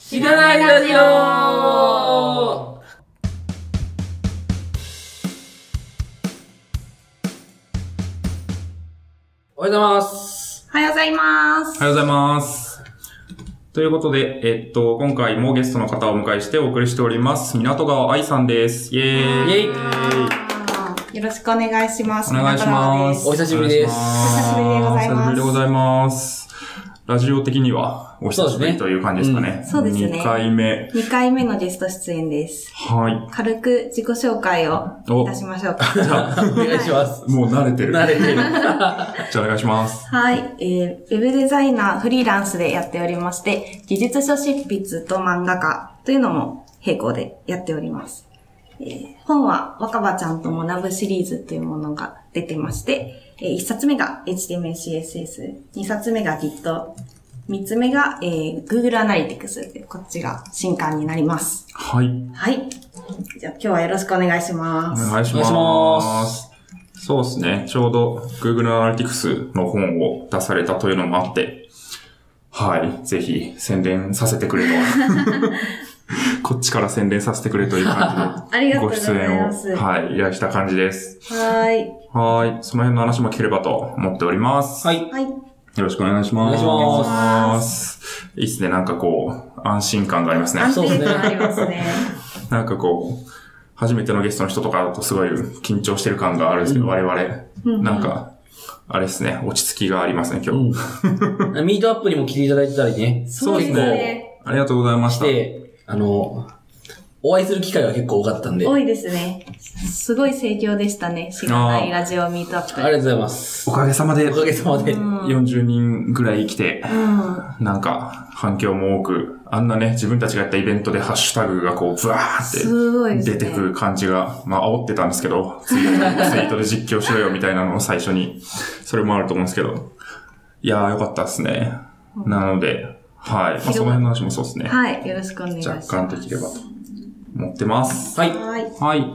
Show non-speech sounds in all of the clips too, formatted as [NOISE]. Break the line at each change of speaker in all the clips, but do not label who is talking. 知らないラジオおはようございます。
おはようございます。
おはようございます。ということで、えっと、今回もゲストの方をお迎えしてお送りしております。港川愛さんです。イェーイ。
イェイ
よろしくお願いします。
お願いします。
お久しぶりです
お久しぶりでございます。ラジオ的には、お久しぶりという感じですかね。
そうですねうん
2回目。
2回目のゲスト出演です。
はい。
軽く自己紹介をいたしましょうか。
じゃあ、
お願いします。
も [LAUGHS] う慣れてる。
慣れてる。
じゃあ、お願いします。
はい、えー、ウェブデザイナーフリーランスでやっておりまして、技術書執筆と漫画家というのも並行でやっております。えー本は若葉ちゃんと学ぶシリーズというものが出てまして、え1冊目が HTML、CSS、2冊目が Git、3つ目が、えー Google Analytics で、こっちが新刊になります。
はい。
はい。じゃあ今日はよろしくお願いしま
お
す。
願いします。
お願いします
そうですね。ちょうど Google Analytics の本を出されたというのもあって、はい。ぜひ宣伝させてくれと。 [LAUGHS] こっちから宣伝させてくれという感
あり
じ
が
で、
とう
ご
ござ
出
い
演を、
ます。は
はい、依頼した感じです。
ーい。
はい。その辺の話も聞ければと思っております。
は。い。
はい。
よろしくお願いします。。
お願いし
ます
いいっすね。なんかこう、安心感がありますね。
安
そうです
定
ね
感ありますね。
なんかこう、初めてのゲストの人とかだとすごい緊張してる感があるんですけど、我々。なんか、あれですね、落ち着きがありますね、今日。
うん。ミートアップにも来ていただいてたりね。
そうですね。
ありがとうございまし。
したて、あの、お会いする機会が結構多かったんで。あ
多
り
いですね。すごい盛況でしたね。知らないラジオミートアップ。
がとうございます。
おかげさまで
おかげさまで。
40人ぐらい来て、
うん。
なんか反響も多く、あんなね、自分たちがやったイベントでハッシュタグがこう、ブワーっ
すごい
て
です
出
ね。
てくる感じが、まあ煽ってたんですけど、ツイ
[LAUGHS]
ツイートで実況しろよみたいなのを最初に、それもあると思うんですけど、いやーよかったですね。なので、はい。まあ、その辺の話もそうですね。
はい。よろしくお願いしま
若
す。
干できればと思ってます。
はい。
はい。
はい。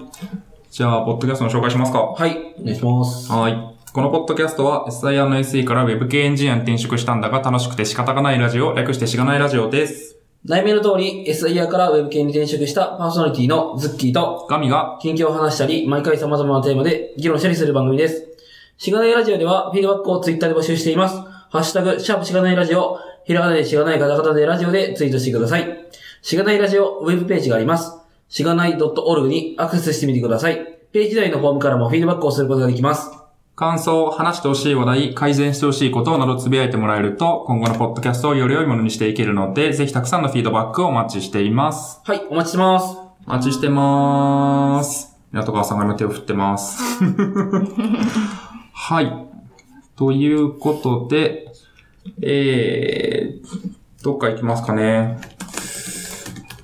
じゃあ、ポッドキャストの紹介しますか。
はい。お願いします。
はい。このポッドキャストは SIR の SE から Web 系エンジニアに転職したんだが楽しくて仕方がないラジオ、略してしがないラジオです。
内面の通り、SIR から Web 系に転職したパーソナリティのズッキーと、
ガミが、
近況を話したり、毎回様々なテーマで議論したりする番組です。しがないラジオでは、フィードバックをツイッターで募集しています。ハッシュタグ、シャープしがないラジオ、ひらがなでしがないカタカタでラジオでツイートしてください。しがないラジオ、ウェブページがあります。しがない .org にアクセスしてみてください。ページ内のフォームからもフィードバックをすることができます。
感想、話してほしい話題、改善してほしいことなどつぶやいてもらえると、今後のポッドキャストをより良いものにしていけるので、ぜひたくさんのフィードバックをお待ちしています。
はい、お待ちしてます。
お待ちしてまーす。港川さんが今手を振ってます。はい。ということで、えー、どっか行きますかね。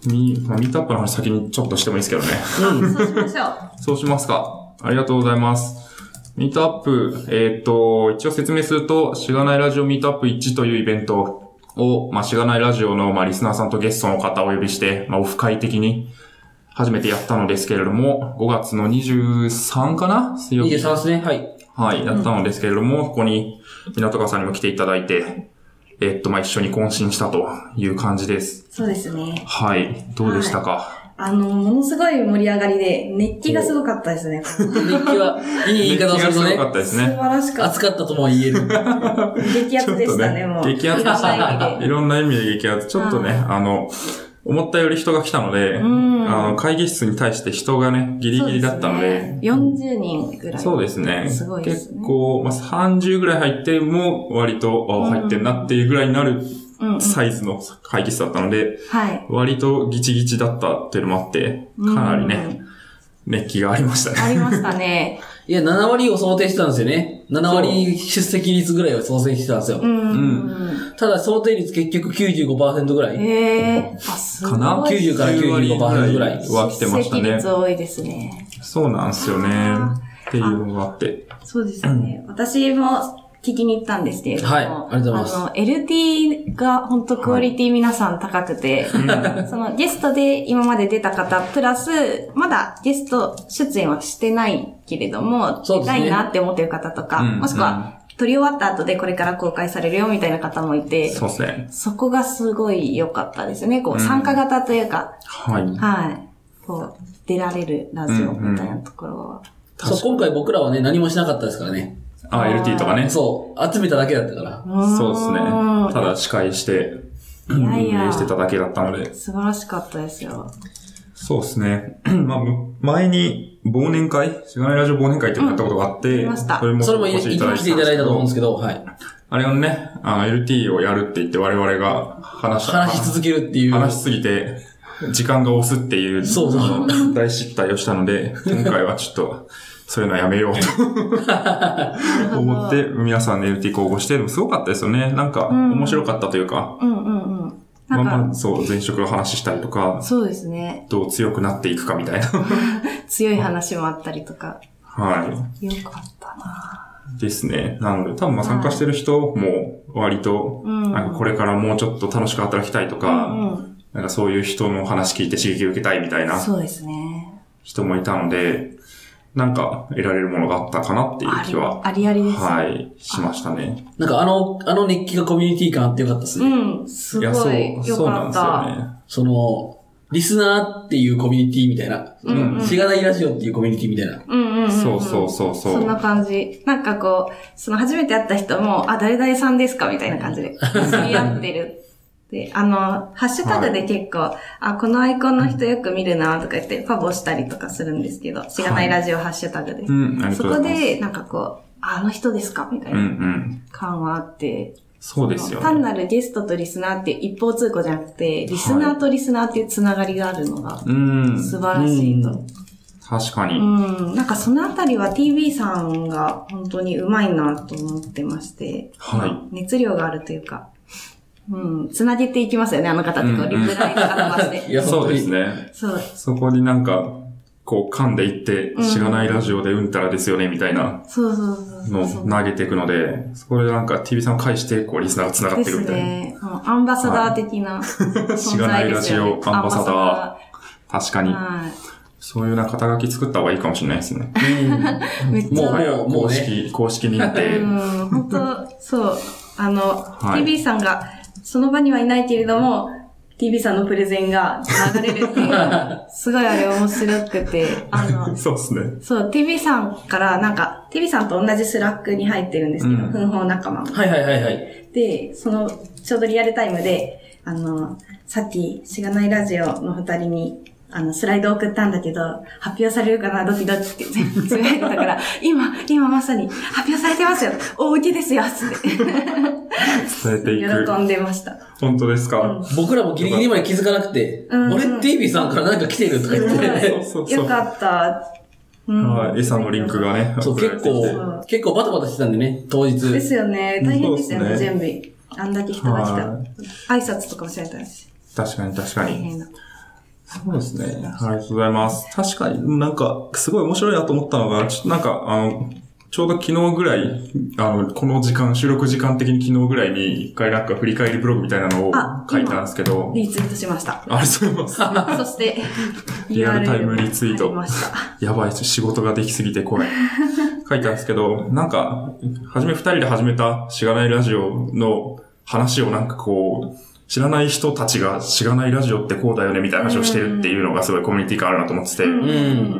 み、まあ、ミートアップの話先にちょっとしてもいいですけどね。
そうしましょう。 [LAUGHS]
そうしますか。ありがとうございます。ミートアップ、えーっ、と、一応説明すると、しがないラジオミートアップ1というイベントを、まあ、しがないラジオの、まあ、リスナーさんとゲストの方をお呼びして、まあ、オフ会的に初めてやったのですけれども、5月の23かな水曜日。
23ですね、はい。
はい、やったのですけれども、ここに、港川さんにも来ていただいて、えーっ、と、まあ、一緒に懇親したという感じです。
そうですね。
はい、どうでしたか、
あの、ものすごい盛り上がりで、熱気がすごかったですね。素
熱気は、いい言い方をすると
熱気がす
ね
ご、かったです
晴
ね。
らしかっ
熱かったとも言える。
た。激アツでしたね、もう。
激アツでした
いろんな意味
ね。
で
いろんな意味で激アツ。ちょっとね、あの、思ったより人が来たので、あ
ん
の、会議室に対して人がね、ギリギリだったので、
そうですね40人ぐらい。
そうですね。
すごいですね
結構、まあ、30ぐらい入っても、割と、あ入ってんなっていうぐらいになる
うんうん
サイズの会議室だったので、
はい。
割とギチギチだったっていうのもあって、かなりね、熱気がありましたね。
ありました
[LAUGHS]
ね。
いや、7割を想定してたんですよね。7割出席率ぐらいを想定してたんですよ。
うん。
ただ、想定率結局95%ぐらい。
ええー。あ、すごい。
かな
90から95%ぐらい
は来てまし
出
た
席
ね
率。多いですね。
そうなんですよね。っていうのがあって。
そうですね。私も聞きに行ったんですけれども。
はいありがとうございます
あの、LT が本当クオリティ皆さん高くて、 [LAUGHS] そのゲストで今まで出た方、プラス、まだゲスト出演はしてないけれども、
そうです
出た
ね
いなって思ってる方とか、
うん
もしくは、撮り終わった後でこれから公開されるよみたいな方もいて、
そうですね。
そこがすごい良かったですね。こ
う
う、
ん
参加型というか、
はい。
はい。こう、出られるラジオみたいなところは。
確か
そう、
に
今回僕らはね、何もしなかったですからね。
あ、LT とかね。そ
そう、集めただけだったから。
ーん
うですね。ただ司会して、
いやいや
運営してただけだったので。
素晴らしかったですよ。
そうですね。まあ、む前に忘年会、しがないラジオ忘年会っていうのやったことがあって、
うんありました
れも
それもい
お
来
越
て
し
い
い
た
た
だ
だ
い
い
た
た
と思うんですけど、はい。
あれをね、あの、LT をやるって言って我々が話した。
話し続けるっていう。
話しすぎて、時間が押すっていう、
そうそう
あの大失態をしたので、今回はちょっと、そういうのはやめようと思って、皆さんで LT 公募して、でもすごかったですよね。なんか、
うん
面白かったというか、
うんうんうん。な
まあ
んか、
まあ、そう、前職の話したりとか、
そうですね。
どう強くなっていくかみたいな。 [LAUGHS]
強い話もあったりとか。
は
よかったな。
い。ですね。なので、多分まあ参加してる人も、割と、
うん
なんかこれからもうちょっと楽しく働きたいとか、
うん
なんかそういう人の話聞いて刺激を受けたいみたいな
うん。そうですね。
人もいたので、なんか得られるものがあったかなっていう
あ
気
り
は、
ありありです。
はい、しましたね。
なんかあの、あの熱気がコミュニティ感あってよかったですね。
うん、す
いや、そ、、
ごいうよ
そうなん
か
で
っ
すよ
た。
ね。
その、リスナーっていうコミュニティみたいな。
うんうん
しがないラジオっていうコミュニティみたいな。
うんうんうんん。
そうそうそうそ
そんな
う。
感じ。なんかこう、その初めて会った人も、あ、誰々さんですかみたいな感じで、知り合ってる。で、あの、ハッシュタグで結構、あ、このアイコンの人よく見るなとか言って、ファボしたりとかするんですけど、しがないラジオハッシュタグで。
うん、ありが
そ
とうご
こ
ざいます。
で、なんかこう、ああの人ですかみたい
うんう。
なん感はあって、
そうですよ
単
ね。
なるゲストとリスナーって一方通行じゃなくて、リスナーとリスナーっていうつながりがあるのが
うん。
素晴らしいと。
うん
確かに。
うん、なんかそのあたりは TV さんが本当にうまいなと思ってまして、
は
熱量があるというか、うん、つなげていきますよね、あの方ってこ
う
う、
ん
リプライとか飛ばし
[LAUGHS] い
[LAUGHS]
て。
や、
そうです
ね。
ね。
そう、
そこになんか、こう噛んでいって
う、ん
知らないラジオでうんたらですよね、みたいな
そうそうそう
の
そう
を投げていくので、そこでなんか TV さんを介して、こう、リスナーが繋がっ
で
てる
す
みたいな。
ね。もうアンバサダー的な
し
存
がな
在
い
で
ラ
す
ジオ
よね。
アンバサダー
ア
確か
ン
に。
バサダー。はい。
そういうような肩書き作った方がいいかもしれないですね。
めっち
も
ゃ
う、
も
も
う
う、も
公
うね。
式、公式になって
う、ん、本当、そう、あの、
い
TV さんが、その場にはいないけれども、TV さんのプレゼンが流れるっていう、すごいあれ面白くて、あの、
そうですね。
そう、TV さんから、なんか、TV さんと同じスラックに入ってるんですけど、
うん
奮法仲間も。
はいはいはいはい。
で、その、ちょうどリアルタイムで、あの、さっき、しがないラジオの二人に、あの、スライド送ったんだけど、発表されるかな、ドキドキって全部つぶやいてたから、 [LAUGHS] 今、今まさに、発表されてますよ大受けですよつって、
伝えていく。
喜んでました。
本当ですか、
うん
僕らもギリギリまで気づかなくて、
うん
俺 TV さんからなんか来てるとか言っ
そ
て
う。そうそう
よかった。うん
はい。餌のリンクがね、
そう、
送ら
結
れてきて。
構、結構バタバタしてたんでね、当日。
ですよね。大変ですよ
そう
ね、
っすね
準備。あんだけ人が来たら
は。
挨拶とかもしれたし。
確かに確か
大
に。
変だ。
そうですね。ありがとうございます。確かになんか、すごい面白いなと思ったのが、ちょっとなんか、あの、ちょうど昨日ぐらい、あの、この時間、収録時間的に昨日ぐらいに、一回なんか振り返りブログみたいなのを
あ
書いたんですけど、
リツイートしました。
ありがとうござい
[LAUGHS]
ま
そして、
リアルタイムリツイート
URL ありました。
す。やばい、仕事ができすぎて怖い。書いたんですけど、なんか、はじめ二人で始めたしがないラジオの話をなんかこう、知らない人たちがしがないラジオってこうだよねみたいな話をしてるっていうのがすごいコミュニティ感あるなと思ってて、
うん
う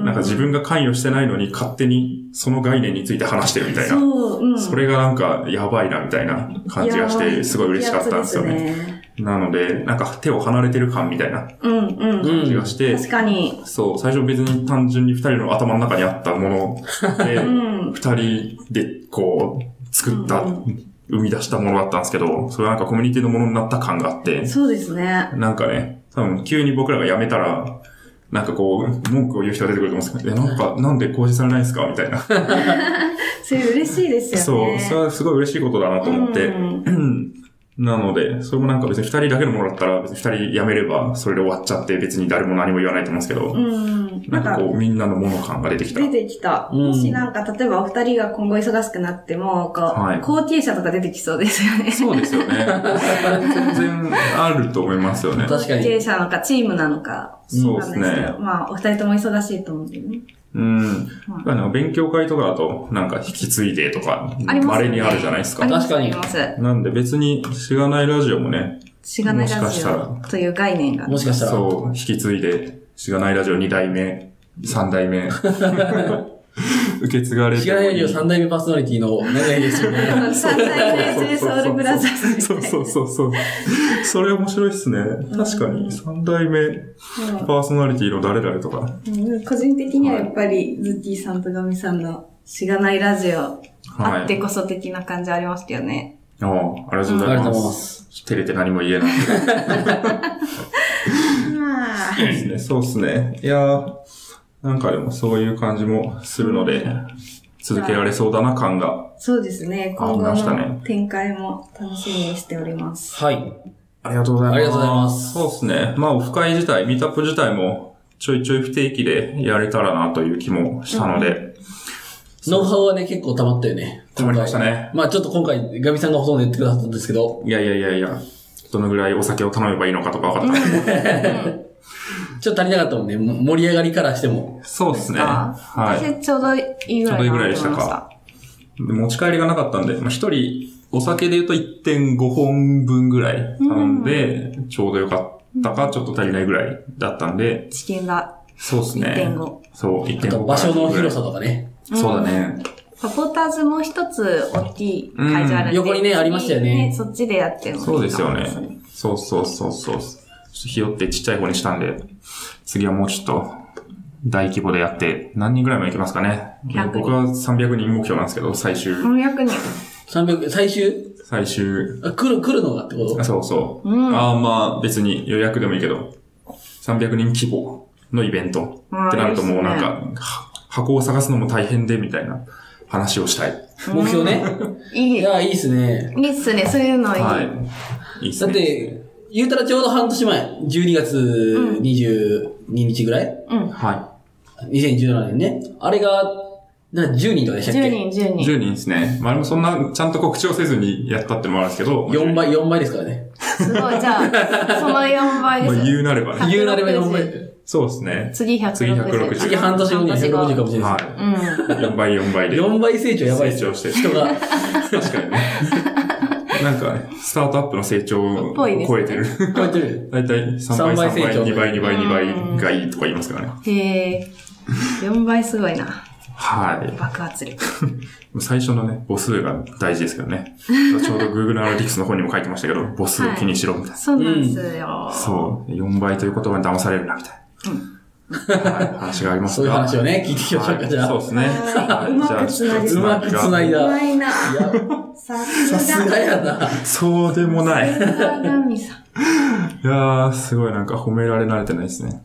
ん。
なんか自分が関与してないのに勝手にその概念について話してるみたいな。
そう、うん。
それがなんかやばいなみたいな感じがし
いや
て、
ー
すごい嬉しかったんですよ
い
ね。
いやつですね。
なので、なんか手を離れてる感みたいな
うん、うん。
うん
感じがして、
確かに。
そう、最初別に単純に二人の頭の中にあったもので、
うん。
二人でこう、作った、
う
生み出したものだったんですけど、それはなんかコミュニティのものになった感があって、
そうですね。
なんかね、多分急に僕らが辞めたら、なんかこう、文句を言う人が出てくると思うんですけど、え、なんか、なんで更新されないんですかみたいな。
それ嬉しいですよ
そう、
ね。
それはすごい嬉しいことだなと思って、なので、それもなんか別に二人だけのものだったら、別に二人辞めれば、それで終わっちゃって、別に誰も何も言わないと思うんですけど、
うん。なん
な
ん
か
か、
こう、みんなのもの感が出てきた。
出てきた。
うん
もしなんか、例えばお二人が今後忙しくなっても、こう、
はい
後継者とか出てきそうですよね。
そうですよね。全然あると思いますよね。
確か
後継
に。
者なのか、チームなのか。
そう
わ
で
かん
す
ないですけ
ね
ど。まあ、お二人とも忙しいと思うんでね。
うん。だからなんか勉強会とかだと、なんか引き継いでとか、
ありますよね
稀にあるじゃないです
あ
か
り。ます
確かに
あります。
なんで別に、しがないラジオもね、
しがないラ
もしかし
ジ
た
オ
ら
という概念が。
もしかしたら。
そう、引き継いで、しがないラジオ2代目、3
[LAUGHS]
代目、受け継がれて
シガナイラジオ3代目パーソナリティの長いですよね。
[LAUGHS] 三代目 j ソウルブラザーズみたいな。
そうそうそうそう。それ面白いっすね。確かに、三代目パーソナリティの誰々とか。
うん個人的にはやっぱり、ズッキーさんとガミさんのしがないラジオあってこそ的な感じありましたよね。
ああ、ありがとうござい
ありがとう
ま。
ございます
照れて何も言えない。
まあ、
ですね、そうっすね。いやーなんかでもそういう感じもするので、続けられそうだな感が。
そうですね。今後
ありましたね
の展開も楽しみにしております。
はい。
ありがとうござい
ますありがとうございます
そうっすね。まあ、オフ会自体、ミートアップ自体も、ちょいちょい不定期でやれたらなという気もしたので、
ノウハウはね、結構溜まったよね。
溜まりましたね。
まあちょっと今回、ガミさんがほとんど言ってくださったんですけど、
いやいやいやいや、どのぐらいお酒を頼めばいいのかとか分かった。
ちょっと足りなかったもんね。も盛り上がりからしても。
そうですね。
あ
はい。
私ちょうどいいぐらいかなと思いました。
持ち帰りがなかったんで、まあ、一人、お酒で言うと1.5本分ぐらい頼んで、ちょうどよかったか、ちょっと足りないぐらいだったんで、
知見が
そうですね。
1.5。
そう、
あ
1.5
と場所の広さ
と
とかね。
そうだね。
サポーターズも一つ大きい会場あるんで、
うん横にねありましたよね
そっちでやってもいいか
そ
も
う
しれ
で
ない
すよね。そうそうそうそう。ちょっとひよってちっちゃい方にしたんで、次はもうちょっと、大規模でやって、何人ぐらいまで行きますかね
100。人
僕は300人目標なんですけど、最終、
400人。
300、最終
最終
あ来る、来るのがってこ
あ
と
そうそう。
うん
ああ、まあ別に予約でもいいけど、300人規模のイベント
あー
ってなるともうなん
い
か、は箱を探すのも大変でみたいな話をしたい。
目標
[LAUGHS]
ね。い
いい。い
や、いいっすね。
いっすね、そういうのいい。
はい。いいっす
だっ
ね。
て、言うたらちょうど半年前、12月22日ぐらい、
うん。
は
2017年ね。あれが、な10人とかでしたっけ
10人、10
い。
人。
10人ですね。まあでもそんな、ちゃんと告知をせずにやったってのもあるんですけど、
4倍、4倍ですからね。
すごい、じゃあ、その4倍
まあ
です。
言うなればね。
言うなれば4倍。
そうですね。
次160。
次160
次半年後に160かもしれないです。
は
う
い。4倍4倍で。
4倍成長やばいで
成
すよ。
長して
人が。
確か
[LAUGHS]
にね。なんかね、スタートアップの成長を超えてる。
超えてる。
大体3倍、3
三
倍、
倍成長
2倍、2倍、2倍がいいとか言いますからね。
ん。へえ。4倍すごいな。
は
爆発力。
い。最初のね、母数が大事ですけ
[LAUGHS]
どね。ちょうど Google Analytics の方にも書いてましたけど、母数を気にしろみたいな。
そうなんですよ。
そう。4倍という言葉に騙されるな、みたいな。はい話があります
そういう話を
ね、
ね、聞いていきましょうか、じゃ
そう
あ。
ですね。
はい
はいじゃあ
うまく繋いうだ
まいな。
いや、
さ
さす
す
が
が。
やな。
そうでもない。い
さすがガミさん。
やー、すごいなんか褒められ慣れてないですね。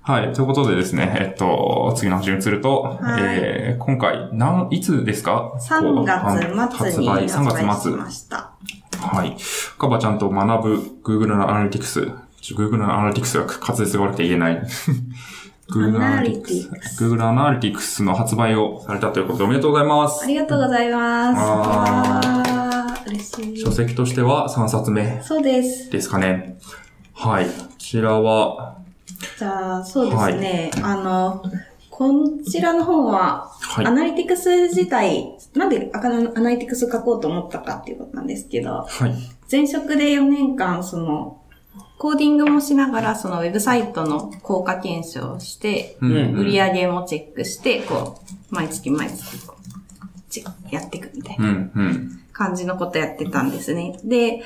はい。ということでですね、えっと、次の話に移ると、
はい
えー、今回、なん、いつですか
3月末に
発売
発
3
売し
月末。
ました。
はい。カバちゃんと学ぶ Google のアナリティクス。ちょ Google のアナリティクスが滑舌が悪くて言えない。Google
ア
ア
ナ
ナ
リ
リ
テ
テ
ィ
ィ
ク
ク
ス
ス。Google アナリティクスの発売をされたということでおめでとうございます
あ。りがとうございます。わ
あ
ー嬉し
書
い。
籍としては3冊目
そうです。
ですかね。はい。こちらは、
じゃあ、そうですね。あの、こちらの本は、
はい
ア。ナリティクス自体、なんでアカナアナリティクス書こうと思ったかっていうことなんですけど、
はい。
前職で4年間、その、コーディングもしながら、そのウェブサイトの効果検証をして、
うんうん
売り上げもチェックして、こう、毎月毎月、こう、チェックやっていくみたいな。
うん、うん。
感じのことやってたんですね。で、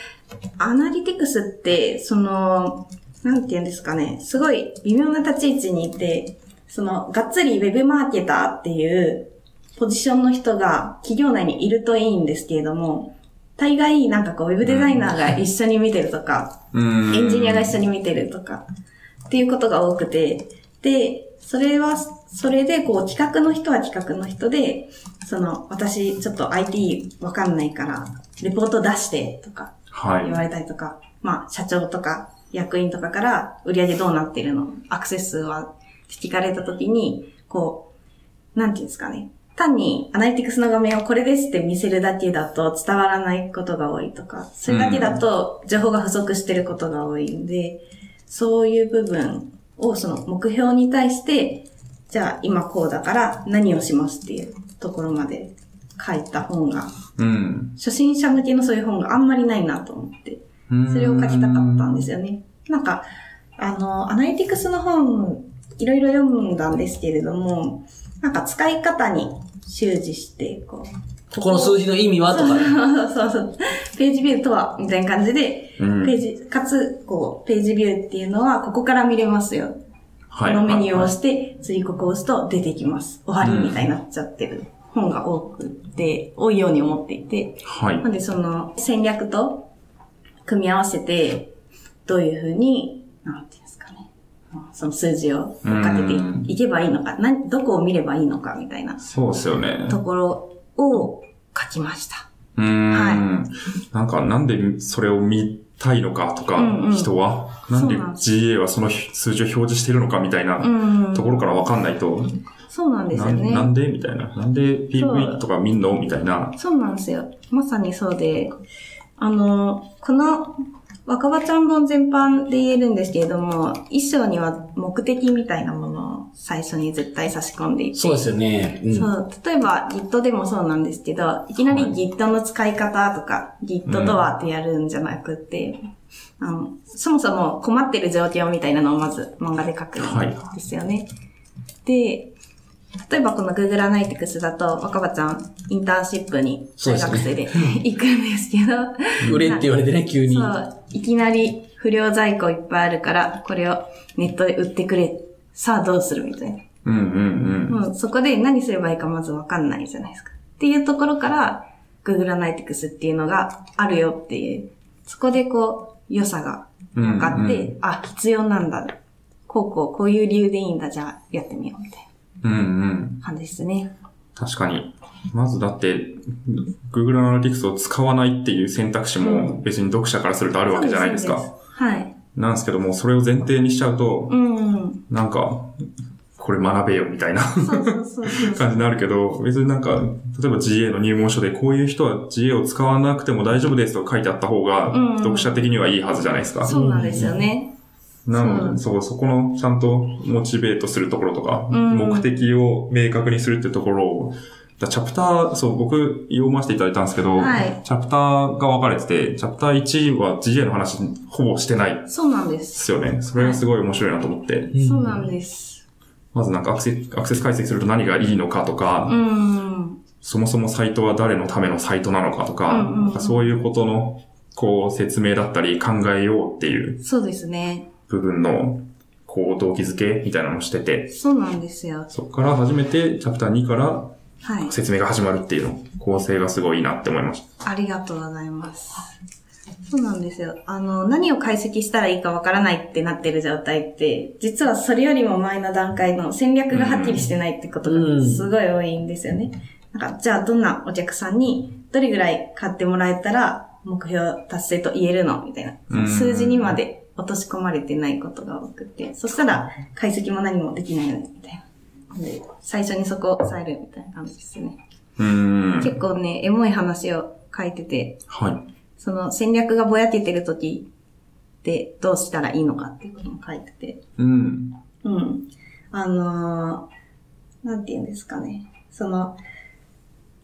アナリティクスって、その、なんて言うんですかね、すごい微妙な立ち位置にいて、その、がっつりウェブマーケターっていうポジションの人が企業内にいるといいんですけれども、大概なんかこう、ウェブデザイナーが一緒に見てるとか、
うん。
エンジニアが一緒に見てるとか、っていうことが多くて、で、それは、それで、こう、企画の人は企画の人で、その、私、ちょっと IT わかんないから、レポート出して、とか、
は
言
い。
われたりとか、まあ、社長とか、役員とかから、売り上げどうなってるのアクセス数はって聞かれたときに、こう、なんていうんですかね。単にアナリティクスの画面をこれですって見せるだけだと伝わらないことが多いとか、それだけだと情報が不足してることが多いんで、そういう部分をその目標に対してじゃあ今こうだから何をしますっていうところまで書いた本が、
うん。
初心者向けのそういう本があんまりないなと思って、
うん
それを書きたかったんですよね。なんか、あの、アナリティクスの本、いろいろ読んだんですけれども、なんか使い方に習字して、こう、
ここの数字の意味はとか、
[LAUGHS] そうそう、ページビューとは、みたいな感じで、
うん
ページ、かつ、こう、ページビューっていうのは、ここから見れますよ。
はい
このメニューを
はい
押して、次ここを押すと出てきます。終わりみたいになっちゃってる本が多くて、多いように思っていて。
はい
な。んでその戦略と組み合わせて、どういうふうに、なんていうんですかね。まあその数字を追っかけ
うん
ていけばいいのか、などこを見ればいいのかみたいな
そうですよね。
ところを書きました。
うーん。
は
なんか、なんでそれを見たいのかとか、
うんうん
人は、
そうな
な
ん
ん
で
です GA はその数字を表示してるのかみたいな
うん。
ところからわかんないと、
そうなんです
な
よね。
んなんでみたいな。なんで
そう
PV とか見んのみたいな。
そうなんですよ。まさにそうで、あの、この若葉ちゃん本全般で言えるんですけれども、衣装には目的みたいなものを最初に絶対差し込んでいて。
そうですよね。うん。
そう、例えば Git でもそうなんですけど、いきなり
はい
Git の使い方とか、Git とはってやるんじゃなくって、あの、そもそも困ってる状況みたいなのをまず漫画で書くんですよね。で、例えばこの Google Analytics だと若葉ちゃんインターンシップに
そう
大
ですね
学生で [LAUGHS] 行くんですけど、
売れって言われてね、急に。
そう、いきなり不良在庫いっぱいあるから、これをネットで売ってくれ。さあどうするみたいな。
うんうん
もうそこで何すればいいかまずわかんないじゃないですか。っていうところから、Google Analytics っていうのがあるよっていう。そこでこう、良さが
うん。
分かって、
うん
あ、必要なんだ。こうこう、こういう理由でいいんだ。じゃあ、やってみようみたい
うん。うんうん。
な感じですね。
確かに。まずだって、Google Analytics を使わないっていう選択肢も別に読者からするとあるわけじゃないですか。
そうですはい。
なんですけども、それを前提にしちゃうと、
うん。
なんか、これ学べよみたいな
そうそうそうそう
感じになるけど、別になんか、例えば GA の入門書で、こういう人は GA を使わなくても大丈夫ですと書いてあった方が
うんうん、
読者的にはいいはずじゃないです [LAUGHS] か。
そうなんですよね。
なので、そう、そこのちゃんとモチベートするところとか、
うん
目的を明確にするってところを、だチャプター、そう、僕、読ませていただいたんですけど、
はい
チャプターが分かれてて、チャプター1は GA の話、ほぼしてないで
そうなんです。
すよね。それがすごい面白いなと思って、
うん
そうなんです。
まずなんかアクセアクセス解析すると何がいいのかとか、
うん。
そもそもサイトは誰のためのサイトなのかとか、
うんうんうん
なんかそういうことの、こう、説明だったり考えようっていう
そうですね。
部分の、こう、動機づけみたいなのをしてて、
そうなんですよ。
そこから初めてチャプター2から
はい。
説明が始まるっていうの、構成がすごいいいなって思いました。
ありがとうございます。そうなんですよ。あの、何を解析したらいいかわからないってなってる状態って、実はそれよりも前の段階の戦略がはっきりしてないってこと
う
が
ん
すごい多いんですよね。なんか、じゃあどんなお客さんにどれぐらい買ってもらえたら目標達成と言えるのみたい
うん
な。数字にまで落とし込まれてないことが多くて、そしたら解析も何もできないよね、みたいな。で最初にそこを抑えるみたいな感じですね。
うーん。
結構ね、エモい話を書いてて、
はい。
その戦略がぼやけてる時ってどうしたらいいのかっていうことも書いてて。
うん。
うん。あのー、なんて言うんですかね。その、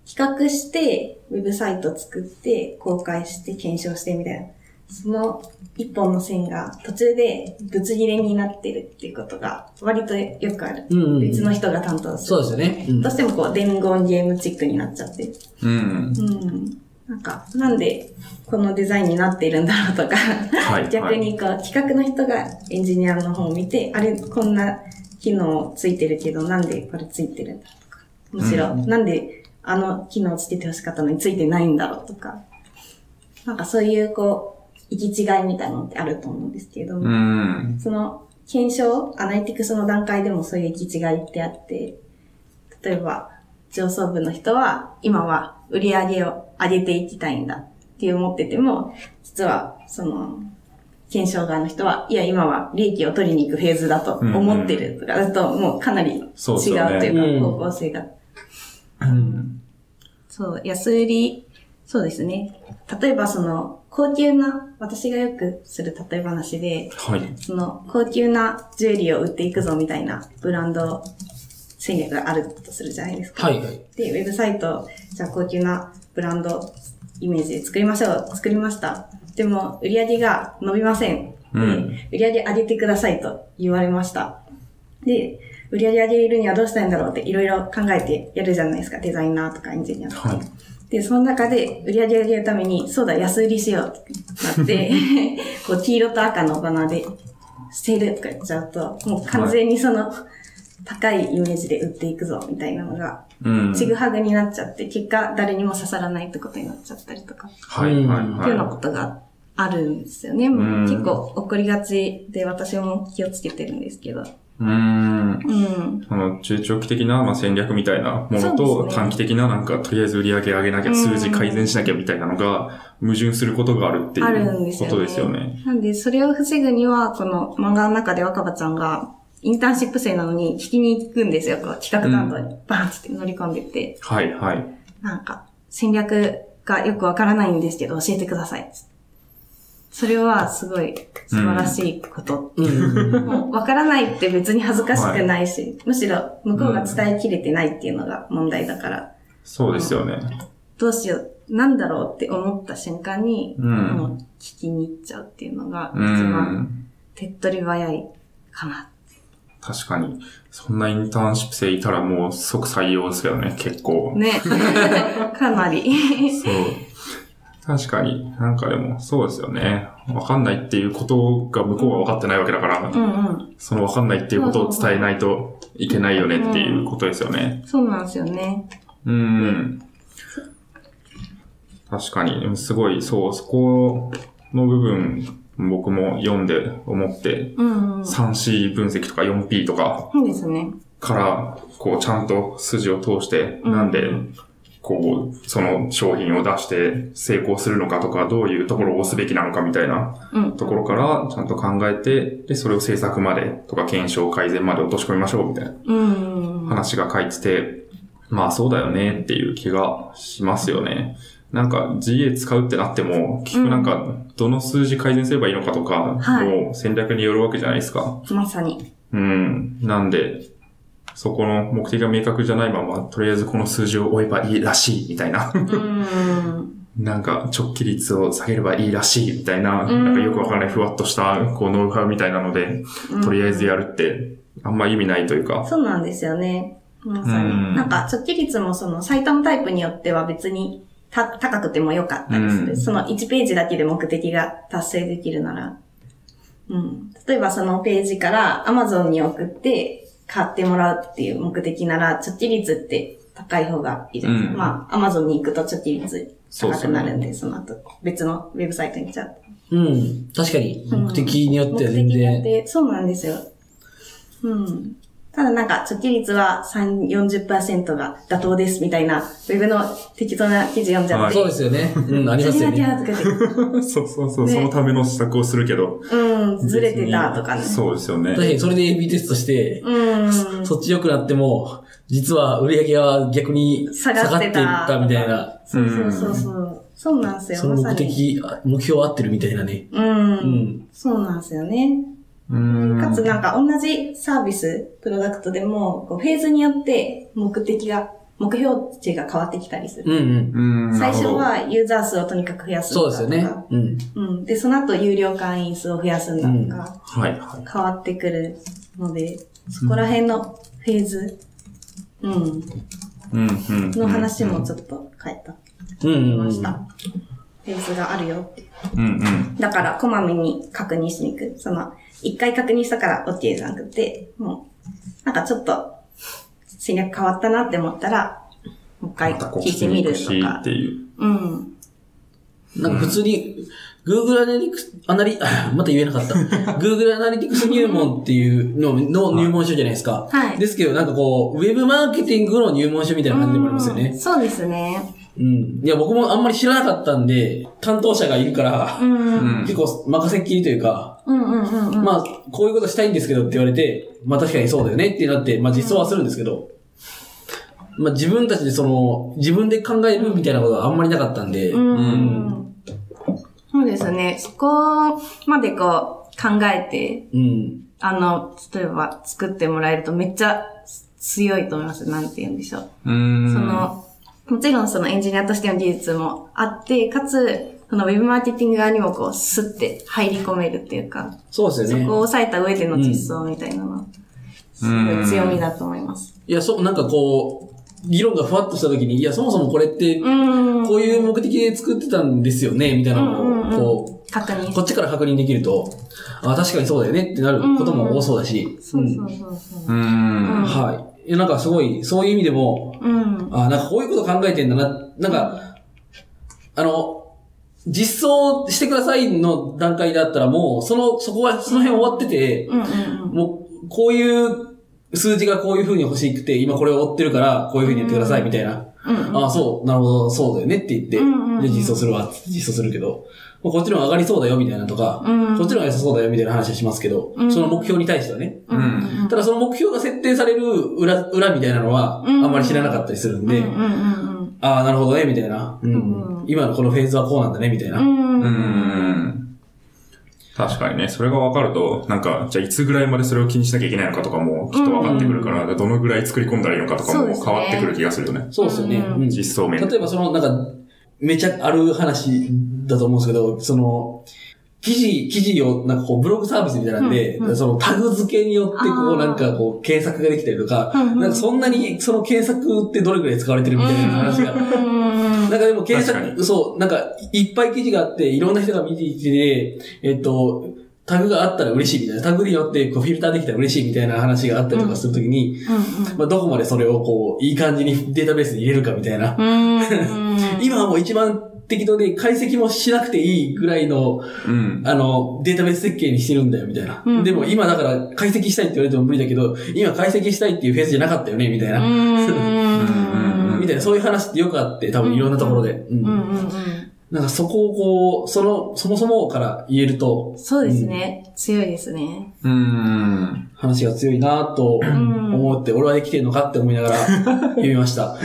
企画して、ウェブサイト作って、公開して、検証してみたいな。その一本の線が途中でぶつ切れになってるっていうことが割とよくある。
うんうん
別の人が担当す
そ
る。
うですよね。うん
どうしてもこう伝言ゲームチックになっちゃってる
うん。
うんなんか、なんでこのデザインになっているんだろうとか、
はい。
逆にこう、企画の人がエンジニアの方を見て、あれ、こんな機能ついてるけど、なんでこれついてるんだとか、むしろ、
う
なんであの機能つけてほしかったのについてないんだろうとか、なんかそういうこう、行き違いみたいなのってあると思うんですけれど
う
も、
ん。
その、検証、アナリティクスの段階でもそういう行き違いってあって、例えば、上層部の人は、今は売り上げを上げていきたいんだって思ってても、実は、その、検証側の人は、いや、今は利益を取りに行くフェーズだと思ってるとか、だともうかなり違う
そう
と
ですよね
いううんか、方向性が。
うん。
そう、安売り、そうですね。例えばその、高級な、私がよくする例え話で、
はい。
その高級なジュエリーを売っていくぞみたいなブランド戦略があるとするじゃないですか。
はいはい。
で、ウェブサイト、じゃあ高級なブランドイメージで作りましょう。作りました。でも、売り上げが伸びません。
うん。
売り上げ上げてくださいと言われました。で、売り上げ上げるにはどうしたらいいんだろうっていろいろ考えてやるじゃないですか。デザイナーとかエンジニアとか。
はい。
で、その中で売り上げ上げるために、そうだ、安売りしようってな
[LAUGHS]
って、こう、黄色と赤のバナーで、セールとか言っちゃうと、もう完全にその、高いイメージで売っていくぞ、みたいなのが、
うん。
ちぐはぐになっちゃって、結果誰にも刺さらないってことになっちゃったりとか、
はい。はい。
っていうような
は
ことがあるんですよね。
ん
結構起こりがちで、私も気をつけてるんですけど。
い。うん。
うん。
その中長期的な、まあ、戦略みたいなもの
そう
と、
ですね
短期的ななんか、とりあえず売り上げ上げなきゃ、数
う
字
ん
改善しなきゃみたいなのが、矛盾することがあるってい
あるんで
う
すよ
こ
ね
とですよね。
なんで、それを防ぐには、この漫画の中で若葉ちゃんが、インターンシップ生なのに聞きに行くんですよ。こう企画担当にバーンって乗り込んでって、
はい、はい。
なんか、戦略がよくわからないんですけど、教えてくださいっつって。それはすごい素晴らしいこと。
うん。
もうわからないって別に恥ずかしくないし、むしろ向こうが伝えきれてないっていうのが問題だから、
そうですよね。
どうしよう、なんだろうって思った瞬間に、
うん
もう聞きに行っちゃうっていうのが、一
う
番
ん。
手っ取り早いかな。
確かに。そんなインターンシップ生いたらもう即採用ですよね、結構。
ね。 [LAUGHS] かなり。 [LAUGHS]
そう。確かに。なんかでも、そうですよね。わかんないっていうことが向こうは分かってないわけだから、
うんうん。
そのわかんないっていうことを伝えないといけないよねっていうことですよね。
そうなんですよね。
うん。確かに、でもすごい、そう、そこの部分、僕も読んで思って、
うんうん。そ
3C 分析とか 4P とか
うですね。
から、こう、ちゃんと筋を通して、
うん
なんで、こう、その商品を出して成功するのかとか、どういうところを押すべきなのかみたいな
うん。
ところから、ちゃんと考えて、で、それを制作までとか、検証改善まで落とし込みましょう、みたいな。
うんうん。
話が書いてて、まあそうだよねっていう気がしますよね。なんか GA 使うってなっても、結局なんかどの数字改善すればいいのかとか
はい
の戦略によるわけじゃないですか。
まさ
[LAUGHS]
に。
うん。なんで、そこの目的が明確じゃないまま、とりあえずこの数字を追えばいいらしいみたいな。 [LAUGHS]
うん。
なんか直帰率を下げればいいらしいみたいな、
うん
なんかよくわからないふわっとしたこうノウハウみたいなので、とりあえずやるってあんま意味ないというか。 [LAUGHS]
そうなんですよね。まさに。
うん
なんか、直帰率もその、最短タイプによっては別にた高くても良かったりする。
うん
その1ページだけで目的が達成できるなら。うん。例えばそのページから Amazon に送って買ってもらうっていう目的なら、直帰率って高い方がいいじゃないですか。
うん
まあ、Amazon に行くと直帰率
そう
高
そ
く
う
なるんで、その後、別のウェブサイトに行っちゃう。
うん。確かに、
うん
目的によっては
目
全
的によ
然。
って、そうなんですよ。うん。ただなんか、貯金率は3、40%が妥当ですみたいな、ウェブの適当な記事読んじゃって。
そうですよね。うん、あります
そ
よ
れだけ
ね。
はとかで
そうそうそう、
ね
そのための施策をするけど。
[LAUGHS]
うん、ずれてたとかね。
そうですよね。
確かに、それで AB テストして、
うん。
そっち良くなっても、実は売り上げは逆に下
下
が
が
っ
ってて
いったたみたいな、
そうそうそうそう。そうなんです
そ
よ、
の
まさ
目
に。
的、あ目標合ってるみたいなね。
う。
うんん。
そうなんですよね。
うん
かつなんか同じサービス、プロダクトでも、こうフェーズによって目的が、目標値が変わってきたりする。
うんうん。
うん
最初、
なる
はユーザー数をとにかく増やすんだ
そう
とか。
ですよね。うん。
うん。で、その後有料会員数を増やすんだとか、
ほどはいはい。
変わってくるので、そこら辺のフェーズ、うん、
うんうん。
の話もちょっと書いた、
うんうんうん。
ました。フェーズがあるよって。
うんうん。
だから、こまめに確認しに行く。その、一回確認したから OK じゃなくて、もう、なんかちょっと、戦略変わったなって思ったら、もう一回
またこう
聞い
聞き
てみ
に
る
く
と
し
か
っ。ていう。
うん。
なんか普通に、Google アナリクス、アナリ、 [LAUGHS] また言えなかった。Google アナリティクス入門っていうのの入門書じゃないですか。
はい
ですけど、なんかこう、ウェブマーケティングの入門書みたいな感じでもありますよ
うん
ね。
そうですね。
うん。いや、僕もあんまり知らなかったんで、担当者がいるから
う、ん。うん
ん
結構任せっきりというか、
うんうんうん。
まあ、こういうことしたいんですけどって言われて、まあ確かにそうだよねってなって、まあ実装はするんですけど、まあ自分たちでその、自分で考えるみたいなことがあんまりなかったんで、
うん。そうですね。そこまでこう考えて、
うん。
あの、例えば作ってもらえるとめっちゃ強いと思います。なんて言うんでしょう。
うーん。
その、もちろんそのエンジニアとしての技術もあって、かつ、そのウェブマーケティング側にもこう、スッて入り込めるっていうか、
そうです
そ
よ
こ
ね
を。抑えた上での実装みたいなのは、すごい強みだと思います。
いや、そう、なんかこう、議論がふわっとしたときに、いや、そもそもこれって、
うん。
こういう目的で作ってたんですよね、みたいな
うんうんうん
のを、こ
確認
う、こっちから確認できると、あ、確かにそうだよねってなることも多そうだし、
そうそううんそうそう
う。ーん。
はい。いやなんかすごい、そういう意味でも、
うん。
あ、なんかこういうこと考えてんだな。なんか、あの、実装してくださいの段階だったらもう、その、そこは、その辺終わってて、
うんうん
もう、こういう数字がこういう風に欲しくて、今これを追ってるから、こういう風にやってくださいみたいな。
うん。うん
ああ、そう、なるほど、そうだよねって言って、
うんうんうん
で、実装するわ、実装するけど、まあこっちの方が上がりそうだよみたいなとか、
うん。
こっちの方が良さそうだよみたいな話はしますけど、
うん
その目標に対してはね。
うんうん
ただその目標が設定される裏、裏みたいなのは、あ
うん
んまり知らなかったりするん
うん
で、
うんうん
ああ、なるほどね、みたいな。うん
うん
今のこのフェーズはこうなんだね、みたいな。
うん。うん
うー
うん。
ん。確かにね、それが分かると、なんか、じゃあいつぐらいまでそれを気にしなきゃいけないのかとかもきっと分かってくるから、どのぐらい作り込んだらいいのかとか
そう
も
ですね
変わってくる気がするよね。
そうですよね。
うん
うん
実装面で。
例えばその、なんか、めちゃある話だと思うんですけど、その、記事、記事を、なんかこう、ブログサービスみたいなんで、
うんうん
そのタグ付けによって、こ
あー
う、なんかこう、検索ができたりとか、
うんうん
なんかそんなに、その検索ってどれくらい使われてるみたいな話が、
うん
なんかでも検
確か
索、そう、なんかいっぱい記事があって、いろんな人が見ていて、えっと、タグがあったら嬉しいみたいな、タグによってこうフィルターできたら嬉しいみたいな話があったりとかするときに、まあ、どこまでそれをこう、いい感じに [LAUGHS] データベースに入れるかみたいな。
うんうん。
今はもう一番適当で解析もしなくていいぐらいの、
うん。
あの、データベース設計にしてるんだよみたいな。
うん
でも今だから解析したいって言われても無理だけど、今解析したいっていうフェーズじゃなかったよねみたいな。
うん。
みたいな、そういう話ってよくあって、多分いろんなところで。うん
うんうんうん。
なんかそこをこう、その、そもそもから言えると、
そうですね。強いですね。
うーん。
話が強いなと
ん
思って、俺はできてるのかって思いながら
[LAUGHS]
読みました。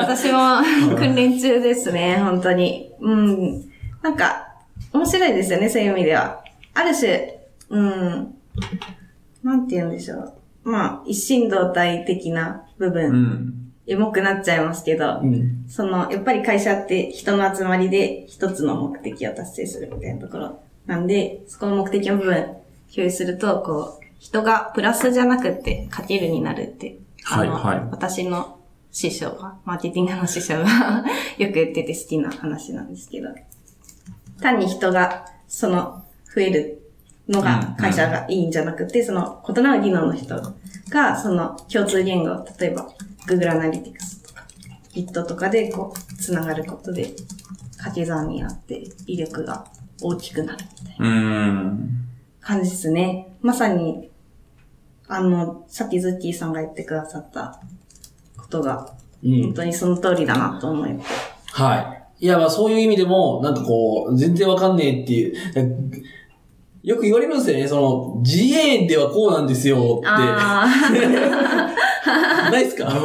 私も訓練中ですね、本当に。うん。なんか、面白いですよね、そういう意味では。ある種、うん。なんて言うんでしょう。まあ、一心同体的な部
う
分、
ん。
エモくなっちゃいますけど、
うん。
その、やっぱり会社って人の集まりで一つの目的を達成するみたいなところなんで、そこの目的の部分共有すると、こう、人がプラスじゃなくてかけるになるって、
はい
あの
はい
私の師匠は、マーケティングの師匠が [LAUGHS] よく言ってて好きな話なんですけど、単に人が、その、増えるのが、会社がいいんじゃなくて、その、異なる技能の人が、その、共通言語、例えば、Google Analytics とか、Git とかで、こう、つながることで、掛け算になって、威力が大きくなるみたいな
うーん。
感じですね。まさに、あの、さっきズッキーさんが言ってくださったことが、
う
本
ん。
当にその通りだなと思います。
はい。いや、まあそういう意味でも、なんかこう、全然わかんねえっていう、よく言われるんですよね、その、GA ではこうなんですよって、
あ
ないっすかなる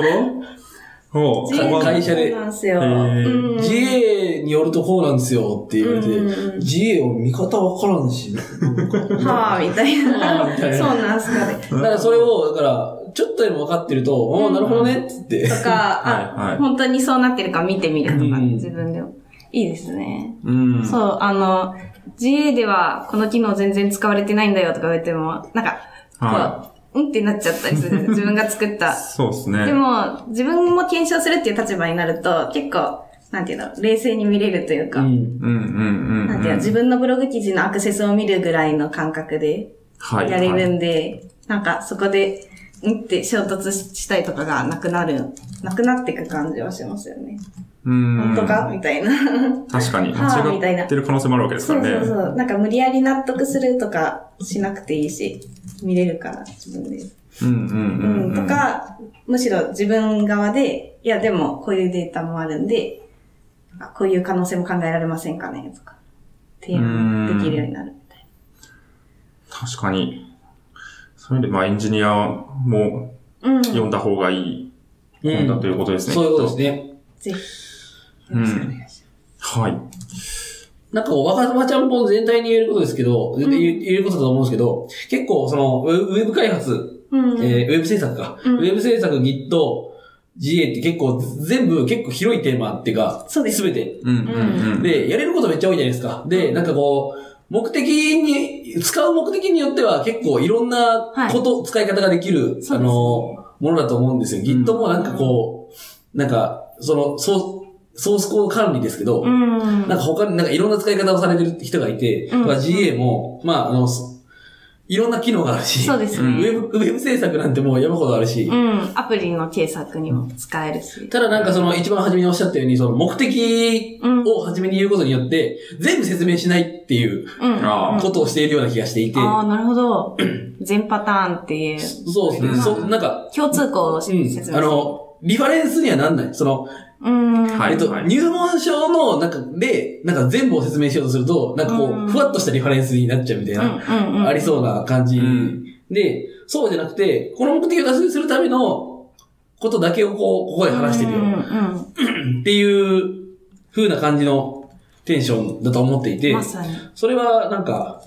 ほ
お
あ、
う
か会社で
[LAUGHS] そうなんですよ。
へー
うん
GA によるとこうなんですよって言われて、
うんうんうん
GA を見方わからんし、なんか
はあ、みたい
はあ
な。
み
そ
た
う
いな
なんすかね。
だからそれを、だから、ちょっとでも分かってると、お
う
お
ん
なるほどねっつって。
とか、あ、
はいはい
本当にそうなってるか見てみるとか、
うん
自分でも。いいですね。
うん。
そう、あの、GA ではこの機能全然使われてないんだよとか言われても、なんか、
は
こう、うんってなっちゃったりする。自分が作った
い。そうです
で
ね。
も、自分も検証するっていう立場になると、結構、なんていうの、冷静に見れるという
う
か、
ん。
うんうんうん
なんていうの、
うん。
自分のブログ記事のアクセスを見るぐらいの感覚で
はい。
やれる
はい
んで、なんかそこで、うんって衝突したりとかがなくなる、なくなっていく感じはしますよね。
うーん。
本当かみたいな。
確かに。
はあみたいな
間違ってる可能性もあるわけですか
そうそ
ら
うそ
ね。
う。なんか無理やり納得するとかしなくていいし、見れるから、自分で。
うんうんうん
う、
うんん。
とか、むしろ自分側で、いやでもこういうデータもあるんで、あこういう可能性も考えられませんかねとか、提案できるようになるみたい
確かに。そういう意味で、まあ、エンジニアも
な。うん。
読んだ方がいい本だということですね。
そういうことです
ね。
ね。
ぜひ。
う
よ
ん
ろしくお願いします
はい。
なんかこう、若葉ちゃんぽん全体に言えることですけど、言え言えることだと思うんですけど、結構その、ウェブウェブ開発
うん。
えー、ウェブ制作か。
うん
ウェブ制作、Git、GA って結構、全部結構広いテーマっていうか、
そうです
すべて。
うん、うん、うん。
で、やれることめっちゃ多いじゃないですか。で、なんかこう、目的に、使う目的によっては結構いろんなこと、使い方ができる、
そうですね
あの、ものだと思うんですよ。Git もなんかこう、なんか、その、ソースソースコード管理ですけど、
うん。
なんか他になんかいろんな使い方をされてる人がいて、
うん
まあ GA も、まああの、そいろんな機能があるし、
そうです
ウ
ね。
ェブ、ウェブ制作なんてもう山ほどあるし、
うん。アプリの検索にも使えるし。
ただなんかその一番初めにおっしゃったように、その目的
うん。
を初めに言うことによって、全部説明しないっていう
うん。
あー
ことをしているような気がしていて、
ああ、なるほど。全パターンっていう、
そうですね、
うん
そう、なんか、
共通項を
う
説明す
ん、
る。
あ、の、リファレンスにはなんない。その、
うん。
はい
えっと、入門書の、なんか、で、なんか全部を説明しようとすると、なんかこう、
うん
ふわっとしたリファレンスになっちゃうみたい
うん
な、
うんうん。
ありそうな感じ、
うん
で、そうじゃなくて、この目的を達成するためのことだけをこう、ここで話してるよ。
うんうん
っていう風な感じのテンションだと思ってい
うん。
て
ま、さに。
それはなんか、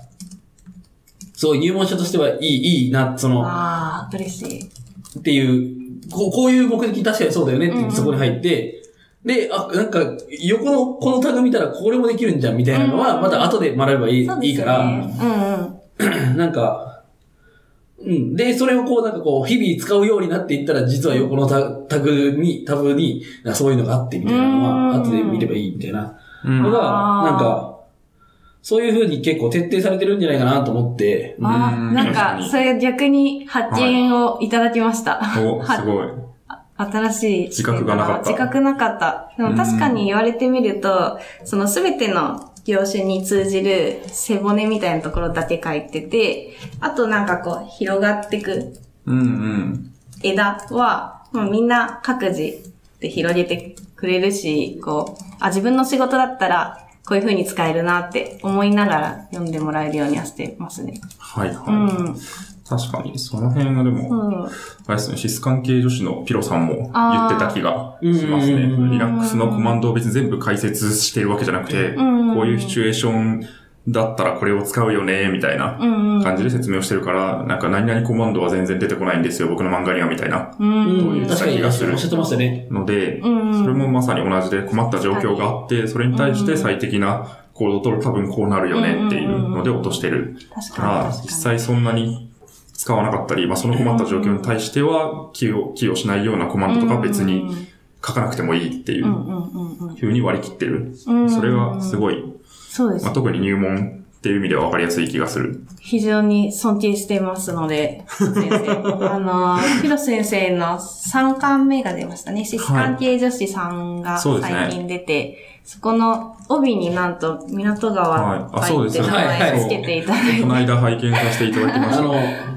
すごい入門者としてはいい、いいな、その、
ああ、嬉しい。
っていう、こうこういう目的確かにそうだよねって
うんうん
そこに入って、で、あ、なんか、横のこのタグ見たらこれもできるんじゃんみたいなの
うん
は、
うん
また後で学べばいい,、
そう
い
で
い
す
か
よ
ら、 [CLEARS THROAT]
ね。うんうん。
なんか、うん。で、それをこう、なんかこう、日々使うようになっていったら、実は横のタタグに、タブに、なんかそういうのがあって、みたいなのは、
うん
後で見ればいい、みたいな
うん
のが、
あー
なんか、そういう風に結構徹底されてるんじゃないかなと思って、
あ
う
ー
ん
なん
確か
か、
に
それ逆に発見をいただきました。
お、すごい。
新しい。
自覚がなかった
自覚なかった。で
う
も
ん
確かに言われてみると、そのすべての業種に通じる背骨みたいなところだけ書いてて、あとなんかこう、広がってく
うん、うん。
枝は、もうみんな各自で広げてくれるし、こう、あ、自分の仕事だったら、こういう風に使えるなって思いながら読んでもらえるようにはしてますね。
はい、はい。
うん。
確かに、その辺がでも、
うん。
あれですね、シス関係女子のピロさんも言ってた気がしますね。
あーうんうんうん
リラックスのコマンドを別に全部解説してるわけじゃなくて、
うんうん
こういうシチュエーションだったらこれを使うよね、みたいな
うんうん。
感じで説明をしてるから、なんか何々コマンドは全然出てこないんですよ、僕の漫画には、みたいな
う。
うん
どうい
ん、
う
確かにおっしゃってましたね。
ので、
うん
それもまさに同じで困った状況があって、それに対して最適な行動を取ると多分こうなるよねっていうので落としてる
確
か
かに
ら、
確かに。
実際そんなに使わなかったり、まあその困った状況に対しては寄与寄与しないようなコマンドとか別に書かなくてもいいってい
うんう
うん
うんうん
風に割り切ってる。
うん。
それがす
い。
ごい、
そうです
まあ、。特に入門っていう意味では分かりやすい気がする。
非常に尊敬していますので、先生。あの、ヒロ先生の3巻目が出ましたね。シス関係女子さんが
そうですね
最近出て、そこの帯になんと港川
はいあそう
っ
です
て
ね
名前
はい
つけていただいて
こ。の間拝見させていただき
[LAUGHS]
ま
あ
した。
の、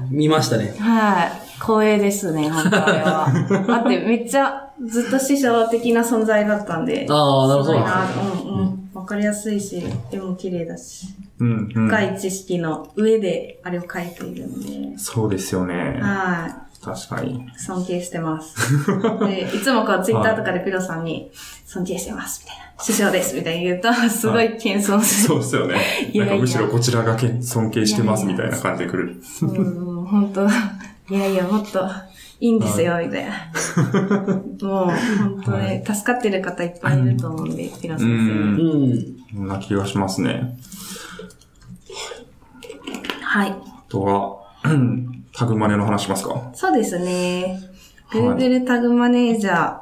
見ましたね。
はい。光栄ですね、本当あれは。
[LAUGHS]
だってめっちゃずっと師匠的な存在だったんで。
ああ、なるほ
すごい
ど。
な。うんうん。わかりやすいし、でも綺麗だし。
うんうん。
深い知識の上であれを書いているので、
そうですよね。
は
確かに。
い。尊敬して [LAUGHS] ます。でいつもこう、ツイッターとかで黒さんに、尊敬してます、みたいな。師匠です、みたいに言うと、すごい謙遜する。
そうですよね。
[LAUGHS] い
な
やいや
んかむしろこちらがけ尊敬してますみたいな感じでくる。
うん、本当いやいや、もっと、いいんですよ、みたいな。 [LAUGHS] もう、本当ね、助かってる方いっぱいいると思うんで、黒さん
うん
に。
うん。
そんな気がしますね。
はい。
あとは、 [CLEARS THROAT] タグマネの話しますか
そうですね。
はい
Google タグマネージャー。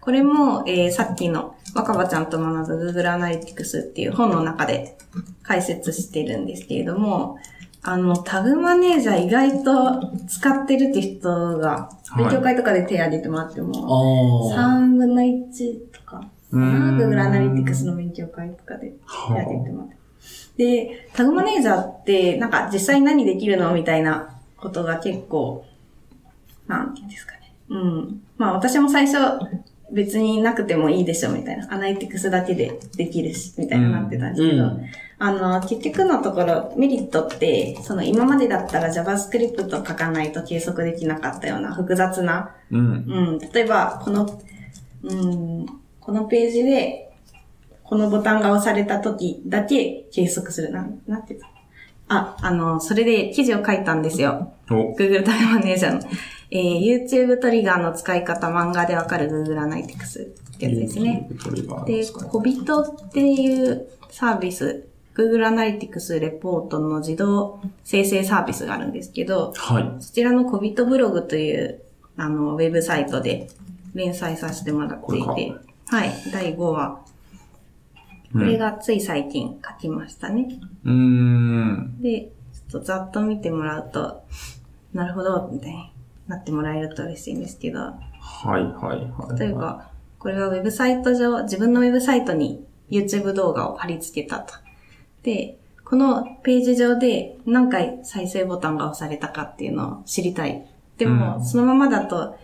これも、えーさっきの若葉ちゃんと学ぶ Google アナリティクスっていう本の中で解説してるんですけれども、あの、タグマネージャー意外と使ってるって人が、
はい
勉強会とかで手挙げてもらっても、
ああ。
3分の1とか、
うーん
Google アナリティクスの勉強会とかで。やってって
は
ます。で、タグマネージャーって、なんか実際何できるのみたいなことが結構、なんていうんですかね。うん。まあ私も最初、別になくてもいいでしょみたいな。アナリティクスだけでできるし、みたいななってたんですけど。
うん
あの、結局のところ、メリットって、その今までだったら JavaScript と書かないと計測できなかったような複雑な
あうん。
うん、例えば、この、うん、このページで、このボタンが押された時だけ計測する。なん、なんて言うのあ、あの、それで記事を書いたんですよ。
お、
Google タイムマネージャーの、えー、YouTube トリガーの使い方、漫画でわかる Google アナリティクスってやつですね。
トリガー
で、
ですかね
コビトっていうサービス、Google アナリティクスレポートの自動生成サービスがあるんですけど、
はい。
そちらのコビトブログという、あの、ウェブサイトで連載させてもらってい
これ
て、はい、第5話。こ
う
れ
ん。
がつい最近書きましたね。
うーん。
で、ちょっとざっと見てもらうと、なるほど、みたいになってもらえると嬉しいんですけど、
はいはいはい。
というか、これはウェブサイト上、自分のウェブサイトに YouTube 動画を貼り付けたと。で、このページ上で何回再生ボタンが押されたかっていうのを知りたい。でも、
うん
そのままだと、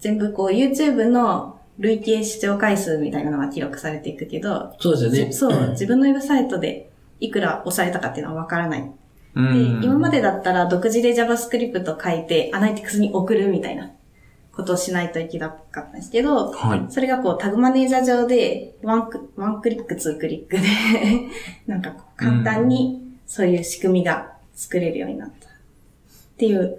全部こう YouTube の累計視聴回数みたいなのが記録されていくけど、
そうですよね。
そそう、自分のウェブサイトでいくら押されたかっていうのはわからない。
う
で、
ん。
今までだったら独自で JavaScript を書いて、アナリティクスに送るみたいなことをしないといけなかったんですけど、
はい。
それがこうタグマネージャー上で、ワンク、ワンクリック、ツークリックで、 [LAUGHS] なんかこう簡単にそういう仕組みが作れるようになった。っていう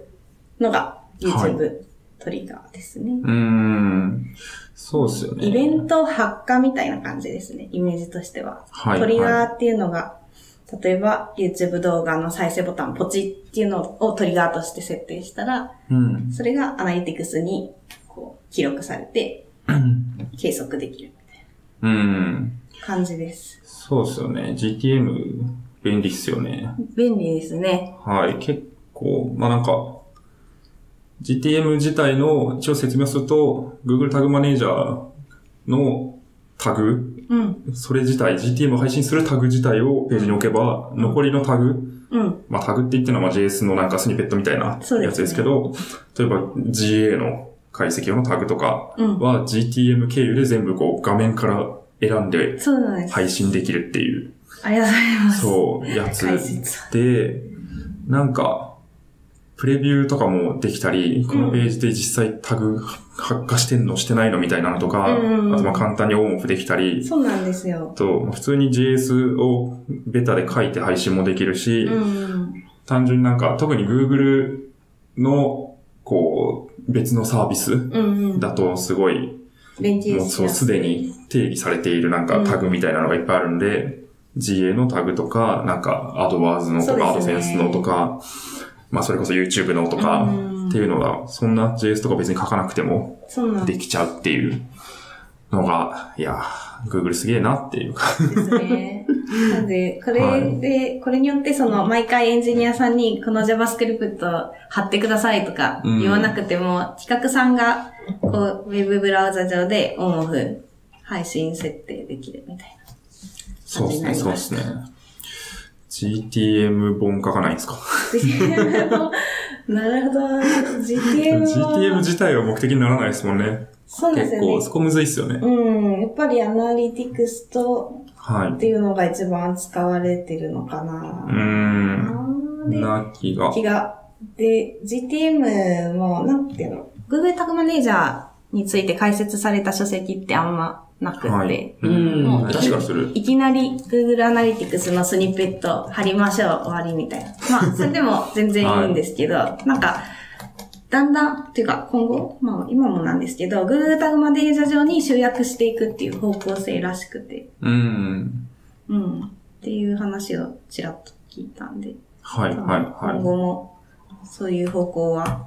のが
は
YouTube トリガーですね。
うーん。そうですよね。
イベント発火みたいな感じですね、イメージとしては。
はい
トリガー
は
っていうのが、例えば YouTube 動画の再生ボタンポチっていうのをトリガーとして設定したら、
うん。
それがアナリティクスにこう記録されて計測できる
うん。
感じです。
そうですよね。GTM 便利っすよね。
便利ですね。
はい。結構、まあなんか、GTM 自体の一応説明をすると、Google タグマネージャーのタグ、
うん、
それ自体、GTM を配信するタグ自体をページに置けば、残りのタグ、
うん、
まあタグって言ってのはまあ JS のなんかスニペットみたいな
そうで
や
す
つ
ね
ですけど、例えば GA の解析用のタグとか
うん。
は GTM 経由で全部こう画面から選んで
そうなんです。
配信できるっていう、
ありがとうございます。
そう、やつ
解説。
で、なんか、プレビューとかもできたり、このページで実際タグ発火してんのしてないのみたいなのとか、
うんうんうん
あとまあ簡単にオンオフできたり、
そうなんですよ
あ。とまあ普通に JS をベタで書いて配信もできるし、
うん、
単純になんか特に Google のこう別のサービス
うん、うん。
だとすごい
連携
もう
し
そ
や
うすでに定義されているなんかタグみたいなのがいっぱいあるんで、GA のタグとか、なんかアドワーズのと
そ
か、
うですね
アドセンスのとか、まあそれこそ YouTube のとか
うん
っていうのが、そんな JS とか別に書かなくても
そうなんで
できちゃうっていうのが、いやー、Google すげえなっていうか。 [LAUGHS]
すね。なんで、これで、
はい
これによってその、毎回エンジニアさんにこの JavaScript 貼ってくださいとか
うん
言わなくても、企画さんが、こう、ウェブブラウザ上でオンオフ配信設定できるみたいな。
そうですね、
感じに
そ
な
う
りま
です
し
ね。GTM 本書かないんですか [LAUGHS]
なるほど。GTM は
?GTM 自体は目的にならないですもんね。
そうです
結
よね
構、。そこむずいっすよね。
うん。やっぱりアナリティクスと
はい。
っていうのが一番使われてるのか
うー
な。あ
ん。
ーで
な気が。
気が。で、GTM も、なんていうの ?Google タグマネージャーについて解説された書籍ってあんまなくって、
はい。
うん
うん確かにする。
いきなり Google アナリティクスのスニペット貼りましょう、終わりみたい
[LAUGHS]
な。まあ、それでも全然いいんですけど、なんか、だんだん、っていうか今後、まあ今もなんですけど、Google タグマネージャー上に集約していくっていう方向性らしくて、
うん。
うん、っていう話をちらっと聞いたんで、
はい、はい、
今
は
後もそういう方向は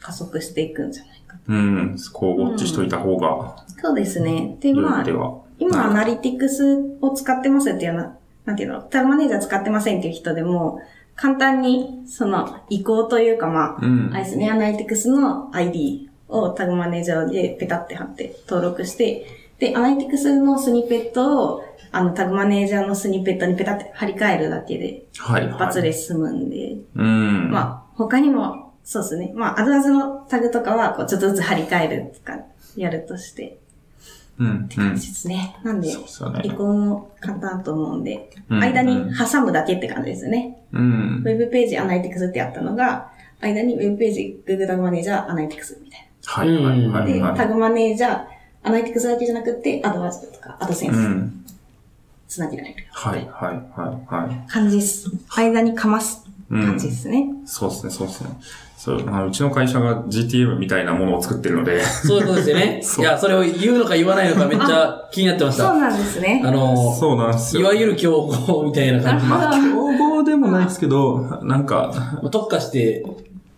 加速していくんじゃないかと。
い。うん。そこをウォッチしといた方が、
そうですね。で、
良
ま
い
あ
で、は。
今アナリティクスを使ってますっていうのは、なんていうの、タグマネージャー使ってませんっていう人でも、簡単にその移行というかまあ、
うん
あれ。ですね、アナリティクスの ID をタグマネージャーでペタって貼って登録して、で、アナリティクスのスニペットをあのタグマネージャーのスニペットにペタって貼り替えるだけで
はい。
一発で済むんで、
うん。
まあ、他にも、そうですね。まあ、アドアズのタグとかは、こう、ちょっとずつ張り替えるとか、やるとして、
うん。うん。そ
ですね。なんで
う、ですよ
移
ね。
行も簡単だと思うんで、
うん
間に挟むだけって感じですね。
うん
ウ。ェブページアナリティクスってやったのが、間にウェブページ Google タグマネージャーアナリティクスみたい
はい、はい、
うん
はい、
な。で、
は
タ
い。
グマネージャー、アナリティクスだけじゃなくて、アドワーズとか、アドセン
う
ス、
ん。
つなげられる。
はい、はい、はい、はい。
感じです。間にかます
うん
感じですね。
そうですね、そうですね。そう、あのうちの会社が GTM みたいなものを作ってるので、
そういうことですよ
[LAUGHS]
ね。い
そう
や、それを言うのか言わないのかめっちゃ気になってまし
そ
た。
う
あ
なんですね。
の、
[LAUGHS] そうなんですよ。
いわゆる競合みたいな感じ。
まあ、競合でもないですけど、なんか、 [LAUGHS]
まあ特化して、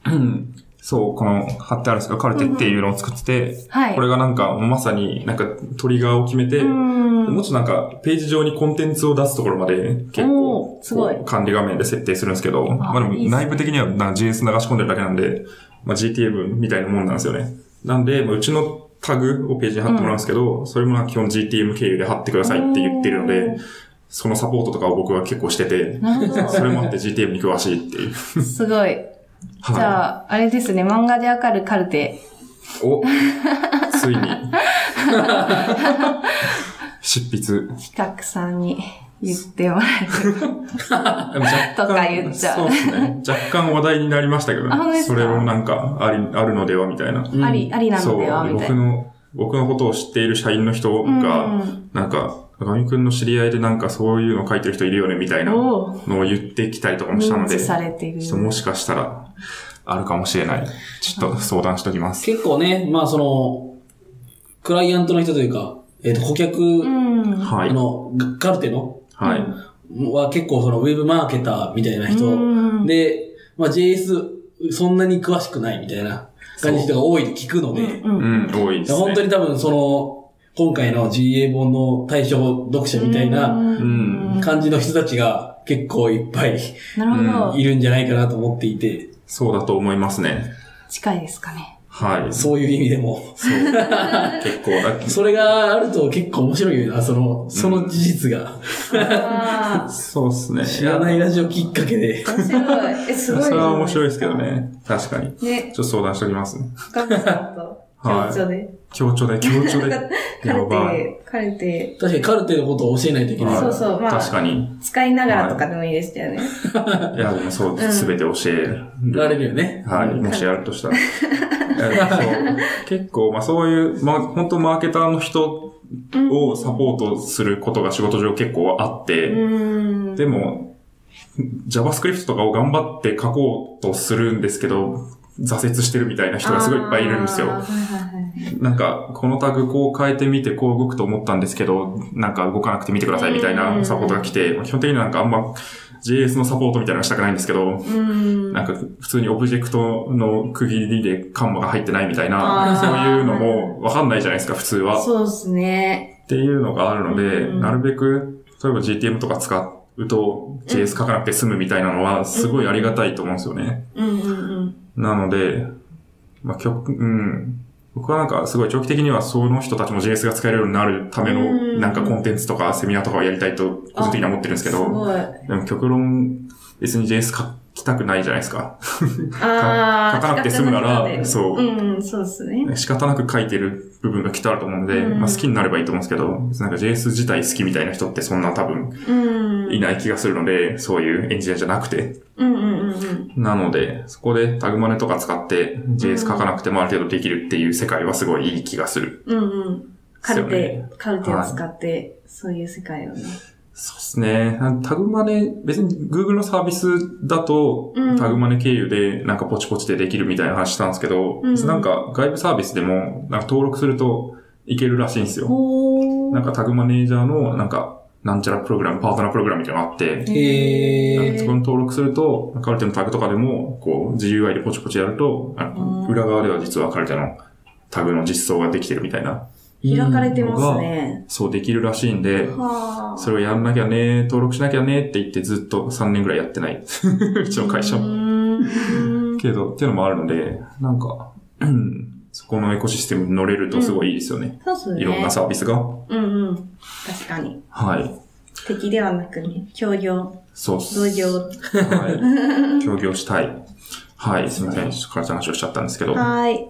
うんそう、この、貼ってあるんですか、カルテっていうのを作ってて、
はい
これがなんか、まさになんか、トリガーを決めて、
うん
もうちょっとなんか、ページ上にコンテンツを出すところまで、結
お
構
ー、すごい
こう管理画面で設定するんですけど、まあでも
いいっすね
内部的にはなんか JS 流し込んでるだけなんで、まあ GTM みたいなもんなんですよね。なんで、まあうちのタグをページに貼ってもらうんですけど、それもなんか基本 GTM 経由で貼ってくださいって言ってるの
お
で
ー、
そのサポートとかを僕は結構してて、
なるほ
それもあって GTM に詳しいっていう。
ど。すごい。じ
はい
ゃあ、あれですね、漫画でわかるカルテ。
お、
[LAUGHS]
ついに。執筆。
企画さんに言ってもらえる。
でも若干
[LAUGHS] とか言っちゃう
そうですね。若干話題になりましたけど
あ本当で
ね。
すか
それもなんか、あり、あるのではみたいな。
うん
あり、ありな
そ
の
う、
では、みたい
僕
な。
の、僕のことを知っている社員の人
うんう
が
ん、
なんか、赤見くんの知り合いでなんかそういうの書いてる人いるよねみたいなの
おぉ。
を言ってきたりとかもしたの
認
で、
知
ちょ
されている
っ。ともしかしたら、あるかもしれない。ちょっと相談しときます。
結構ね、まあその、クライアントの人というか、えっ、と、顧客、
うん。
は
あ
い。
の、カルテの、
はい。
は結構そのウェブマーケターみたいな人、
うん
で、まあ JS そんなに詳しくないみたいな感じの人が多いと聞くので、
うん
う。ん、多いですね。
本当に多分その、今回の GA 本の対象読者みたいな
うん
う
感じの人たちが結構いっぱい
なるほど。
いるんじゃないかなと思っていて、
そうだと思いますね。
近いですかね。
はい。
そういう意味でも。
そう。結構、あ
それがあると結構面白いよな、その、その事実が。
面
そうですね。
知らないラジオきっかけで。
白い。え、すごい。
それは面白いですけど。ね。確かに。ちょ
ね
っ、と相談しておきますね。
深見さんと、
はい
協調で。
強調で、強調で。
[LAUGHS] カ
や
ル
ばい。
テ、カルテ、
確かにカルテのことを教えないといけない。
そうそうまあ
確かに。
使いながらとかでもいいですよね。
いや、でもそう、
うん
すべて教え
られるよね。
はい、もしやるとしたら。いやそう結構、まあそういう、まあ本当マーケターの人をサポートすることが仕事上結構あって、
うん。
でも、JavaScript とかを頑張って書こうとするんですけど、挫折してるみたいな人がすごいいっぱいいるんです
あー
よ。なんか、このタグこう変えてみて、こう動くと思ったんですけど、なんか動かなくてみてくださいみたいなサポートが来て、基本的になんかあんま JS のサポートみたいなのしたくないんですけど、
うん。
なんか普通にオブジェクトの区切りでカンマが入ってないみたい
あ
な、
ー
そういうのもわかんないじゃないですか、普通は。
そうですね。
っていうのがあるので、
うん
なるべく、例えば GTM とか使うと JS 書かなくて済むみたいなのは、すごいありがたいと思うんですよね。
うんうん
なので、まあ、極、うん。僕はなんかすごい長期的にはその人たちも JS が使えるようになるため
う
の
ん
なんかコンテンツとかセミナーとかをやりたいと個人的には思ってるんです
うん。
け
す
ど、
ごい。
でも極論別に JS 書きたくないじゃないですか。
あー
書かなくて済むなら
比較的で
そう
うん、そうですね。
仕方なく書いてる部分がきっとあると思うので、
うん
まあ、好きになればいいと思うんですけど、別になんか JS 自体好きみたいな人ってそんな多分
うん。
いない気がするので、そういうエンジニアじゃなくて、
うんうんうんうん。
なので、そこでタグマネとか使って JS 書かなくてもある程度できるっていう世界はすごいいい気がする。
うんうん。カル
です
テ
よ、
カルテを使って、そういう世界をね。
そうですね。タグマネ、別に Google のサービスだと
うん
タグマネ経由でなんかポチポチでできるみたいな話したんですけど、
うん
なんか外部サービスでもなんか登録するといけるらしいんですよ。
お
なんかタグマネージャーのなんかなんちゃらプログラム、パートナープログラムみたいなのがあって、
へー
なんかそこに登録すると、カルテのタグとかでも、こう、GUI でポチポチやると、あの
うん
裏側では実はカルテのタグの実装ができてるみたいな、
開かれ
て
てますね。
そうできるらしいんで、
はあ。
それをやんなきゃね、登録しなきゃねって言ってずっと3年ぐらいやってない。 [LAUGHS] うちの会社
う
も。
ーん
けど、っていうのもあるので、なんか、うんそこのエコシステムに乗れるとすごいいいですよね。
そうっすね。
いろんなサービスが。
うんうん。確かに。
はい。
敵ではなくね、協業、
そうっす。
同業。 [LAUGHS]
はい。協業したい。はい。すみません。ちょっとカルテの話をしちゃったんですけど。は
はーい。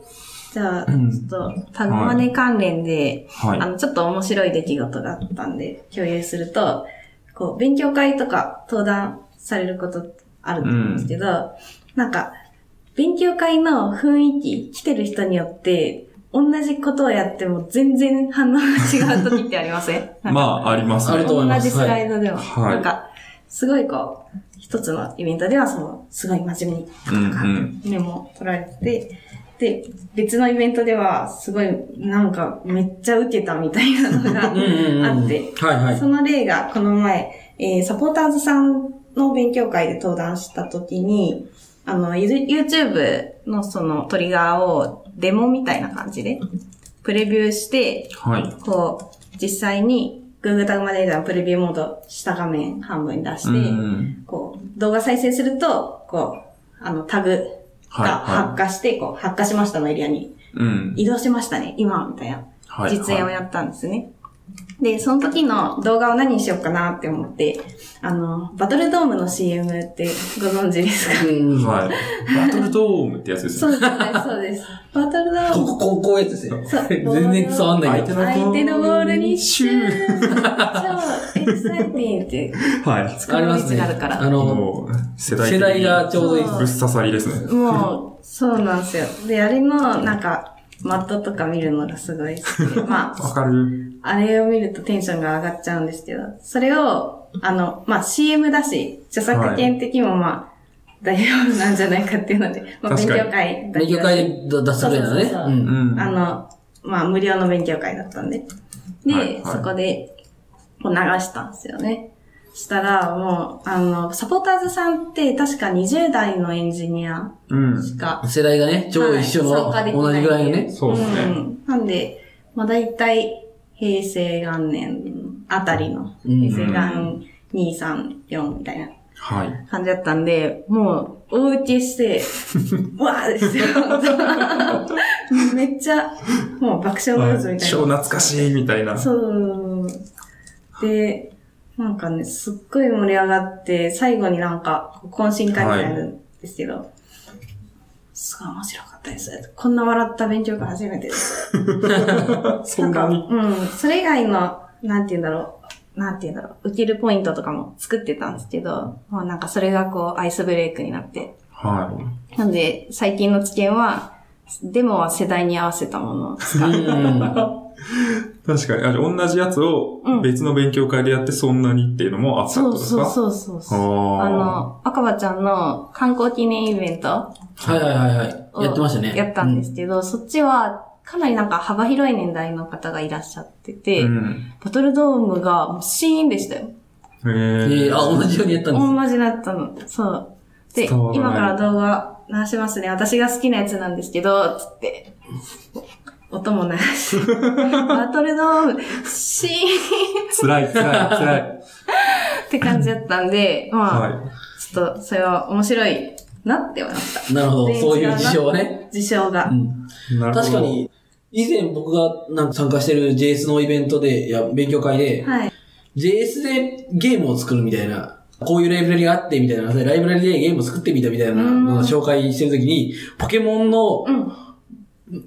じゃあ、ち
うん
ょっと、タグマネ関連で、
い
[LAUGHS] あ。の、ちょっと面白い出来事があったんで、共有すると、こう、勉強会とか登壇されることあると思うんですけど、なんか、勉強会の雰囲気、来てる人によって、同じことをやっても全然反応が違う時ってありません
まあ、あります
ある
ね
と。思います
同じスライドでも。
はい
なんか、すごいこう、一つのイベントでは、その、すごい真面目に、
うん
ガ
う
ー
ん
ッとメモを取られて、で、別のイベントでは、すごい、なんか、めっちゃ受けたみたいなのが
うんうんうん。
あって、
はいはい。
その例が、この前、えーサポーターズさんの勉強会で登壇した時に、あの、ゆ YouTube のそのトリガーをデモみたいな感じで、プレビューして、
はい。
こう、実際に Google タグマネージャーのプレビューモード下画面半分に出して、
うん。
こう、動画再生すると、こう、あの、タグが発
は
火して、こう、発火しましたのエリアに
い。はい。うん。
移動しましたね、今、みたいな
はい。
実演をやったんですね。で、その時の動画を何にしようかなって思って、あの、バトルドームの CM ってご存知ですか
うん。
はい。バトルドームってやつです
そ
ね。
うです、そうです。バトルドー
こ
ム。
こ、こう、こうやってですね。
そう
全然伝わんないけど。
相手のボールにシ
シ
[LAUGHS]
ュ
ュ
ー超エキサイティングって
ー。はい。
使う道があるから。
あの、
もう、世代的
世
に
代がちょうどいいです
そ
ぶっ刺さりですね。
もう、そうなんですよ。で、あれの、なんか、マットとか見るのがすごい好きで、まあ、
わかる
あれを見るとテンションが上がっちゃうんですけど、それを、あの、まあ CM だし、著作権的にもまあ、大丈夫なんじゃないかっていうので、まあ
確
勉
か
強
に
会だ
勉強会
で、
で出されるのね。
そうそう
う。
そう
うんん。
あの、まあ無料の勉強会だったんで、で、
はいはい
そこで、こう流したんですよね。したら、もう、あの、サポーターズさんって確か20代のエンジニア
うん。
しか
世代がね、ちょうど一緒の、
はい参加できない
同じぐらいのね。
そうです
う
ね。
ん。なんで、まあ大体、平成元年あたりの、
うん
平成元2、3、4みたいな
はい。
感じだったんで、もう、大受
[LAUGHS]
けして、わーですよ。めっちゃ、もう爆笑
は
ム
い
ーズみたいな。
超懐かしいみたいな。
そう。で、なんかね、すっごい盛り上がって、最後になんか、懇親会みたいなんですけど、すごい面白かったです。こんな笑った勉強会初めてです。
そんなに。
かうん。それ以外の、なんて言うんだろう。なんて言うんだろう。受けるポイントとかも作ってたんですけど、もうなんかそれがこう、アイスブレイクになって。
は
なんで、最近の知見は、デモは世代に合わせたものを使
う
う。
ん。
い。確かに、あ同じやつを別の勉強会でやってそんなにっていうのもあった
そう
ってことです
そう
か
そうそうそう。あ
あ
の、赤羽ちゃんの観光記念イベント
はいはいはいは
を
い。やってましたね。。
やったんですすけど、そっちはかなりなんか幅広い年代の方がいらっしゃってて、
ーうん。
バトルドームがもうシーンでしたよ。
え
ええ、あ、同じようにやったんです。
同じだったの。そう。で、
伝わら
今
ない
から動画流しますね。私が好きなやつなんですけど、つって。音
[LAUGHS]
も流して。バトルドーム、シーン
辛い、辛い、辛い。
って感じだったんで、 [LAUGHS] まあ、
は
ちょっとそれは面白いなって思いました。
なるほど、
全然
そういう事情はね。
事象が
う。ん。
い。なるほど
確か。に、以前僕がなんか参加してる JS のイベントで、いや、勉強会で、
はい。
JS でゲームを作るみたいな、こういうライブラリがあってみたいな、ライブラリでゲームを作ってみたみたいなのを紹介してるときに、ポケモンの
うん。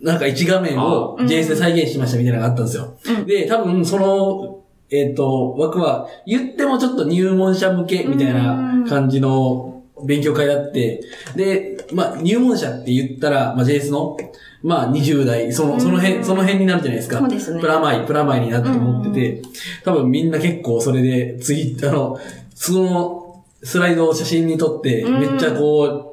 なんか一画面を
あ
JS
ー
で再現しましたみたいなのがあったんですよ。
うん
で、多分その、えっ、と、枠は、言ってもちょっと入門者向けみたいな感じの勉強会だって、で、まあ入門者って言ったら、まあ JS の、まあ20代、その、その
う
辺、
ん
その辺になるじゃないですか。
そうですね
プラマイ、プラマイになって思ってて、多分みんな結構それで、ツイッターの、そのスライドを写真に撮って、
うん
めっちゃこう、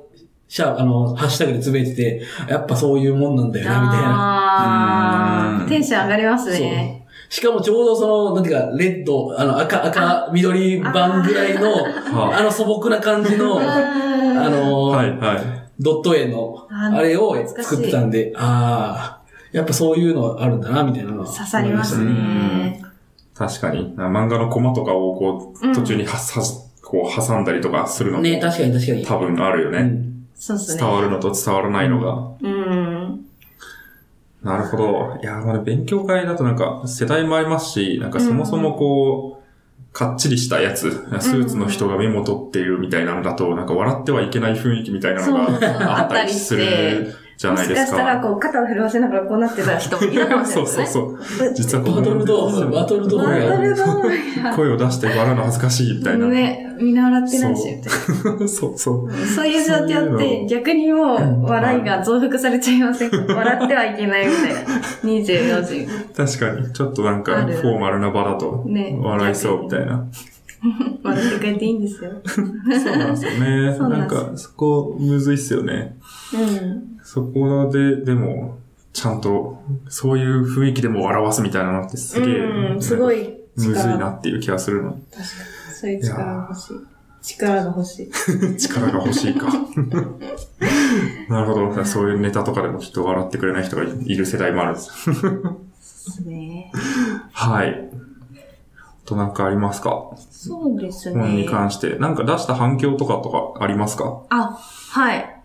シャーあの、ハッシュタグでつぶやいてて、やっぱそういうもんなんだよな、みたいな。
あ
う
ー
ん
テンション上がります
そう
ね。。
しかもちょうどその、なんていうか、レッド、あの、赤、赤、緑版ぐらいの、
あ
あの素朴な感じの、あ
あ
の、
はい、はい。
ドット絵の、
あー
あれを
懐かしい
作ってたんで、ああ、やっぱそういうのあるんだな、みたいなのは
刺さります
う
ね
ん。確かに。漫画のコマとかをこ
う
う、
ん
途中にはさ、こう、挟んだりとかするのも、
ね、確かに確かに。
多分あるよ
う
ね。
ん
そうですね
伝。わるのと伝わらないのが。
うん。
なるほど。いやー、まだ勉強会だとなんか世代もありますし、なんかそもそもこう、かっちりしたやつ、スーツの人がメモ取っているみたいなのだと、なんか笑ってはいけない雰囲気みたいなの
そうそうそう
があったりす
あったり
るじゃ
も
ない
し
で
か
す
したら、
か。
こう、肩を震わせながらこうなってた人もいるかもしれ
[LAUGHS] そ
な
う
いです
そう
ね。
そう。
う
実はこ
バトルドーム、バトルド
バ
ー
ト
ム。
ルドーム
声を出して笑うの恥ずかしいみたいな。
ね、みんな笑ってないし、みたい
[LAUGHS] そうそう。
なそういう状況っ
そういう
て、逆にもう、笑いが増幅されちゃいません。笑ってはいけないみたいな。24時。
確かに。ちょっとなんか
ある
フォーマルな場だと
ね
笑いそうみたいな。
私が言っていいんですよ。
そうなんですよ
[LAUGHS]
ね。
そう
な
なんんですよ
か、そこ、むずいっすよね。 [LAUGHS]
うん。
そこで、でも、ちゃんと、そういう雰囲気でも表すみたいなのってすげえ、
うん、すご
い、
い
むずい
力。
なっていう気がするの。
確かに。そういう力が欲しい。力が欲しい。
力が欲し
[LAUGHS]
いか。なるほど。そういうネタとかでもきっと笑ってくれない人がいる世代もあるんです。
ですね。
はい。あとなんかありますか
そうです
本に
ね。
関して。なんか出した反響とかとかありますか
あ、はい。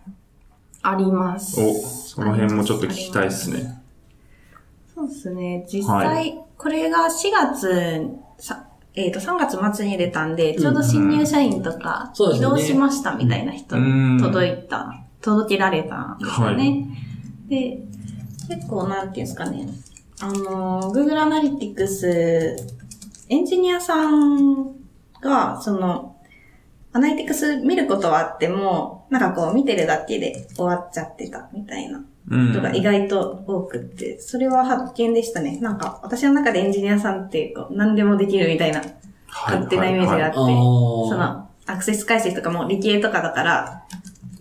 あります。
お、その辺もちょっと聞きたいですね。
そうですね。実
は
際、これが4月、さえっ、と、3月末に出たんで、ちょうど新入社員とか、
そうで
移
すよ
動
ね
しましたみたいな人
うん
に届いた、届けられたんですよ
は
ね。で、結構なんていうんですかね。あの、Google Analytics、エンジニアさんが、その、アナリティクス見ることはあっても、なんかこう見てるだけで終わっちゃってたみたいな
うん。
人が意外と多くって、それは発見でしたね。なんか、私の中でエンジニアさんってこう、何でもできるみたいな、勝手なイメージがあ
は
っ
あ
い
て、そ
ー。
の、アクセス解析とかも理系とかだから、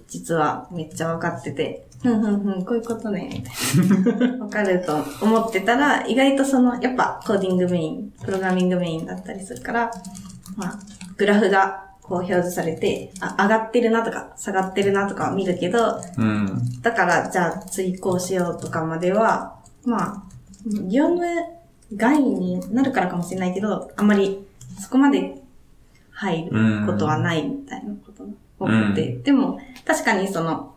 実はめっちゃ分かってて、ふんふんふん、こういうことね、みたいな。分かると思ってたら、意外とその、やっぱコーディングメイン、プログラミングメインだったりするから、まあ、グラフがこう表示されて、あ、上がってるなとか、下がってるなとかは見るけど、
うん。
だから、じゃあ追行しようとかまでは、まあ、業務外になるからかもしれないけど、あんまりそこまで入ることはないみたいなことが多くて、でも確かにその、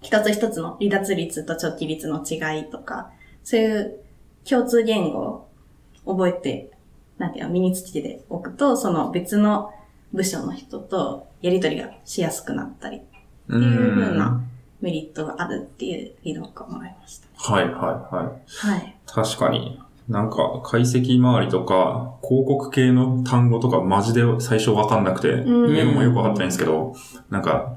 一つ一つの離脱率と長期率の違いとか、そういう共通言語を覚えて、なんていうの、身につけておくと、その別の部署の人とやりとりがしやすくなったり
って
っていう風なメリットがあるっていうフィードバックをもらいました。
はいはいはい。
はい。
確かに。なんか、解析周りとか、広告系の単語とか、マジで最初わかんなくて、
うん
英語もよくわかってないんですけど、なんか、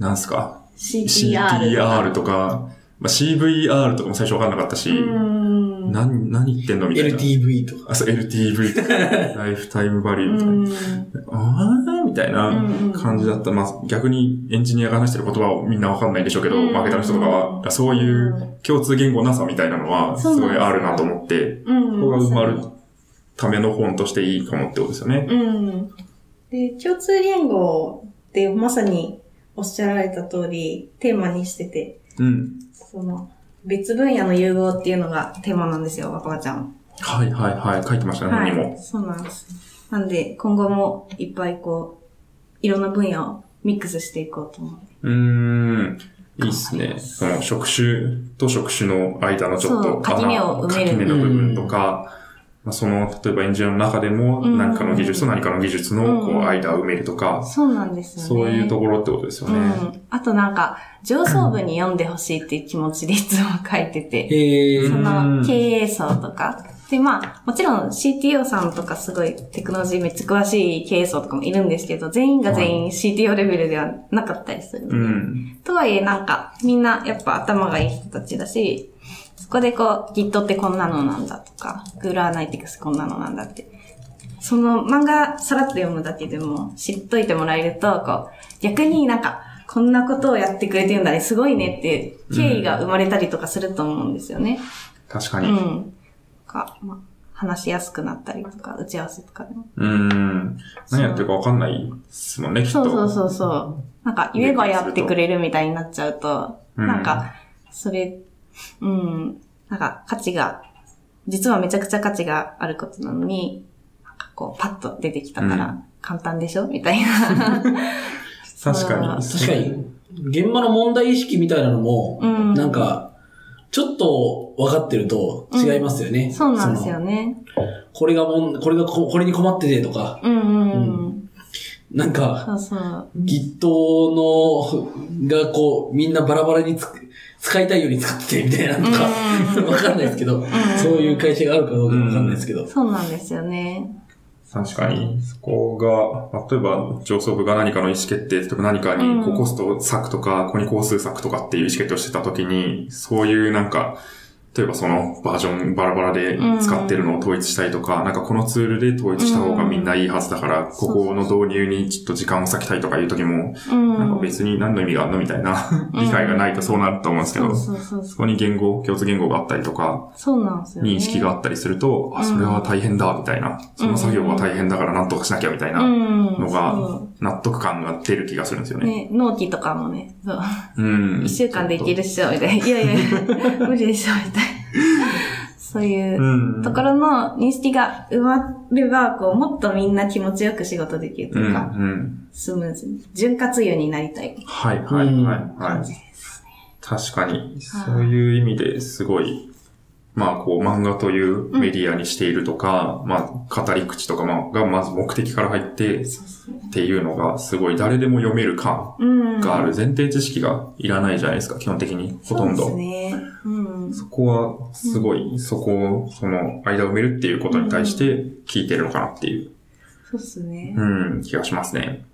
なんすか
CTR
?CTR とか、まあ、CVR とかも最初わかんなかったし、
うん。
何、何言ってんのみたいな。
LTV とか。
あ、そう、LTV
[LAUGHS]
とか、ライフタイムバリューみたい
う
な。あーみたいな感じだった。まあ、逆にエンジニアが話してる言葉をみんなわかんないでしょうけど、
うん
マーケターの人とかは、そういう共通言語なさみたいなのは、す
そうなん
ご
です
い
よ
あるなと思って、
ん。
ここが埋まるための本としていいかもってことですよね。
うん。で、共通言語ってまさにおっしゃられた通り、テーマにしてて、
うん。
その、
別分野の融合っていうのがテーマなんですよ、若葉ちゃん。
はいはいはい。書いてましたね、本にも。
そうなんです。なんで、今後もいっぱいこう、いろんな分野をミックスしていこうと思う。
うーん。いいっすね。その、職種と職種の間のちょっ
そう
と
垣根を埋め
垣
る
根の部分とか、まあ、その、例えばエンジニアの中でも、
うん
何かの技術と何かの技術のこ
う
うん間を埋めるとか、
そうなんですよね。
そういうところってことですよね。
うん。あとなんか、上層部に読んでほしいっていう気持ちでいつも書いてて。
へ
そ
ー。
の経営層とか。で、まあ、もちろん CTO さんとかすごいテクノロジーめっちゃ詳しい経営層とかもいるんですけど、全員が全員 CTO レベルではなかったりする。
うん。
とはいえなんか、みんなやっぱ頭がいい人たちだし、そこでこう、Git ってこんなのなんだとか、Google Analytics こんなのなんだって。その漫画さらっと読むだけでも知っといてもらえると、こう、逆になんか、こんなことをやってくれてるんだね、すごいねっていう敬意が生まれたりとかすると思うんですよね。
確か
う
に。
ん。か、まあ、話しやすくなったりとか、打ち合わせとかでも。
うん。何やってるかわかんないですもんね、きっと。
そうそうそうそう。なんか、言えばやってくれるみたいになっちゃうと、
うん
なんか、それ、うん、なんか、価値が、実はめちゃくちゃ価値があることなのに、なんかこう、パッと出てきたか
う
ら、簡単でしょみたい
[LAUGHS]
な。
確かに。
確かに、現場の問題意識みたいなのも、
うん
なんか、ちょっと分かってると違いますよね。
そうなんですよ
その。
ね。
これがもん、これがこ、これに困っててとか、
うん
う
うん、うん。
なんか、
そうそう。
Git の、がこう、みんなバラバラにつく使いたいように使っててみたいなのとか、
うんうんう
わかんないですけど、そういう会社があるかどうかわかんないですけど。
そうなんですよね。
確かに。そこが、例えば上層部が何かの意思決定とか何か
う
に
ん
こうコスト削とか、ここに工数削とかっていう意思決定をしてたときに、そういうなんか、例えばそのバージョンバラバラで使ってるのを統一したいとか、なんかこのツールで統一した方がみんないいはずだから、ここの導入にちょっと時間を割きたいとかいう時も、
うん。
なんか別に何の意味があるのみたいな
うん
[LAUGHS] 理解がないとそうなると思うんですけ
そ
ど
う、そうそうそ
そこに言語、共通言語があったりとか、
う。そうなんですよ、ね。
認識があったりすると、あ、それは大変だ、みたいな。その作業は大変だから何とかしなきゃ、みたいなの
の
が、納得感が出る気がするんですよね。
ね、納期とかもね、そう。
うん。。
一週間でいけるっしょ、みたいな。いやいやいや、無理でしょ、みたいな。そういううんところの認識が埋まれば、こう、もっとみんな気持ちよく仕事できると
うん、
いう
う
か、
ん。
スムーズに。潤滑油になりたい
はい、はい、はい、
感
は
じ
い。
です。
確かに、そういう意味ですごい、まあこう漫画というメディアにしているとか、まあ語り口とかまあがまず目的から入って
そうそう
っていうのがすごい誰でも読める感
うん。
がある前提知識がいらないじゃないですか、基本的に。ほとんど。
そ
そう
ですね。うん。
こはすごい、そこを、その間を埋めるっていうことに対して聞いてるのかなっていう、
そうですね。
うん、気がしますね。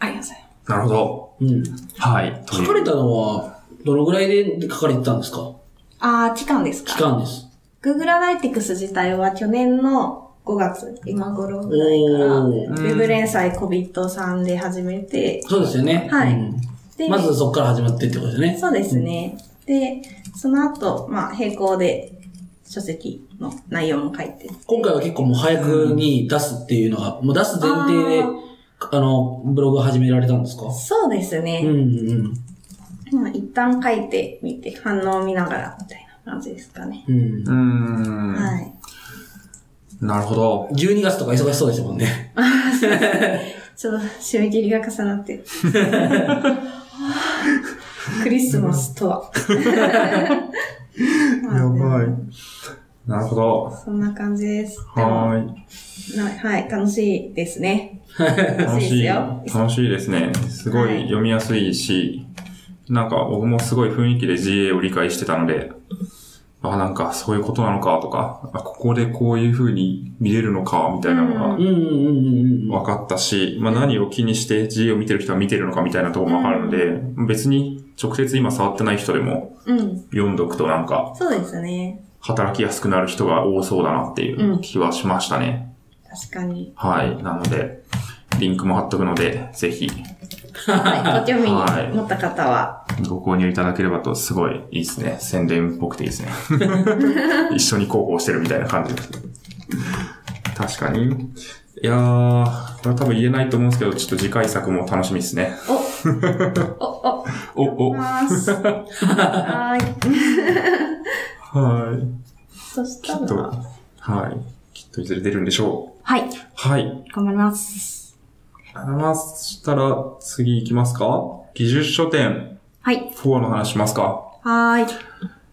ありがとうございま
なるほど。
うん。
はい。とい
書
う
かれたのは、どのぐらいで書かれてたんですか
す。あー、期間です
期
か
間です。
Google Analytics 自体は去年の5月、今頃ぐらいから、ウ
おー。
ェブ連載 COVID さんで始めて、
そうですよね。
はい
うん
で、
まずそこから始まってってことですね。
そうですね。で、その後、まあ、並行で書籍の内容も書いて。
今回は結構もう早くに出すっていうのが、もう出す前提で、
あー
あの、ブログを始められたんですか
そうです
うん
ね。
うん。
まあ、一旦書いてみて、反応を見ながらみたいな感じですかね。
うん
う。ん。
はい。
なるほど。
12月とか忙しそうですもんね。
ちょっと締め切りが重な
[LAUGHS]
って。クリスマスとは。
やばい
い。。
なるほど。
そんな感じです。でも
はーい。
なはい、楽しいですね。
楽
楽しい
し
で
い。
すよ
楽しいですね。すご
はい
い読みやすいし、なんか僕もすごい雰囲気で GA を理解してたので、あ、なんかそういうことなのかとか、あここでこういう風に見れるのかみたいなの
うん
が
うんうんうん。
分かったし、まあ何を気にして GA を見てる人は見てるのかみたいなところも分かるので、別に直接今触ってない人でも
うん。
読んどくとなんか
そうですね。
働きやすくなる人が多そうだなっていう気はしましたね。
確かに。
はい。なので、リンクも貼っとくので、ぜひ
はい、ご興味
はい
持った方は。
ご購入いただければと、すごいいいですね。宣伝っぽくていいです [LAUGHS] ね。一緒に広報してるみたいな感じです。確かに。いやー、これは多分言えないと思うんですけど、ちょっと次回作も楽しみですね。
お、お、
お、
お、
[LAUGHS] お。は
ます。はい。
い。
そし
き
た
っ
ら
と、、はい。きっといずれ出るんでしょう。
はい。
はい。
頑張ります。
ありがとうございます。そしたら、次行きますか技術書店
はい。
4の話しますか
はーい。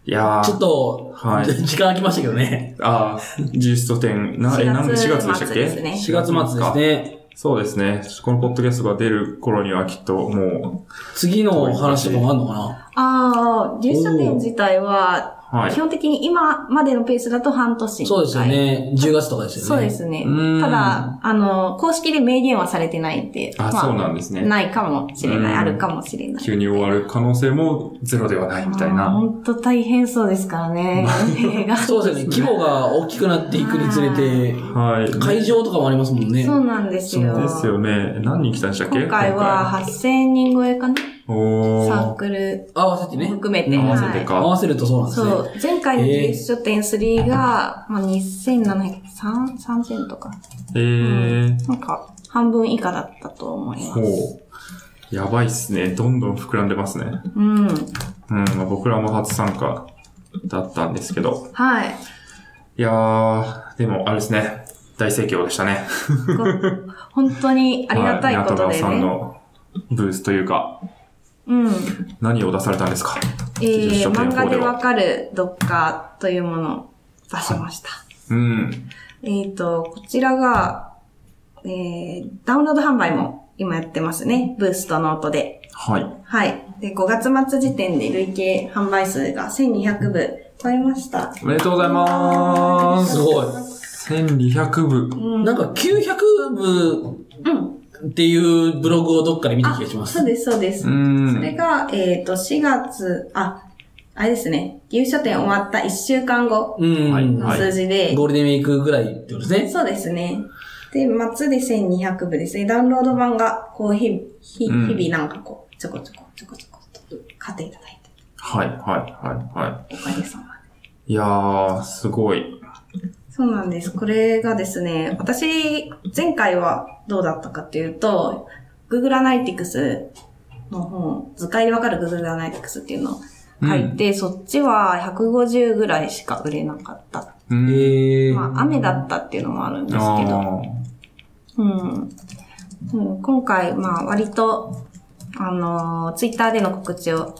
いやー。
ちょっと、
はい
時間空きましたけどね。
ああ、技術書店、な、え、なんで4月でしたっ
末で
け
すね
4月末ですね。
そうですね。このポッドキャストが出る頃にはきっとも
次の話とかもあんのかな
ああ、入社店自体
う、
は、
はい
基。本的に今までのペースだと半年。
そうですよ。ね。10月とかですよね。
そうですね
う。ーん
ただ、あの、公式で明言はされてないんで。
あ、
ま
そうなんですね。
ないかもしれな
う
い。
ん
あるかもしれない。
急に終わる可能性もゼロではないみたい
あー
な。
ほんと大変そうですからね。映画
そうですよね。規模が大きくなっていくにつれて、
はい。
会場とかもありますもんね。
そうなんですよ。
そう
ですよね。何人来たんでしたっけ
今回は8000人超えかな
今回お
サー
ー。
クル
合わせてね。
含めて。
合わせ
はい
てか。
合わせるとそうなんですね。
そう。前回の
えー
技術書店3が、まあ、2700、3 3000とか。
えー。
なんか、半分以下だったと思いま
ほ
す。
う。やばいっすね。どんどん膨らんでますね。
うん。
うん、まあ、僕らも初参加だったんですけど。
はい。
いやー、でもあれですね。大盛況でしたね。 [LAUGHS]
ご本当にありがたいこと
はい
で
宮戸川さん
ね。
のブースというか、
うん。
何を出されたんですか
えー、
の
漫
方
画でわかる読解というものを出しました。
うん。
えっ、と、こちらが、えー、ダウンロード販売も今やってますね。ブーストノートで。
はい。
はい。で、5月末時点で累計販売数が1200部超えました。
おめでとうございま
う
す。
ごい
1200部。
うん。
なんか900部
うん。
っていうブログをどっかで見た気がしま
そう
す。
です、そうです。
う
それ
ん。
が、えっ、と、4月、あ、あれですね。
入所展終わった1週間後
うん。
はい
の数字で、
ゴールデンウィークぐらいってことですね。
そうですね。
で、末で1200部ですね。ダウンロード版が、こう、日々、ひ
うん
日々なんかこう、ちょこちょこ、ちょこちょこっと買っていただいて、
はい、はい、はい、は
おかげさま
い。
で。
いやー、すごい。
そうなんです。これがですね、私、前回はどうだったかっていうと、Google Analytics の本、図解でわかる Google Analytics っていうのを書いて、そっちは150ぐらいしか売れなかった。
うん。
へえ。
まあ、雨だったっていうのもあるんですけ
あ
ど、
ー
うん。うん今回、まあ、割と、あのツイッター Twitter での告知を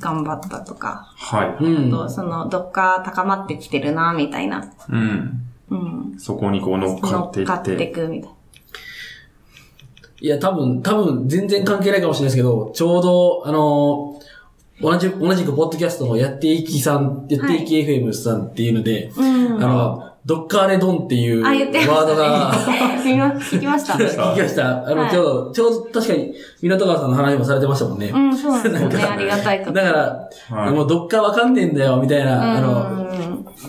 頑張ったとか、
はい。
うん。
とその、どっか高まってきてるな、みたいな。
うん。
うん。
そこにこう乗っかってい
乗っ
っ
かって
て。
くみたい
いや、多分、多分、全然関係ないかもしれないですけど、ちょうど、あのー同じ、同じくポッドキャストのやっていきさん、やっていき FM さんっていうので、
な。うん。
あの、ドッカーレドンっていうワ
あ
ー
言ってましたね
ドが、
[LAUGHS] 見ま、聞きました。
聞きました。あの、
はい
ちょうど、ちょうど確かに、港川さんの話もされてましたもんね
う。ん、そうなんですよね。
なんか
ありがたいこと。
だから、
はい
もうどっかわかんねえんだよ、みたいな、あの、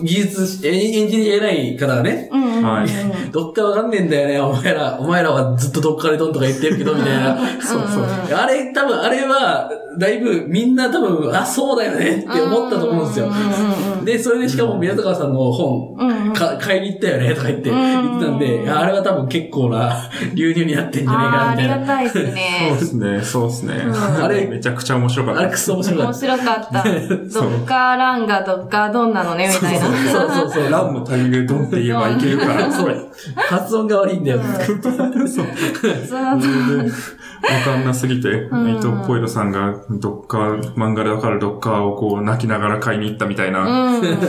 うん、
技術、エエンジニア偉い方がね、
うん、うんうん。
はい
[LAUGHS] どっかわかんねえんだよね、お前ら、お前らはずっとどっかでどんとか言ってるけど、みたい
[LAUGHS]
な。そうそう。あれ、多分、あれは、だいぶ、みんな多分、あ、そうだよねって思ったと思うんですよ。で、それでしかも、宮川さんの本、
うんうん
か買いに行ったよね、とか言って、
うん
言ってたんで、あれは多分結構な流入になってんじゃねえ
あ
か
あ、
な、
あ
みた
り
い
が
な。
たいです
そう
ね
で。すね、そうですね。
ん
[LAUGHS] あれめちゃくちゃ面白かっ
あ
た
れ、
で
く
す。
そ面白か
面
った。
白
[LAUGHS]
かった。ドッカーランがドッカーどんなのね、みたいな。
そうそうそう。
ランのタイミングでドンって言えばいけるから、それ。
発音が悪いんだよ。
そう。
そうなんだ
全然わかんなすぎて、伊藤ポイロさんがどっか、漫画でわかるどっかをこう泣きながら買いに行ったみたいな。
うん。
とを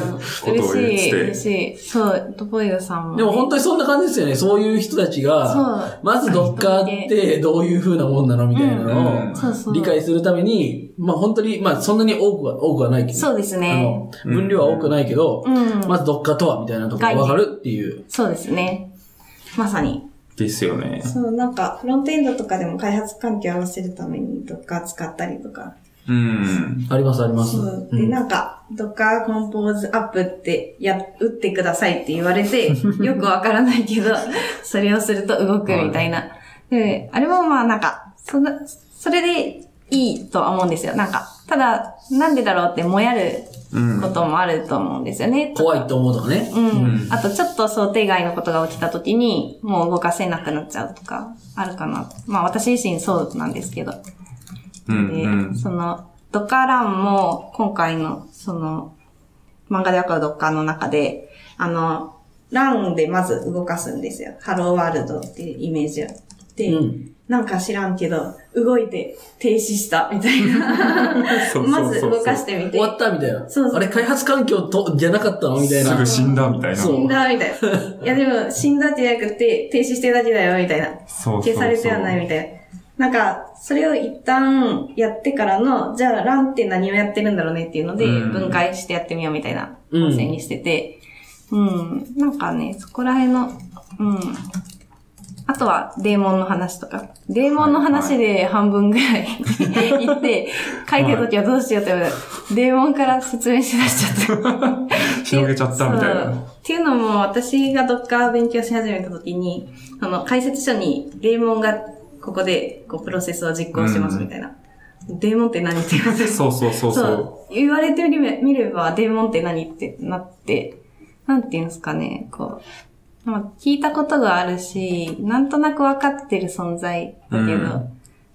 言っ
嬉
て
しい、嬉しい。そう、トポイドさんも。
でも本当にそんな感じですよね。そういう人たち
そう
が、まずドッカーってどういう風なもんなのみたいなの
うん
そうそ
を
う
理解するために、まあ本当に、まあそんなに多くは、多くはないけど、
そうです
あ
ね。
の、分量は多くないけど
う、ん。
まずドッカーとはみたいなところがわかるっていう。
そうですね。まさに。
ですよね。
そう、なんか、フロントエンドとかでも開発環境を合わせるためにドッカー使ったりとか。
うん。
ありますあります。
そう。
う
で、
ん
なんか、ドッカーコンポーズアップって、や、打ってくださいって言われて、
[LAUGHS]
よくわからないけど、それをすると動くみたいな。で、あれもまあなんか、そんな、それでいいとは思うんですよ。なんか、ただ、なんでだろうってもやる
うん
こ。ともあると思うんですよね。
怖いと思うとかね。
うん。あと、ちょっと想定外のことが起きた時に、もう動かせなくなっちゃうとか、あるかな。まあ、私自身そうなんですけど。
うん。
で、
うん。
その、ドッカーランも、今回の、その、漫画でわかるドッカーの中で、あの、ランでまず動かすんですよ。ハローワールドっていうイメージを。で、
うん。
なんか知らんけど、動いて停止したみたいな。
そう
まず
そうそう
動かしてみて
終。わったみたいな
そうそ。う
あれ、開発環境と、じゃなかったのみたい
す
な
ぐ。死んだみたいな。
そう
死んだみたいな。いやでも、死んだってじゃなくて、停止してるだけだよみたいな。
そうそうそう
消されてはないみたいな。なんか、それを一旦やってからの、じゃあ、ランって何をやってるんだろうねっていうので、
うん
分解してやってみようみたいな
うん
構成にしてて、うん、なんかね、そこら辺の、うん。あとは、デーモンの話とか。デーモンの話で半分
[LAUGHS]
ぐらい行って、書いてるときはどうしようって思う。デーモンから説明しだしちゃった。
広げちゃったみたい
そう
な。
っていうのも、私がどっか勉強し始めた時に、あの、解説書に、デーモンがここで、こう、プロセスを実行しますみたいな。デーモンって何って言われて。
そうそうそうそう。
う言われてみれ見れば、デーモンって何ってなって、なんて言うんですかね、こう、まあ、聞いたことがあるし、なんとなく分かってる存在だけど、
うん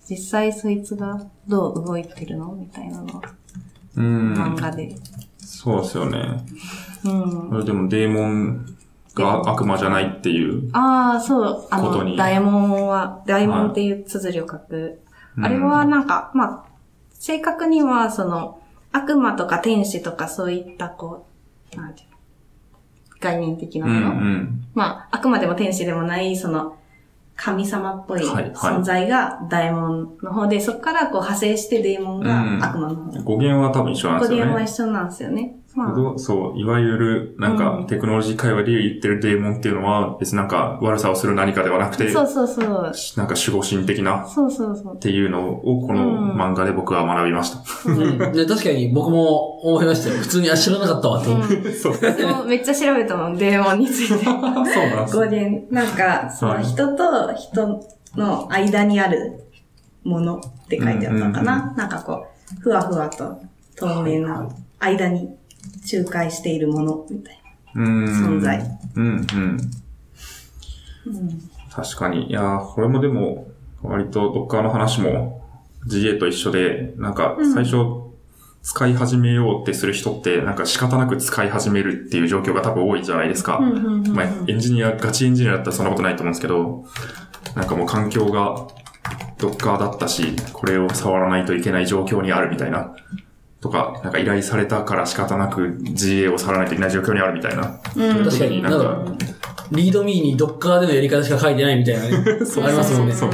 実際そいつがどう動いてるのみたいなのを、
う
漫
ん。
画で。
そうですよね。
うん
それでもデーモンが悪魔じゃないっていう。
ああ、そう、あ
こと
の、
に
大門は、大門っていう綴りを書く。あれはなんか、まあ、正確には、その、悪魔とか天使とかそういった、こう、なんていうの概念的な
うんう
もの。
ん。
まあ、あくまでも天使でもない、その、神様っぽい
はいはい
存在が大門の方で、そこからこう派生してデーモン
うん
が悪魔の方。
語源は多分一緒なんで
語
すよね。
源は一緒なんですよね。まあ
けど、そう、いわゆる、なん
う
か
ん、
テクノロジー界隈で言ってるデーモンっていうのは、別になんか、悪さをする何かではなくて、
そうそうそう。
なんか守護神的な、
そうそうそう
っ。ていうのを、この漫画で僕は学びました。
うんで確かに僕も思いましたよ。普通に、あ、知らなかったわって。
[LAUGHS] そう。そう
もうめっちゃ調べたもん、デーモンについて。
なんです
語源、なんか、その人と人の間にあるものって書いてあったのか
うん
な。なんかこう、ふわふわと透明な間に仲介しているものみたい
うん。
存在。
うん、うん。
な。うん
確かに。いやーこれもでも、割とドッカーの話も GA と一緒で、なんか最初、使い始めようってする人って、なんか仕方なく使い始めるっていう状況が多分多いじゃないですか。
うんうんうん
まあ、エンジニア、ガチエンジニアだったらそんなことないと思うんですけど、なんかもう環境がドッカーだったし、これを触らないといけない状況にあるみたいな。とか、なんか依頼されたから仕方なく GA を触らないといけない状況にあるみたいな。
うん
確かに、なん
な
か、リードミーにドッカーでのやり方しか書いてないみたいなね。
[LAUGHS] そう
ありますもんね。
[LAUGHS]
そう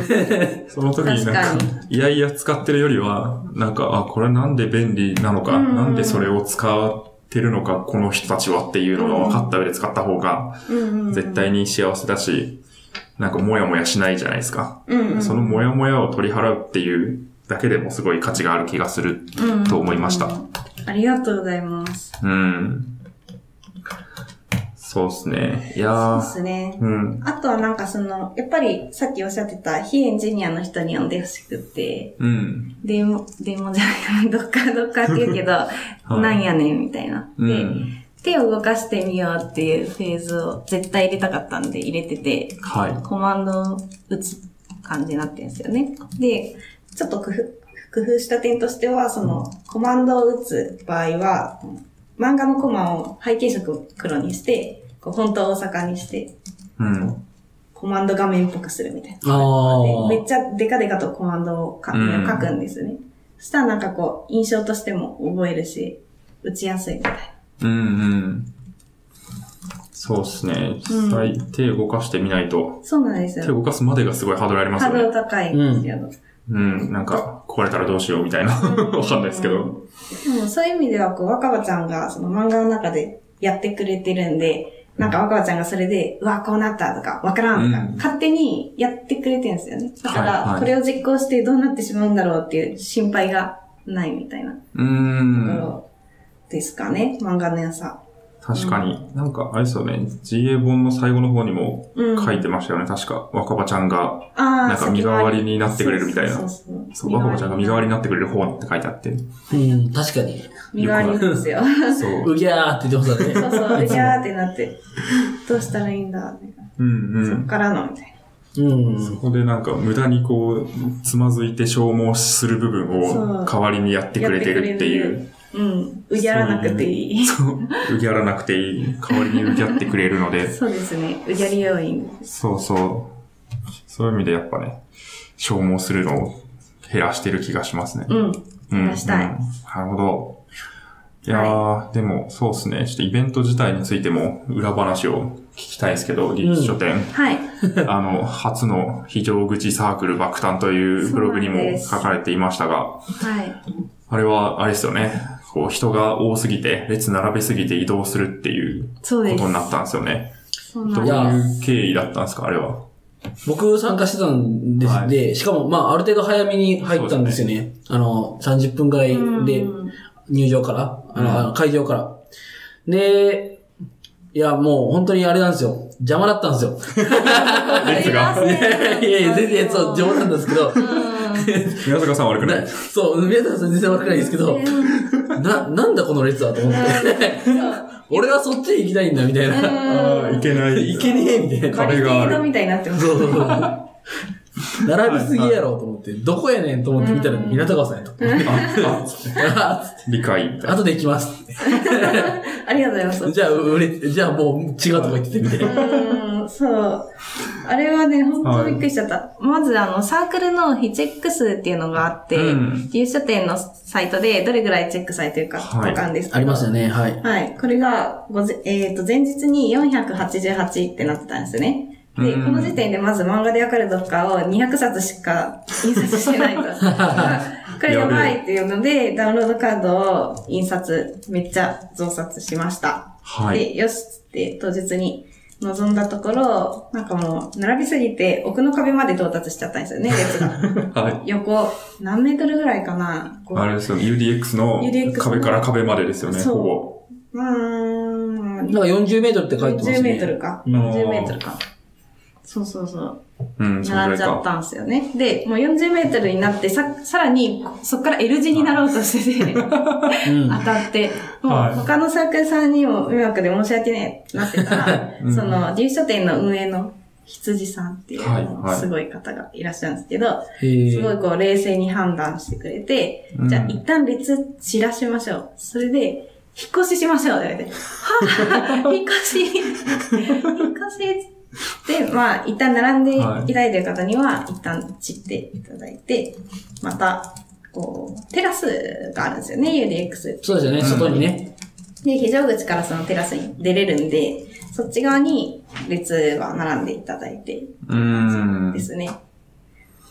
その時になんか
確、
いやいや使ってるよりは、なんか、あ、これなんで便利なのか、
うん
なんでそれを使ってるのか、この人たちはっていうのが分かった上で使った方が、
うんうん
絶対に幸せだし、なんかモヤモヤしないじゃないですか。
うんうん
そのモヤモヤを取り払うっていうだけでもすごい価値がある気がすると思いました。
ありがとうございます。
うん。そうですね。いや
そうで
ー。
すね。
うん。
あとはなんかその、やっぱりさっきおっしゃってた非エンジニアの人に読んでほしくて、
うん。
デーモ、デーモンじゃない、どっかどっかって言う
[LAUGHS]
けど、
い
なんやねんみたいな。で、
うん。
手を動かしてみようっていうフェーズを絶対入れたかったんで入れてて、
はい。
コマンドを打つ感じになってるんですよね。で、ちょっと工夫、工夫した点としては、その、コマンドを打つ場合は、漫画のコマを背景色を黒にして、こう、フォントを大阪にして、
うん。
コマンド画面っぽくするみたいな。
あ
でめっ
ー
ちゃデカデカとコマンドをか書
うん
くんですよね。そしたらなんかこう、印象としても覚えるし、打ちやすいみたいな。
うんうん。そうですね。実際、手動かしてみないと、
そうなんです
手
よ。
動かすまでがすごいハードルあります
ハード
よ
ル
ね。
高いんですよ。
うん。 [LAUGHS] なんか、壊れたらどうしようみたいな。わかんないですけど。
でもそういう意味では、こう、若葉ちゃんがその漫画の中でやってくれてるんで、なんか若葉ちゃんがそれで、うわ、こうなったとか、わからんとか、
うん
勝手にやってくれてるんですよね。だか
はいは
ら
い、
これを実行してどうなってしまうんだろうっていう心配がないみたいなと
う
こ
ん。
ろですかね、漫画の良さ。
確かに。なんか、あれですよね。GA 本の最後の方にも
うん。
書いてましたよね。確か、若葉ちゃんが、
あー
なんか身代わりになってくれるみたいな
そうそうそう
そう、若葉ちゃんが身代わりになってくれる方って書いてあって。
うん、確かに。
身代わりなんですよ。
そう
ぎゃーって言ってましたね。
そうそう、で、ギャーってなって、どうしたらいいんだ、みたいな
う。うんう
そっ
ん。
からの、みたい
うん。
そこでなんか無駄にこう、つまずいて消耗する部分
そ
を
う
代わりにやってくれてるっていう。
な。うん。うぎゃらなくていい。
そう。うぎゃらなくていい。代わりにうぎゃってくれる
[LAUGHS]
ので。
そうですね。うぎゃり要因。
そうそう。そういう意味でやっぱね、消耗するのを減らしてる気がしますね。
うん。
うん。
減らしたい
うんなるほど。いやー、でもそうですね。ちょっとイベント自体についても裏話を聞きたいですけど、立地書店、
はい。 [LAUGHS]
あの、初の非常口サークル爆誕というブログに
そうなん
も
です
書かれていましたが、
はい。
あれは、あれですよね。こう、人が多すぎて、列並べすぎて移動するっていう
そう
こ
です
と。になったんですよね。
そうな
ど
ん
う
で
いう経緯だったんですか、あれは。
僕参加してたんです、
はい
で、しかも、まあ、ある程度早めに入ったんですよね。あの、30分ぐらい
すうん
で、入場から、あの、あの会場から。で、いや、もう本当にあれなんですよ。邪魔だったんですよ。
列が。
いやいや、全然、そう、邪魔なんですけど、
宮坂さん悪くな。
ないそう、皆さん全然悪くないですけど、な、なんだこの列はと思って。 [LAUGHS] 俺はそっちに行きたいんだ、みたいな。
ああ、いけない。
いけねえ、みたいな。
バリケードみたいになってます。
そうそうそう。 [LAUGHS] 並びすぎやろと思って、どこやねんと思って見たら、港川さんやと。
あ
[LAUGHS] あーつっ
理解み
て
たい
後で行きます。
ありがとうございます。
じゃあ、売れ、じゃあもう違うとこ行っててみたいな。
[LAUGHS] うん、そう。あれはね、本当びっくりしちゃった。
まずあの、サークルの非チェック数っていうのがあって、
うん
自由書店の
サイトでどれぐらいチェックされてるかとかんですけど
ありますよね、はい。
はい。これが、ごぜえっ、と、前日に488ってなってたんですよね。で、
うん
この時点でまず漫画でわかるとかを200冊しか印刷して
[LAUGHS]
ないと。これやばいっていうので、ダウンロードカードを印刷めっちゃ増刷しました。
はい。
で、よしっつって当日に臨んだところ、なんかもう並びすぎて奥の壁まで到達しちゃったんですよね、列が。
[LAUGHS] は。
横、何メートルぐらいかない
あれですよね、UDX の
UDX の
壁から壁までですよね、
そう
ほ
う
ぼ。
ーん、
なんか40メートルって書いてますね。
10メートルか。
うん
10メートルか。そうそうそう。
うん、そのぐ
並
ら
ん
い
じゃっ
か。
たんですよね。で、もう40メートルになって、さ、さらに、そっから L 字になろうとしてて、当
う
[LAUGHS]
ん。
たって、も
はいう
他のサークルさんにも迷惑で申し訳ねえってなってたら、
[LAUGHS] うん
その、留守書店の運営の羊さんっていう、
はい
あの
はい
すごい方がいらっしゃるんですけど、
へー
すごいこう冷静に判断してくれて、
うん
じゃあ一旦列散らしましょう。それで、引っ越ししましょうって言われて、はぁ、引っ越し、引っ越しで、まあ一旦並んでいただいてる方には、一旦散っていただいて、また、こう、テラスがあるんですよね、UDX。
そうですよね、
うん
外にね。
で、非常口からそのテラスに出れるんで、そっち側に列は並んでいただいて
うーん
で。すね。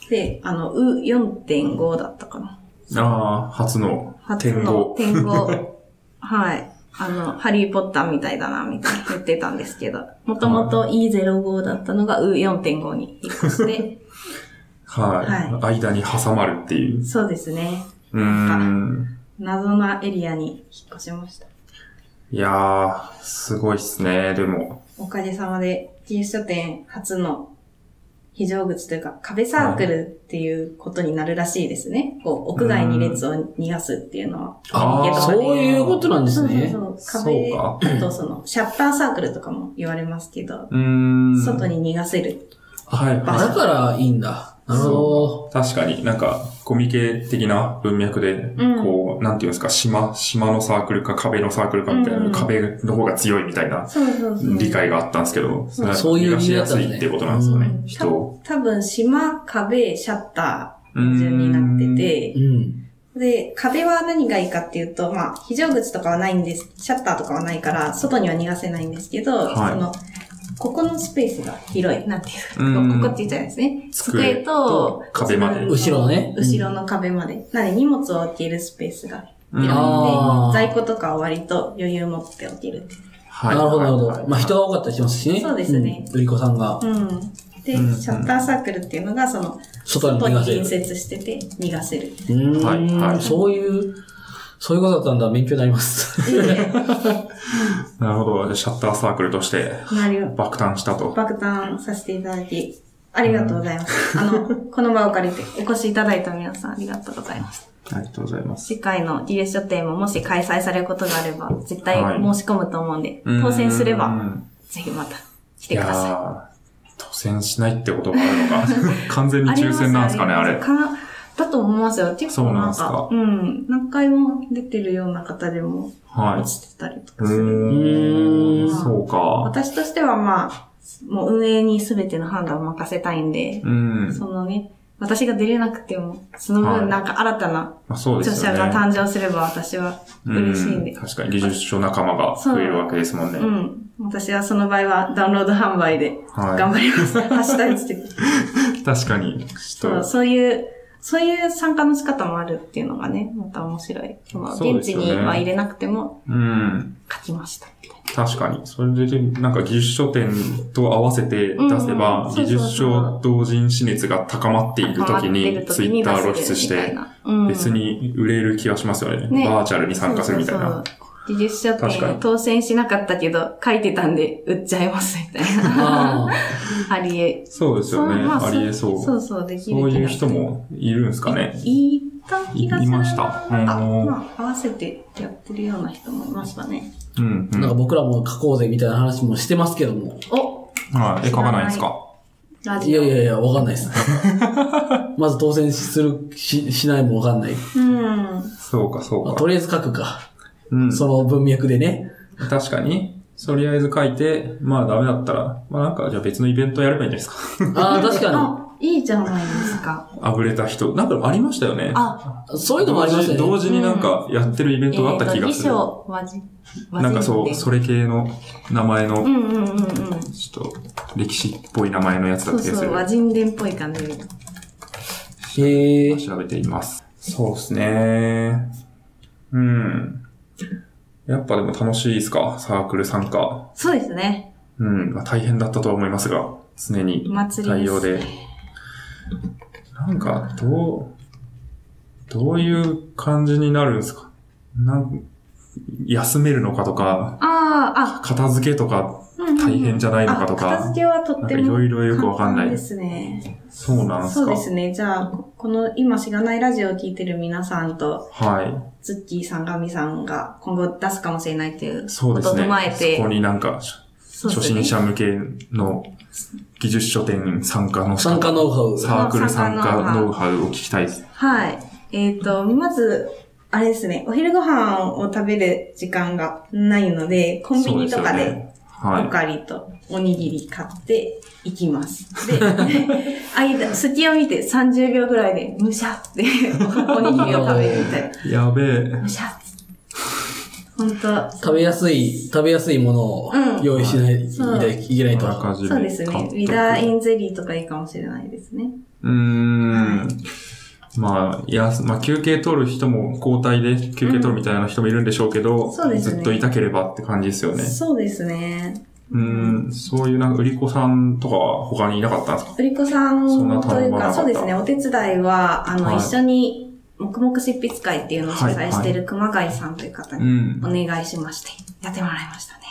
で、あの、う4.5だったかな。
ああ、初の
初
展
の
望。
天候。はい。あの、ハリーポッターみたいだな、みたいな言ってたんですけど、もともと E05 だったのが U4.5 に引っ越して、
はい。間に挟まるっていう。
そうですね。
うーん。
謎なエリアに引っ越しました。
いやー、すごいっすね、でも。
おかげさまで、自由書店初の非常口というか、壁サークルっていうことになるらしいですね。こう、屋外に列を逃がすっていうのは。
あー
いいけど
そういうことなんです
そうそう
ね。
そう。
そう
壁
か
とその、シャッターサークルとかも言われますけど、
うーん。
外に逃がせる
はい、
あ
は
だからいいんだ。なるほど。
い。確かになんか、コミケ的な文脈で、
うん
こう、なんていうんですか、島、島のサークルか壁のサークルかみたいな、
うん
壁の方が強いみたいな
そうそうそう。
理解があったんですけど、それは
そういう
逃が
理
し
由だ
や
ったん
す
ですね
いってことなんですよね、
うん
人を。
多分、島、壁、シャッターの順になってて、
うん。
で、壁は何がいいかっていうと、まあ、非常口とかはないんです、シャッターとかはないから、外には逃がせないんですけど、
はい
その、ここのスペースが広い。なんていうん
う
です
ん
か、ここって言っちゃうんですね。
机
机と、
壁まで
後ろね
後ろの壁まで。なので、荷物を置けるスペースが広い
あ
の
ー
で、在庫とかは割と余裕持って置ける。
は。
ないるほど、なるほ
はい
ど。まあ人が多かったりしますしね。
そうですね
うん。売り子さんが
うん。で、
うんうん
シャッターサークルっていうのが、その、
外に逃がせる
外に隣接してて、逃がせる。
うーん、
はいはい
そういう、そういうことだったんだ。勉強になります。
いいね
なるほど。じゃあシャッターサークルとして
なるよ。
爆誕したと。
爆誕させていただき、ありがとうございます。あの、この場を借りてお越しいただいた皆さんありがとうございます。
ありがとうございます。
次回のギレ書店ももし開催されることがあれば、絶対
はい
申し込むと思うんで、当選すれ
う
ば、
ん
ぜひまた来
い
てく
や
ださ
ー当選しないってことがあるのか。
[LAUGHS]
完全
い。
に抽選なんですかね、あ
り
れ
ます。かだと思いますよ。結構なん
そうなん
か、うん、何回も出てるような方でも
はい
落。ちてたりと
う
かする。
ー。
うんん
そうか。
私としてはまあ、もう運営に全ての判断を任せたいんで、
うん。
そのね、私が出れなくても、その
はい
分なんか新たな
まあ、そうで
著
すよ
者
ね。
が誕生すれば私は嬉しいんで
う。確かに技術書仲間が増えるわけですもんね。
うん。私はその場合はダウンロード販売で
はい
頑張り
[LAUGHS]
ます。ハッシュタグつけて。
確かに。ち
そ
ょ
う、
っと
そういう、そういう参加の仕方もあるっていうのがね、また面白い。その
そうで
現
す
地
よね
には入れなくても
うん。
書きました。
確かに。それで、なんか技術書店と合わせて出せば
う、ん
技術書同人誌熱が高まっている時
高まって
に、
る
ツ
時
イッ
に
タ
出
ー
せる
露出し
みたい
て、
な、うん
別に売れる気がしますよね。
ね
バーチャルに参加するみたいな。。
技術書
確か
店
に
当選しなかったけど、書いてたんで売っちゃいますみたい
[LAUGHS]
な。
[LAUGHS] あ
ありえ。
そうですよね。
ま
ありえそう。
そ
そう
うそう、できる気が
そう
する。
いう人もいるんですかね。
いた気がする。
いました
なんか
うん
まあ、合わせてやってるような人もいましたね。
うん、う
あ。な
ん。
んか
は
僕らも書こうぜみたいな話もしてますけども。
お
い。絵描かないんですか
ラジオ。
いやいやいや、わかんない
[LAUGHS]
です。まず当選する、し、しないもわかんない。
うん。
そうか、そ
まあ
う
と
か。
りあえず書くか。
うん。
その文脈でね。
確かに。
[LAUGHS]
とりあえず書いて、まあダメだったら、まあなんか、じゃあ別のイベントやればいいんじゃないですか。
ああ、確か
あ、いいじゃないですか。
あぶれた人。なんかありましたよね。
あ、
そういうのもありますよ
同
ね。
時同時になんかやってるイベントがあった気がする。
衣装、わじ、わじ
なんかそう、それ系の名前の、
うんうんうんうん。
ちょっと歴史っぽい名前のやつだ
そう
った気がす
そう、
る。
和人伝っぽい感じ。
へえ。
調べています。そうですね。うん。やっぱでも楽しいですかサークル参加。
そうですね。
うん。まあ、大変だったとは思いますが、常に
祭り
対
です
応で。なんか、どう、どういう感じになるんですかなん休めるのかとか、
ああ、あ、
片付けとか
うんうんうん
大変じゃないのかと
あ片
か
付、けはとっ
なんか
て
い
も。
ろいろよくわかん
簡
な
単
い
で。すね。
そうなんです
そう
か
で。すね。じゃあ、ここの今しがないラジオを聞いてる皆さんと、
はい。
ズッキーさん、ガミさんが今後出すかもしれないっていう。
そうです
こと
ね。
を踏まえて
そこになんか、
そうで
初
すね
心者向けの技術書店参加の仕
参
方
加ノウハウ。
サークル参
参
加
加
ノ
ノ
ウ
ウ
ハウを聞きたいです。
はい。えっ、と、まず、あれですね、お昼ご飯を食べる時間がないので、コンビニとか
そうすよ
で
ね。
お
は
かわりとおにぎり買って行きます。
[LAUGHS]
で、間、隙を見て30秒ぐらいで、むしゃ
[LAUGHS]
っておにぎりを食べるみたいな。
い。やべえ。
むしゃって。ほんと、
食べやすい、食べやすいものを
うん
用意しない
そう
といけないと。
あらかじめ
そうですね。ウィダーインゼリーとかいいかもしれないですね。
うーん。まあ、いや、まあ、休憩取る人も交代で休憩取るみたいな人もいるんでしょうけど、
そうですね
ずっといたければって感じですよね。
そうですね。
うーん、そういうなんか売り子さんとかは他にいなかったんですか
売り子さん
そんな頼
とい
ま
う
なかっ
か、
た
そうですね、お手伝いは、あの、
はい
一緒に、黙々執筆会っていうのを主
はい
催してる熊谷さんという方
う
に
ん
お。願いしまして、やってもらいましたね。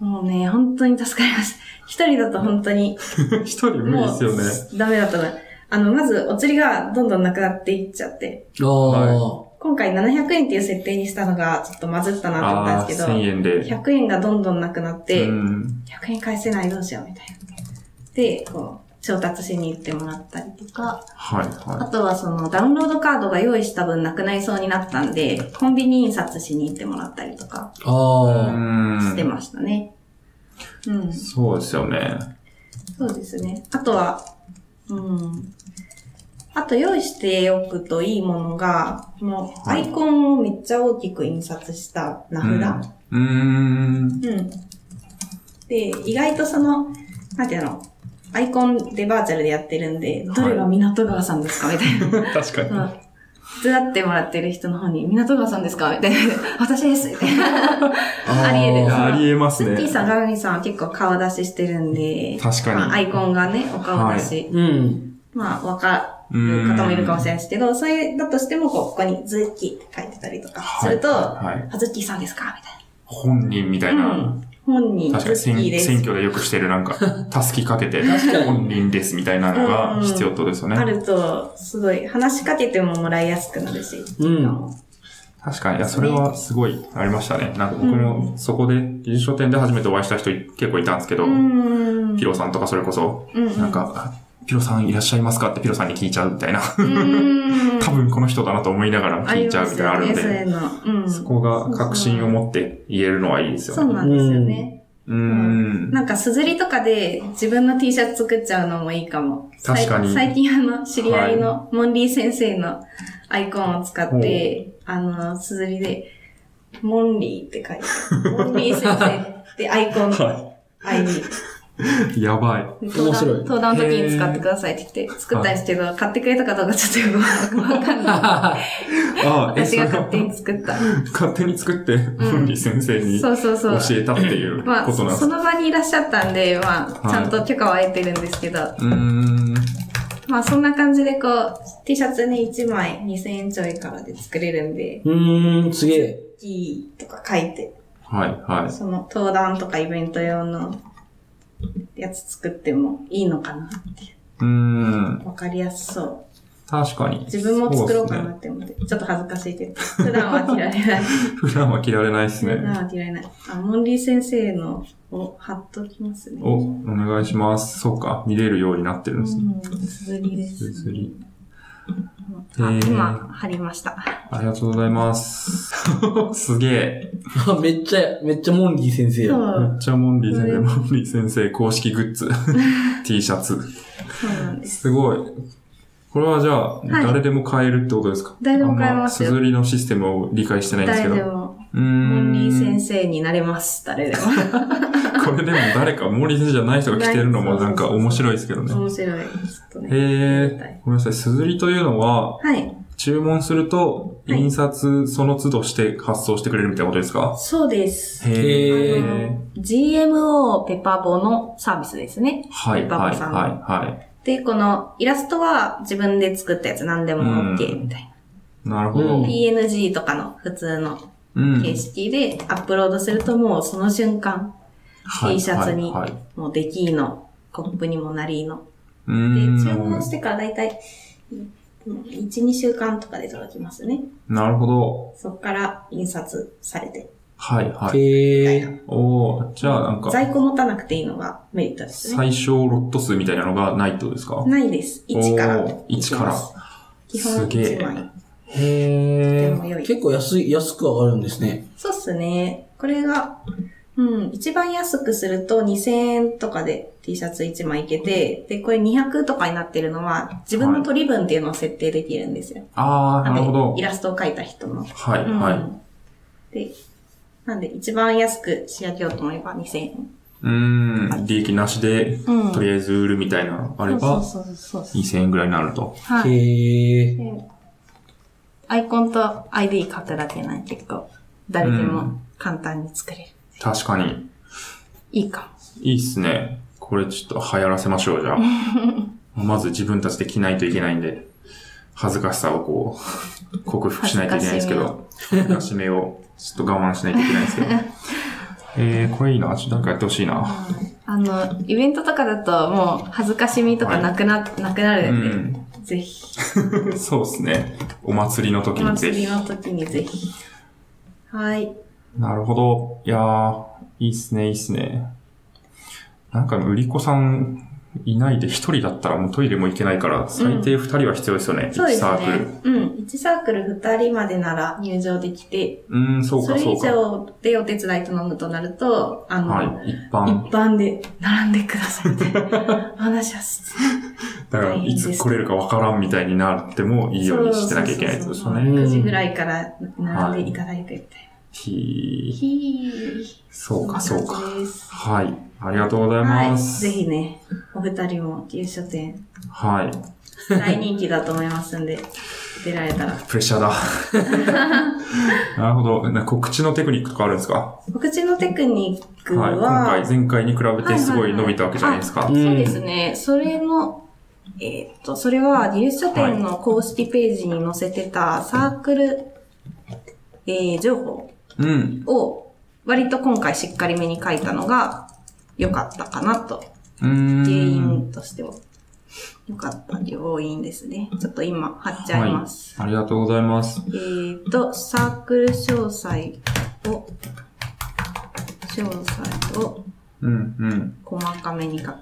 もうね、本当に助かりました。一人だと本当に、
[LAUGHS] 一人無理ですよね。
ダメだったな。あの、まず、お釣りがどんどんなくなっていっちゃって、
ああ。
今回700円っていう設定にしたのが、ちょっとまずったなと思ったん
ああ
で
ー、
すけ
1000
ど、
円で。
100円がどんどんなくなって、
うん。
100円返せないどうしようみたいな。で、こう、調達しに行ってもらったりとか、
はい、
あ
は
とはそのダウンロードカードが用意した分なくなりそうになったんで、コンビニ印刷しに行ってもらったりとか
い。
ああ。
う
して
ん。
ましたね。うん、
そうですよね。
そうですね。あとは、うん。あと用意しておくといいものが、このアイコンをめっちゃ大きく印刷した名札。
うーん。
うん。で、意外とその、なんていうの、アイコンでバーチャルでやってるんで、どれが港川さんですかみた
[LAUGHS]
いな。
確かに。
うん手伝ってもらってる人の方に、港川さんですかみたいな。 [LAUGHS] 私ですみたいな。
あー
ありえ
い
る
やありえます
スッキー
ね。
さん、ガルニさんは結構顔出ししてるんで、
確かに
まあアイコンがね、お顔出し、
うん。
まあ、わかる方もいるかもしれないですけど、それだとしても、こう、ここにズッキーって書いてたりとかすると、
はいはいはい
あズッキーさんですかみ
本人みた
た
い
いな。
な。
うん。本人、
確かに
ズッキーで
選
す。
選挙でよくしてる
[LAUGHS]
なんか、たすきかけて、本人ですみたいなのが必要ってことですよ
あ
ね。
ると、すごい、話しかけてももらいやすくなるし。
うん。
確かに。いや、それはすごいありましたね。なんか僕もそこで、技術書店で初めてお会いした人結構いたんですけど
う、ん。
ピロさんとかそれこそ、
うんうん
なんか、ピロさんいらっしゃいますかってピロさんに聞いちゃうみたいな。
うん。
多分この人だなと思いながら
あ
聞
り
いちゃ
ま
うみ
す
たいなのあ
よ
る
ね、
ん
そうい
で、
うの。うん。
そこが確信を持って言えるのはいいですよ
そう
ね。
なんですよね。
うーん。
なんか、すずりとかで自分の T シャツ作っちゃうのもいいかも。さい
確かに
最近あの、知り合いのモンリー先生のアイコンを使っ
ほ
て、あの、すずりで、モンリーって書いて、モンリー先生ってアイコン、
[LAUGHS] は
ID。
い。やばい。
で
面白い
登壇の時に使ってくださいって言って、作ったんですけど、買ってくれたかどうかちょっとよくわかんない。
[LAUGHS] ああ、
[LAUGHS]
え、
私
そ
が
れ
勝
を
手に作った。
勝手に作って、ふんり先生に
そ
教
うそうそう。
えたっていうことな
ま
ん
あ、
で
そ
す
そ
ね。
の場にいらっしゃったんで、ま
は
あ、
い
ちゃんと許可は得てるんですけど、
うーん。
まあ、そんな感じでこう、T シャツね、1枚2000円ちょいからで作れるんで、
うーん、すげえ。 [LAUGHS]
いいとか書いて、
はい、はい。
その登壇とかイベント用のやつ作ってもいいのかなっていう
ーん。
う。わかりやすそう。
確かに。
自分も作ろうか
そ
な
で
って思って。ちょっと恥ずかしいけど。普段は着られない。
[LAUGHS] すね。普段は着られないです
普
ね。
段は着られない。あ、モンリー先生のを貼っときますね。
お、お願いします。そうか。見れるようになってるん
う
ですね。
ん、すずりです。
すり。
あ
へー
今、貼りました。
ありがとうござ
[LAUGHS]
います。すげえ。
あめっちゃ、めっちゃモンリー先生や。
そ
め
う、
っちゃモンリー先
こ
生、
れ
モンリー先生公式グッ
[LAUGHS]
ズ。T シャ
そ
ツ。
うなんです。
すごい。これはじゃあ、誰でも買えるってことですか
誰でも買えますよ
あんま、硯のシステムを理解してないんですけ
誰
ど。
でも、
うーん。
モンリー先生になれます。誰でも。
これでも誰か、モンリー先生じゃない人が着てるのもなんか面白いですけどね。
面白い。ちょっとね。
へえ、ごめんなさい。すずりというのは、
はい。
注文すると、
はい
印刷その都度して発送してくれるみたいなことですか
そうです。
へ
へ
え。
GMO ペパボのサービスですね。
はい、はい、
パ
は
パ
い、
さん
は
で、このイラストは自分で作ったやつ何でも OK みたい
い。なるほど。
うん
な。PNG とかの普通の
うん。
形式でアップロードするともうその瞬間、
はい
T シャツに
はいはい
もうできーの、コップにもなりーの。
う
で、
ーん
注文してからだいたい1、2週間とかで届きますね。
なるほど。
そっから印刷されて。
はい、はい。
へ
みたい
え。
な
おーじゃあなんか、
在庫持たなくていいのがメリットですね。
最小ロット数みたいなのがないってことですか
ないです。1から
おー。一から。
基本
すげえ
1枚。
へ
とても良
え。
い
結構安い、安く上がるんですね。
そうっすね。これが、うん、一番安くすると2000円とかで T シャツ1枚いけて、で、これ200とかになってるのは自分の取り分っていうのを設定できるんですよ。
あー、なるほ
なん
ど
で、イ。ラストを描いた人の。、
はいう
ん
はい。
で、なんで一番安く仕上げようと思えば2000円。
うーん、利益なしで、
うん
とりあえず売るみたいなのあれば、
そうそうそうそう。
2000円ぐらいになると。
はい。
へえ。
でアイコンと ID 書くだけなんで結構、誰でも簡単に作れる。
確かに。
いいかも。
いいっすね。これちょっと流行らせましょう、
[LAUGHS]
じゃあ。まず自分たちで着ないといけないんで、恥ずかしさをこ
[LAUGHS]
う、克服しないといけないですけど、恥ずかしめをちょっと我慢しないといけないです
[LAUGHS]
けど。えー、これいいな。ちょっとなんかやってほしいな。
あの、イベントとかだともう恥ずかしみとかなくな、なくな
う
るんで、
ん。
ぜひ、
そうですね。お祭りの時
お
にぜ
祭り
ひ。
の時にぜひ。はい。
なるほど。いやー、いいっすね、いいっすね。なんか、売り子さんいないで一人だったらもうトイレも行けないから、最低二人は必要ですよね。一
そうです
サークル
ね。。うん。1サークル2人までなら入場できて、
うーん、そう
そ
か、
れ
そ
以
うか。
上でお手伝い頼むとなると、あの、
はい、一
一
般。
般で並んでくださ
[LAUGHS]
いってお話はす
だから、いつ来れるかわからんみたいになってもいいようにしてなきゃいけないってことですよ
そうそうそう
ね。
9時ぐらいから並んでいただいてみたいな。
ひー
ひー。
そうか、そうか
そんな。感じです
はい。ありがとうござい
は
ま
い。
す。
ぜひね、お二人も旧書店、
はい。
大人気だと思いますんで、出られ
[LAUGHS]
たら。
プレッシャーだ。
[LAUGHS]
なるほど。な告知のテクニックとかあるんですか
告知のテクニックは、
はい。今回、前回に比べてすごい伸びたわけじゃないですか。
うん
そうですね、それの、
えーっと、それは、技術書店の公式ページに載せてたサークル、えー情報
うん。
を、割と今回しっかりめに書いたのが、良かったかなと。
うーん。
原因としては。良かった要因ですね。ちょっと今、貼っちゃいます。
はい。ありがとうございます。
えーっと、サークル詳細を、詳細を
うん、うん。
細かめに書く。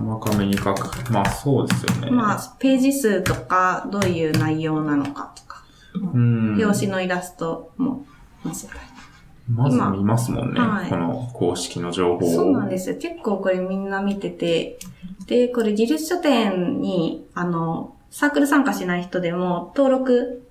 細かめに書く。まあ、そうですよね。
まあ、ページ数とか、どういう内容なのかとか。
うん。
表紙のイラストも載せたい。
まず見ますもんね。
はい
この公式の情報を。
そうなんですよ。結構これみんな見てて。で、これ技術書店に、あの、サークル参加しない人でも登録、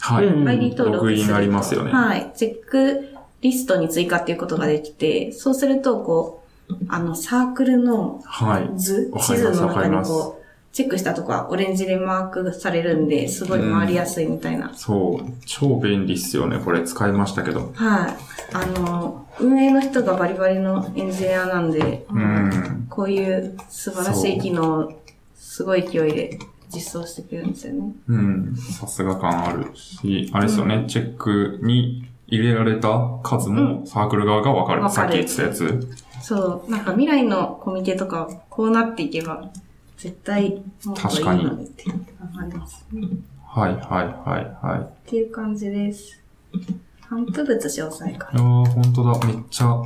はい。
うん
ID 登録
ログイン
すると
ありますよね
はい。チェックリストに追加っていうことができて、そうすると、こう、あの、サークルの
はい。
図、
わか
地
ります
図の
わか
中
り
に
ます
こう、チェックしたとこはオレンジでマークされるんで、すごい回りやすいみたいな。
そう。超便利っすよね。これ使いましたけど。
はい。あの、運営の人がバリバリのエンジニアなんで、
うん。
こういう素晴らしい機能をすごい勢いで実装してくれるんですよね。
うん。さすが感あるし、あれですよね。チェックに入れられた数もサークル側がわかる。
わ
さ
か
っ
る
き言ってたやつ。
そう、なんか未来のコミケとかこうなっていけば絶対もっといいのにって思いますね。
はい、はい、はい、はい。
っていう感じです。反復物詳細か
ああ、ほんとだ。めっちゃ、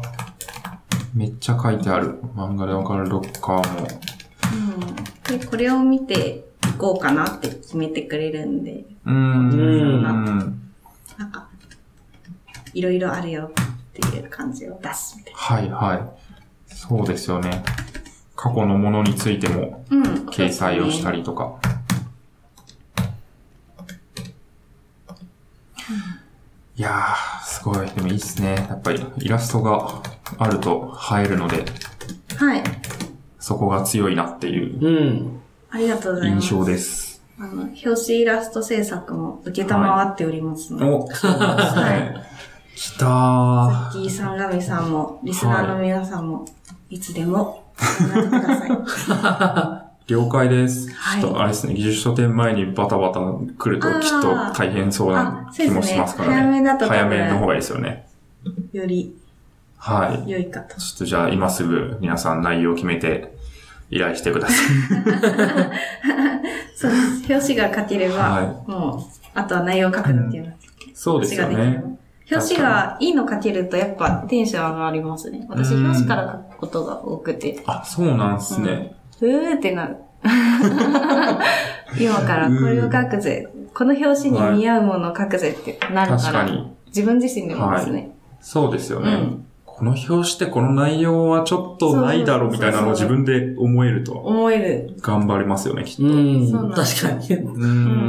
めっちゃ書いてある。漫画でわかるロッカーも。
ら。うん。で、これを見て、こうかなって決めてくれるんで、
うーん。
なんか、いろいろあるよっていう感じを出すみたい
はいはい。そうですよね。過去のものについても
な。うん。
掲載をしたりとか。いやー、すごい。でもいいっすね。やっぱりイラストがあると映えるので、
はい。
そこが強いなっていう
うん。
ありがとうございます。
印象です。
あの、表紙イラスト制作も受けたまわっておりますので、
お、そうなん [LAUGHS] ですね。来たー。
ザッキーさん、ガミさんも、リスナーの皆さんも、いつで [LAUGHS] も、ご覧ください。
了解です。
はい
ちょっとあれですね、技術書店前にバタバタ来ると
あー
きっと大変そうな
あそうです
気
ね
もしますからね。
早めだと多分
早めの方がいいですよね。
より
はい。
良いかと。
ちょっとじゃあ今すぐ皆さん内容を決めて依頼してくださ
[LAUGHS]
い。
そうです。表紙が書ければ、
は
もう、あとは内容を書くのっていうのは、
そうです
表紙
よ
ができ
ね
る。の。表紙がいいの書けると、やっぱテンション上がりますね。私、
うん
表紙から書くことが多くて、
あ、そうなんですね。
うーって
[LAUGHS]
なる。今からこれを書くぜ。この表紙に似合うものを書くぜってなる
確
か、
からに。
自分自身でもですね。
そうですよね。
うん
この表紙ってこの内容はちょっとないだろうみたいなのを
そ
自
うそう
分で思えると
思える。
頑張りますよね、きっと。
うん
そうなん。で
確
す
かに。
う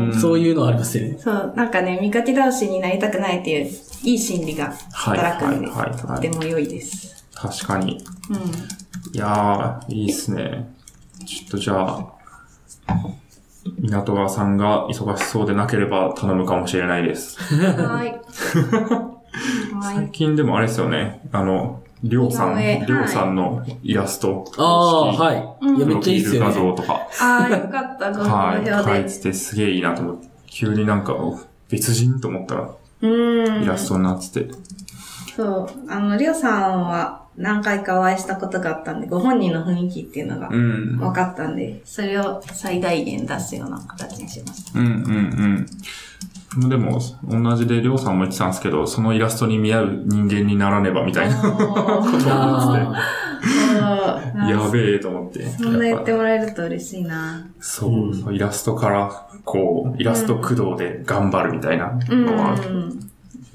ん
そう
う。
いうのはありますよね。
そう、なんかね、見かけ倒しになりたくないっていう、いい心理が
はい、はい、
働くんで、
はい
と
は
て
い。
も良いです。
確かに。
うん。
いやー、いいっすね。ちょっとじゃあ、港川さんが忙しそうでなければ頼むかもしれないです。
はい。 [LAUGHS] は
最
い。
近でもあれですよね、あの、りょう
井
さん、
上はい
りょうさんのイラスト、
ああ、はい。いや、
プ
めっ
ロフ
ちゃいい
ィ
っ
ー
す
ル
よ
画
ね。
像とか、
ああ、よかった、ご
は
好
い、
評
書い
で。
ててすげえいいなと思って、急になんか、別人と思ったら
うん。
イラストになってて、
そう。あの、りょうさんは何回かお会いしたことがあったんで、ご本人の雰囲気っていうのが
うん、うん、
分かったんで、それを最大限出すような形にしました。
うん、うん。でも、同じでりょうさんも言ってたんですけど、そのイラストに見合う人間にならねばみたいな。
あ
[LAUGHS] そう
やべえと思って。
そんな言
やっ
っ
ぱ
てもらえると嬉しいな。
そう、イラストから、こう、イラスト駆動で頑張るみたいな
うん。
のは、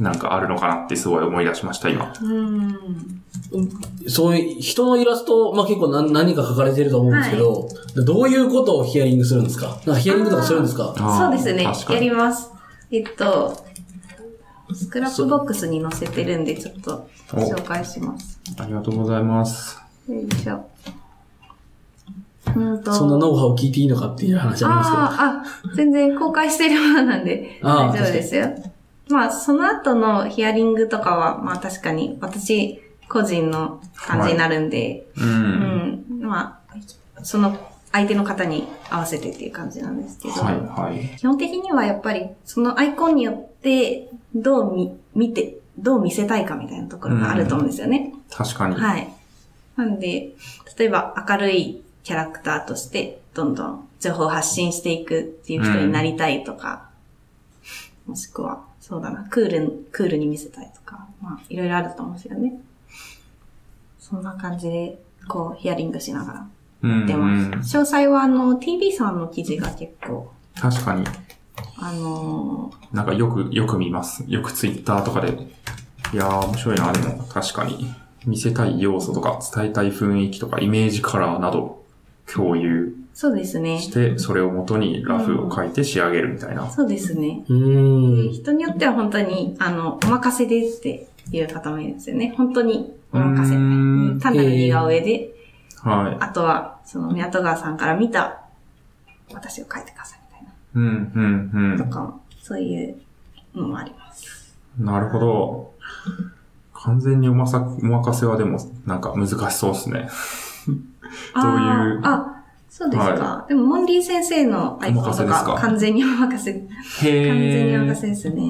なんかあるのかなってすごい思い出しました、今。
うん。
あそういう、人のイラスト、まあ結構何何か書かれてると思うんですけど、どういうことをヒアリングするんですかなんかヒアリングとかするんですか
そうですね。
あー確か
や
に
ります。えっと、スクラップボックスに載せてるんで、ちょっと紹介します。
ありがとうございます。
よいしょ。うんと。
そんなノウハウを聞いていいのかっていう話ありますけど。、
あーあ、全然公開してるものなんで
あー
大丈夫ですよ。まあ、その後のヒアリングとかは、まあ確かに私個人の感じになるんで、
う。
うんん、まあ、その相手の方に合わせてっていう感じなんですけど、
はい、はい。
基本的にはやっぱりそのアイコンによってどう見、見て、どう見せたいかみたいなところがあると思うんですよね。
確かに。
はい。なんで、例えば明るいキャラクターとして、どんどん情報を発信していくっていう人になりたいとか、もしくは、そうだな、クール、クールに見せたいとか、まあ、いろいろあると思うんですよね。そんな感じで、こう、ヒアリングしながら
うん、う
やってます。
ん。
詳細は、あの、TV さんの記事が結構、
確かに。
あのー
なんかよく、よく見ます。よくツイッターとかで。いやー、面白いな、でも。確かに。見せたい要素とか、伝えたい雰囲気とか、イメージカラーなど、共有
そうですね。
して、それを元にラフを書いて仕上げるみたいな。
そうですね。
うーん。
人によっては本当に、あの、お任せでっていう方もいるんですよね。本当にお任せ
うーん
単なる似顔絵で、
はい。
あとは、その、港川さんから見た、私を描いてくださいみたい
うん、うん、
な、とかも、そういうのもあります。
うん。なるほど。完全におまさ、お任せはでも、なんか難しそうですね。どういう
あーあ、そうですか。でも、モンリー先生のアイコン
お任せ
と
です
か、
か
完全にお任せ、完
へ
全にお任
ー。
せですね。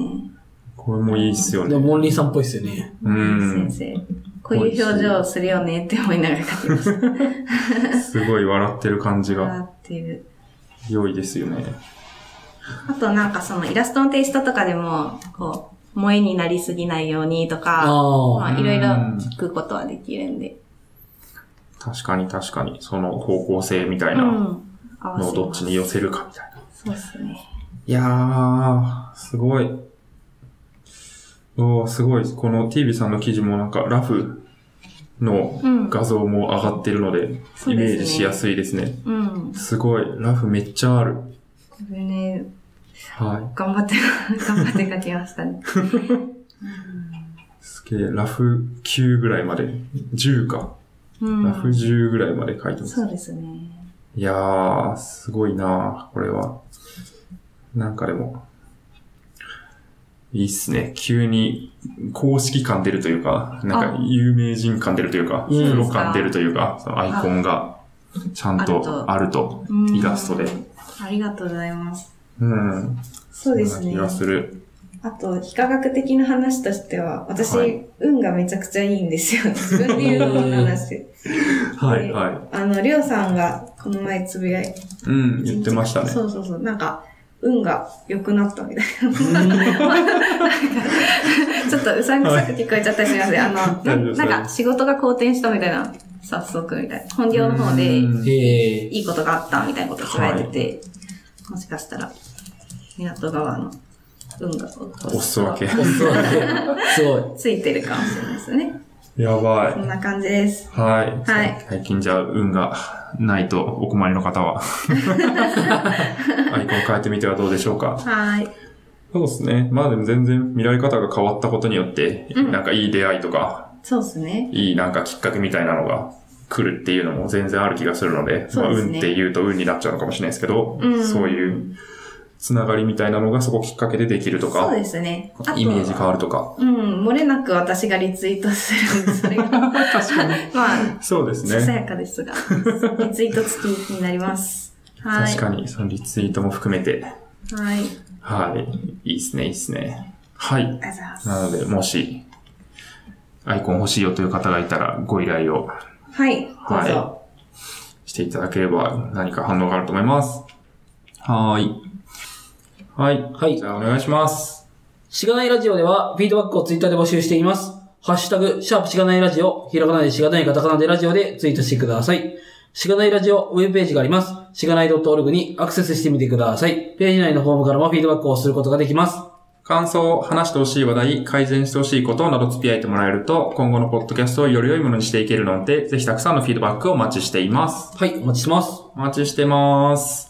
これもいいっすよ
でも、
ね。
モンリーさんっぽいっすよね。
う
モンリー
ん。
先生。こういう表情をするよねって思いながら描きました。
すごい笑ってる感じが
笑ってる。
良いですよね。
あとなんかそのイラストのテイストとかでも、こう、萌えになりすぎないようにとか、
ああ。
まあいろいろ
うん
聞くことはできるんで。
確かに確かに、その方向性みたい
うん
な。
合わ
のを
せ
ど
ま
っち
す。
に寄せるかみたいな。
そうですね。
いやー、すごい。おー、すごい。この TV さんの記事もなんか、ラフの
うん
画像も上がってるの
そ
で、
うですね
イメージしやすいですね。
うん。
すごい。ラフめっちゃある。
これね、
は
頑張って、頑張って書きましたね。
い。すげえ、ラフ9ぐらいまで、10か。
[LAUGHS] うん。
ラフ10ぐらいまで書いてます。
そうですね。
いやー、すごいなー、これは。なんかでも、いいっすね。急に公式感出るというか、なんか有名人感出るというか、
うん
プロ感出るというか、そのアイコンがちゃんとあると、
うん
イラストで。
ありがとうございます。
うん。
そうですね
そんな気。がする。
あと、非科学的な話としては、私、
はい
運がめちゃくちゃいいん
[LAUGHS]
ですよ。自分で言うのもなんだし。
はい、は
あの、りょうさんがこの前つぶやい
い。うん、言ってましたね。
そうそうそう。なんか、運が良くなったみたい
[LAUGHS]
な。ちょっとうさんくさく聞こえちゃったりしますね。あの、な
大丈夫です
なんか仕事が好転したみたいな、早速みたいな。本業の方で
うん
へえ。
いいことがあったみたいなことを伝えてて、もしかしたら、港川の運が、
お裾分け。
おそうだね。すごい。
ついてるかもしれないですね。
やばい
こ。んな感じです。
はい。
はい
最近じゃあ、運がないとお困りの方
[LAUGHS]
は、アイコン変えてみてはどうでしょうか。
はい。
そうですね。まあでも全然見られ方が変わったことによって、
うん
なんかいい出会いとか、
そうですね。
いいなんかきっかけみたいなのが来るっていうのも全然ある気がするので、
そう
まあ
ですね
運って言うと運になっちゃうのかもしれないですけど、
うん
そういうつながりみたいなのがそこきっかけでできると
そう
か、
ですね。あと
イメージ変わるとか。
うん、漏れなく私がリツイートするんで、それ
[LAUGHS]
が。 [LAUGHS] まあ、
そうです
ささ
ね。
やかですが、リツイート付きになります。はい。
確かに、そのリツイートも含めて、
はい。あり
はい。いいっすね、いいっすね。はい。
がとうございます。
なので、もし、アイコン欲しいよという方がいたら、ご依頼を
はい、どうぞ。
はしていただければ、何か反応があると思います。はーい。はい。
はい
じゃあ、お願いします。
しがないラジオでは、フィードバックをツイッターで募集しています。ハッシュタグ、シャープしがないラジオ、ひらがなでしがないカタカナでラジオでツイートしてください。しがないラジオウェブページがあります。しがない .org にアクセスしてみてください。ページ内のフォームからもフィードバックをすることができます。
感想、話してほしい話題、改善してほしいことなど付き合えてもらえると、今後のポッドキャストをより良いものにしていけるので、ぜひたくさんのフィードバックをお待ちしています。
はい、お待ちしてます。
お待ちしてます。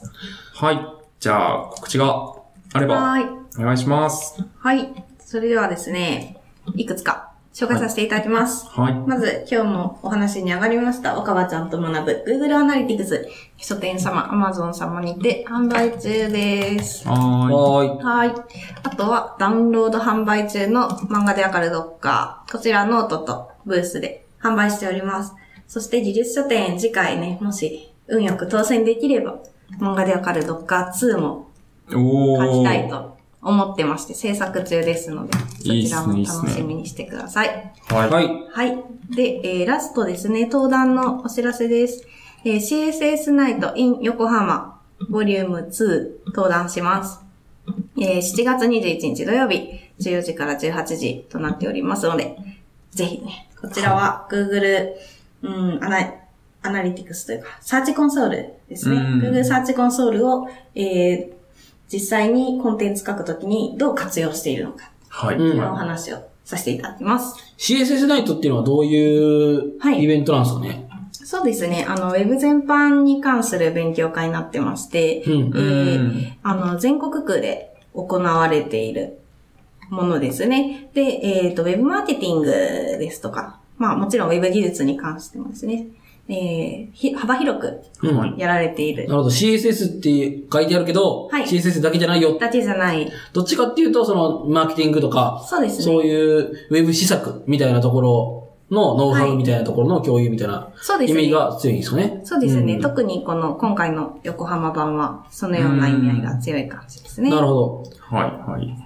はい。じゃあ、告知があれば、
はい。
お願いします。
はい。それではですね、いくつか紹介させていただきます。
はい。
まず、今日もお話に上がりました、若葉ちゃんと学ぶ Google アナリティクス、書店様、Amazon 様にて販売中です。
は
はーい。
はい。あとは、ダウンロード販売中の漫画でわかるドッカー。こちらノートとブースで販売しております。そして、技術書店、次回ね、もし、運よく当選できれば、漫画でわかるドッカー2も
ーい。おー。
書きたいと思ってまして、制作中ですので、そ
いいっ
ち
す
ら
ね
も
いいっすね
楽しみにしてください。
はい。
はい。
はい。で、えーラストですね、登壇のお知らせです。えー CSS ナイト in 横浜、ボリューム2、登壇します。えー7月21日土曜日、14時から18時となっておりますので、ぜひね、こちらは Google、うん、アナ、アナリティクスというか、サーチコンソールですね。
うん
Google サーチコンソールを、えー実際にコンテンツ書くときにどう活用しているのか、
はい。
うん
お話をさせていただきます。
CSS ナイトっていうのはどういう
はい
イベントなんですかね。
そうですね。あの、ウェブ全般に関する勉強会になってまして、
うん
えーあの、全国区で行われているものですね。で、えっ、と、ウェブマーケティングですとか、まあもちろんウェブ技術に関してもですね、えーひ幅広く
うん
はい
やられている
なるほど。CSS って書いてあるけど、
はい
CSS だけじゃないよ。
だけじゃない。
どっちかっていうと、その、マーケティングとか、
そうですね。
そういうウェブ施策みたいなところのノウハウみたいなところの共有みたいな
そうで
意
す
味
ね。
が強いんですよね。
そうですね。
うん
特にこの、今回の横浜版は、そのような意味合いが強い感じですね。
なるほど。
はい。はい。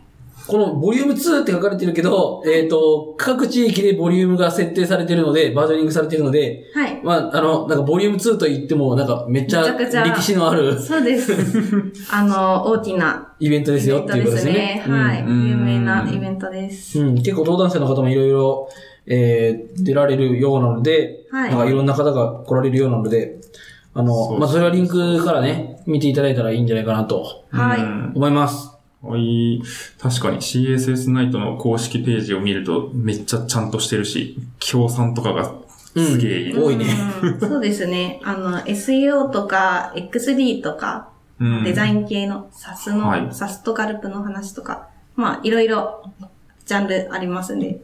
このボリューム2って書かれてるけど、えっ、と、各地域でボリュームが設定されてるので、バージョニングされてるので、
はい。
まあ、あの、なんかボリューム2と言っても、なんかめっちゃ
めちゃくちゃ
歴史のある
そうです。あの、大きな
イベントですよっていうことですよね。
はい。
うん
有名なイベントです。
うん、うん結構登壇者の方もいろいろ、えー出られるようなので、
はい
なんかいろんな方が来られるようなので、あの、
そう
まあ、それはリンクからね、見ていただいたらいいんじゃないかなと
はい
うん
思います。
はい。確かに CSS ナイトの公式ページを見るとめっちゃちゃんとしてるし、協賛とかがすげえいい。
多いね。
うんそうですね。あの、SEO とか XD とか、
うん
デザイン系の SAS の、
はい
SAS とガルプの話とか、まあ、いろいろジャンルありますんで、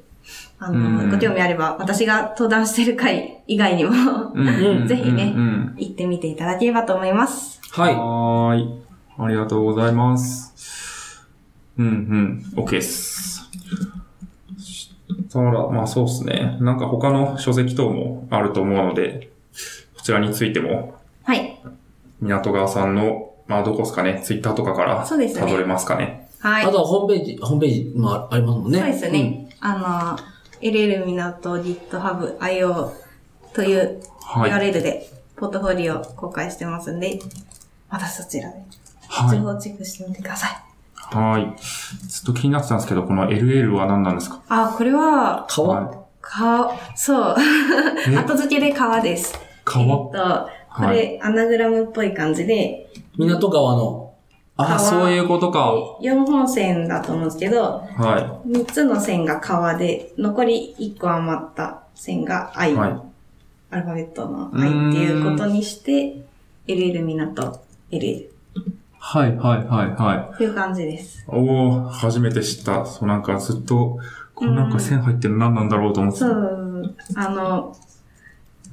あの、
うん
ご興味あれば、私が登壇してる回以外にも行
うん
ぜひね
うんうん
ってみていただければと思います。
はい。
はーい。ありがとうございます。うんうん。OK です。そしたら、まあそうですね。なんか他の書籍等もあると思うので、こちらについても、
はい。
港川さんの、まあどこですかね、ツイッターとかから、
そうですね
辿れますかね。
はい
あ。とはホームページ、ホームページ、まあ、ありますもんね。
そうですね。あの、LL みなと GitHub IO という
はい。
URL でポートフォリオを公開してますんで、またそちらで
はい
情報をチェックしてみてください。
はい。ずっと気になってたんですけど、この LL は何なんですか
あ、これは、
うん。
はい
皮。
か、そう。後付けで皮です。
川
えっと、こ
は
れ、アナグラムっぽい感じで、
港川の、
あ、
川
そういうことか。
4本線だと思うんですけど、
は
3つの線が皮で、残り1個余った線が
い。
I、
はい。
アルファベットの
うー
I
ん
っていうことにして、LL みなと LL
はい、はい、はい、はい。
という感じです。
おお初めて知った。そう、なんかずっと、こう
うん
なんか線入ってるの何なんだろうと思って
そ
た。
う、あの、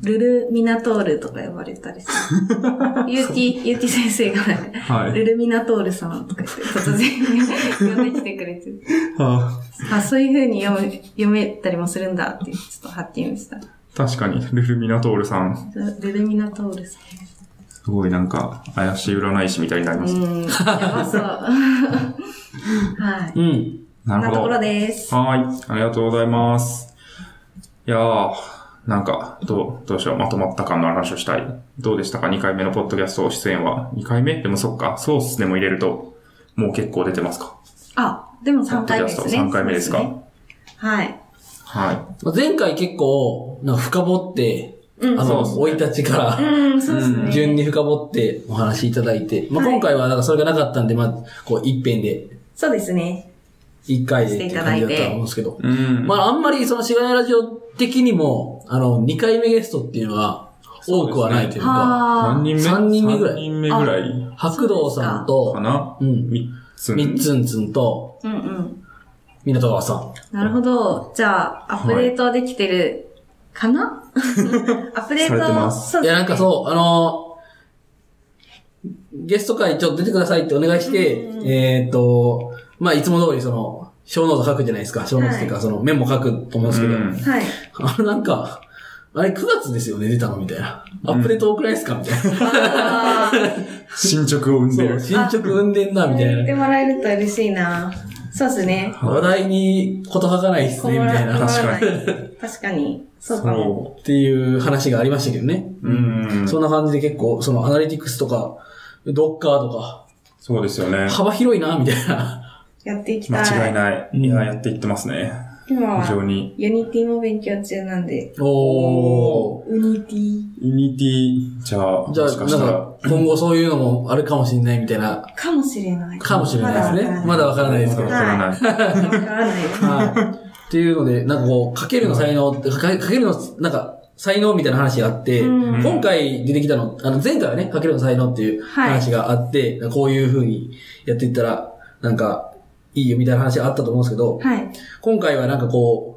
ルルミナトールとか呼ばれたりす
[LAUGHS]
る。ゆうき、ゆうき先生が、
はい。
[LAUGHS] ルルミナトールさんとか言って突然 [LAUGHS] 呼んできてくれて。
あ
あ、そういう風に読め、読めたりもするんだって、ちょっと発見した。
ー確かに、ルルミナトールさん。
ルルミナトールさ
すごいなんか、怪しい占い師みたいになり
ん。
ま
う
す。
ん。やばそう。 [LAUGHS] はい。
うん。
な
こんな
るほど。
ところ
は
です。
ーい。ありがとうございます。いやー、なんか、どう、どうしよう。まとまった感の話をしたい。どうでしたか ?2 回目のポッドキャスト出演は。2回目でもそっか、ソースでも入れると、もう結構出てますか。
あ、でも3回目です
ポッドキ
ね。
ャスト3回目ですか。
そうねはい。
はい。
まあ前回結構、なんか深掘って、
うん
あ
そう
の、
っすね
生い立ちから、
うん、そうです
うん
ね。
順に深掘ってお話しいただいて、まあ、
はい
今回はなんかそれがなかったんで、まあ、こう一遍で、
そうですね。
一回でっ
してて
い
い
う
ただ
感
い
じ
て
だったと思うんですけど、
[LAUGHS] うん。
まあ、あんまりそのしがないラジオ的にも、あの、二回目ゲストっていうのは多くはないというか、
は
何人目
三人目ぐらい
三人目ぐらい
白道さん
か
と、
な
うん、
三つ。
みっつんつんと、
あ。うんうん。
港川さん。
なるほど。じゃあ、アップデートできてる、か
[LAUGHS]
なアップデー
されてま
ト、
す
そう
い
で
や、
す
なん
ね
か。そう、あのーゲスト会ちょっと出てくださいってお願いして、
うん
えっ、と、まあ、いつも通りその、小ノート書くじゃないですか。小ノートっていうか、そのメモ書くと思うんですけど、
うん
はい。
あれなんか、あれ9月ですよね、出たのみたいな。アップデート多くないですかみたいな。
あー
進捗を生んで
そう、
る。
進捗生んでんな、みた
言
い
って
な。
もらえると嬉しいな。そうですね。
話題にことはかないっす
こ
ね、
も
みた
ら
い
こも
な。
らない。確かに。そうかも。
そ
っていう話がありましたけどね。
う。うん。
そんな感じで結構、そのアナリティクスとか、ドッカーとか、
そうですよね。
幅広いな、みたいな。
やっていきたい。
間違いない。いや、
うん
やっていってますね。
今
非常
は、
に。
ユニティも勉強中なんで。
おー。
ユニティ
ユニティ、じゃあ、も
じゃあ、
し
な
か
ん
したら。
か、今後そういうのもあるかもしれないみたいな、
かもしれない。
かもしれないですね。ま
ま
だ
だ
わからないですけど
わ。からない。
わからないです。
はい。っていうので、なんかこう、かけるの才能って、かけかけるの、なんか、才能みたいな話があって、
うん
今回出てきたの、あの、前回はね、かけるの才能っていう
はい
話があって、こういう風にやっていったら、なんか、いいよみたいな話があったと思うんですけど、
はい。
今回はなんかこう、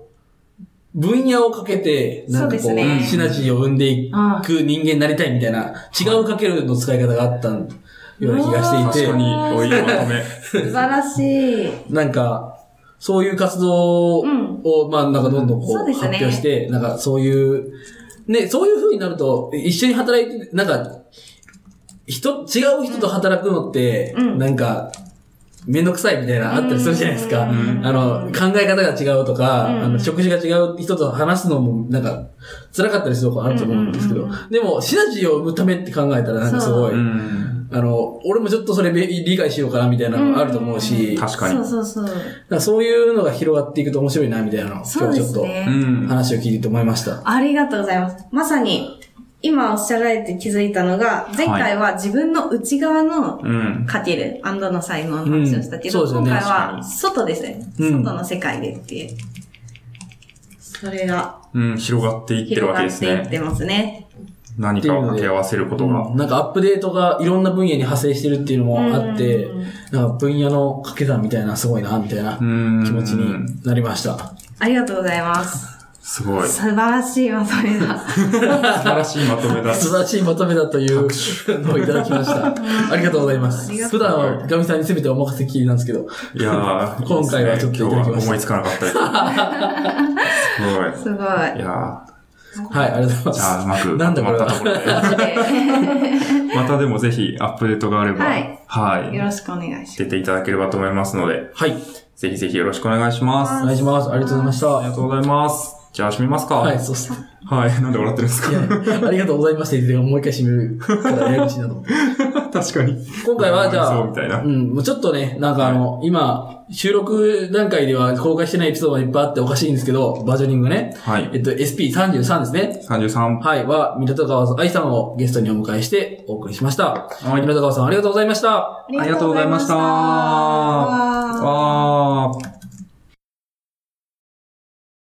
分野をかけて、なんかこ、
そううですね
シナジーを生んでい
あ
く人間になりたいみたいな、違うかけるの使い方があったような気がしてい
確
て
か、に、おいいまとめ。
素晴らしい。
なんか、そういう活動を、
うん
まあなんかどんどんこう
そうです
発
ね
表して、なんかそういう、ね、そういう風になると、一緒に働いて、なんか、人、違う人と働くのって、
うん
なんか、めんどくさいみたいな、あったりするじゃないですか。
うん
あの、考え方が違うとか、
うん
あの、職種が違う人と話すのも、なんか、辛かったりすることあると思うんですけど、
うんうん
でも、シナジーを生むためって考えたら、なんかすごい、
うん。
あの、俺もちょっとそれべ理解しようかなみたいなのがあると思うし、
確かに。
そうそうそう。
なんかそういうのが広がっていくと面白いな、みたいなのを、
そ
今
う
日ち
で
ょっ
す
と
ね。
うん。
話を聞いてて思いました。
ありがとうございます。まさに、
今おっしゃられて気づいたのが、前回は自分の内側の
うん。
かけるアンドの才能の話をしたけど、
うんそう
今
ですよね
回は外ですね。
うん
外の世界でっていう。それが
うん、広がっていってるわ
広
けで
がっ
す
ていっ
ね。
てますね。
何かを掛け合わせることが。
なんかアップデートがいろんな分野に派生してるっていうのもあって
うん、
なんか分野の掛け算みたいな、すごいな、みたいな
うん。
気持ちになりました。
ありがとうございます。
すごい。素
素晴らしいまとめだ。
晴らしいまとめだ。
[LAUGHS]
素晴らしいまとめだというのをいただきま
[LAUGHS]
した。ありがとうございます。普段はガミさんに全てお任せっきりなんですけど、
いやー、
今回はちょっといただきました
今日は思いつかなかったです。すごい。
[LAUGHS] すごい。
いや
はい、ありがとうご
ー、じ
ざい
ゃあう
ま
まく
なんだこれ
ま
は
たところで。またでもぜひアップデートがあれば、
はい
はい
よろしくお願いし
出ていただければと思いますので、
す。はい、
ぜひぜひよろしくお願いします。
お願いします。ありがとうございました。
ありがとうございます。じゃあ閉めますか。
はい、そうっすね。
はい。なんで笑ってるんですか
いや、ありがとうございました。でもう一回締めるからややこしいなと
[LAUGHS]
思って。
[LAUGHS] 確かに。
今回はじゃあ、
そうみたいな
う。ん、もうちょっとね、なんかあの、今、収録段階では公開してないエピソードがいっぱいあっておかしいんですけど、バージョニングね。
はい
えっと、SP33 ですね。
33。
はい、は、港川愛さんをゲストにお迎えしてお送りしました。
はい
港川さんありがとうございました。
ます。
ありがとうございました。
ありがとうございました
わー。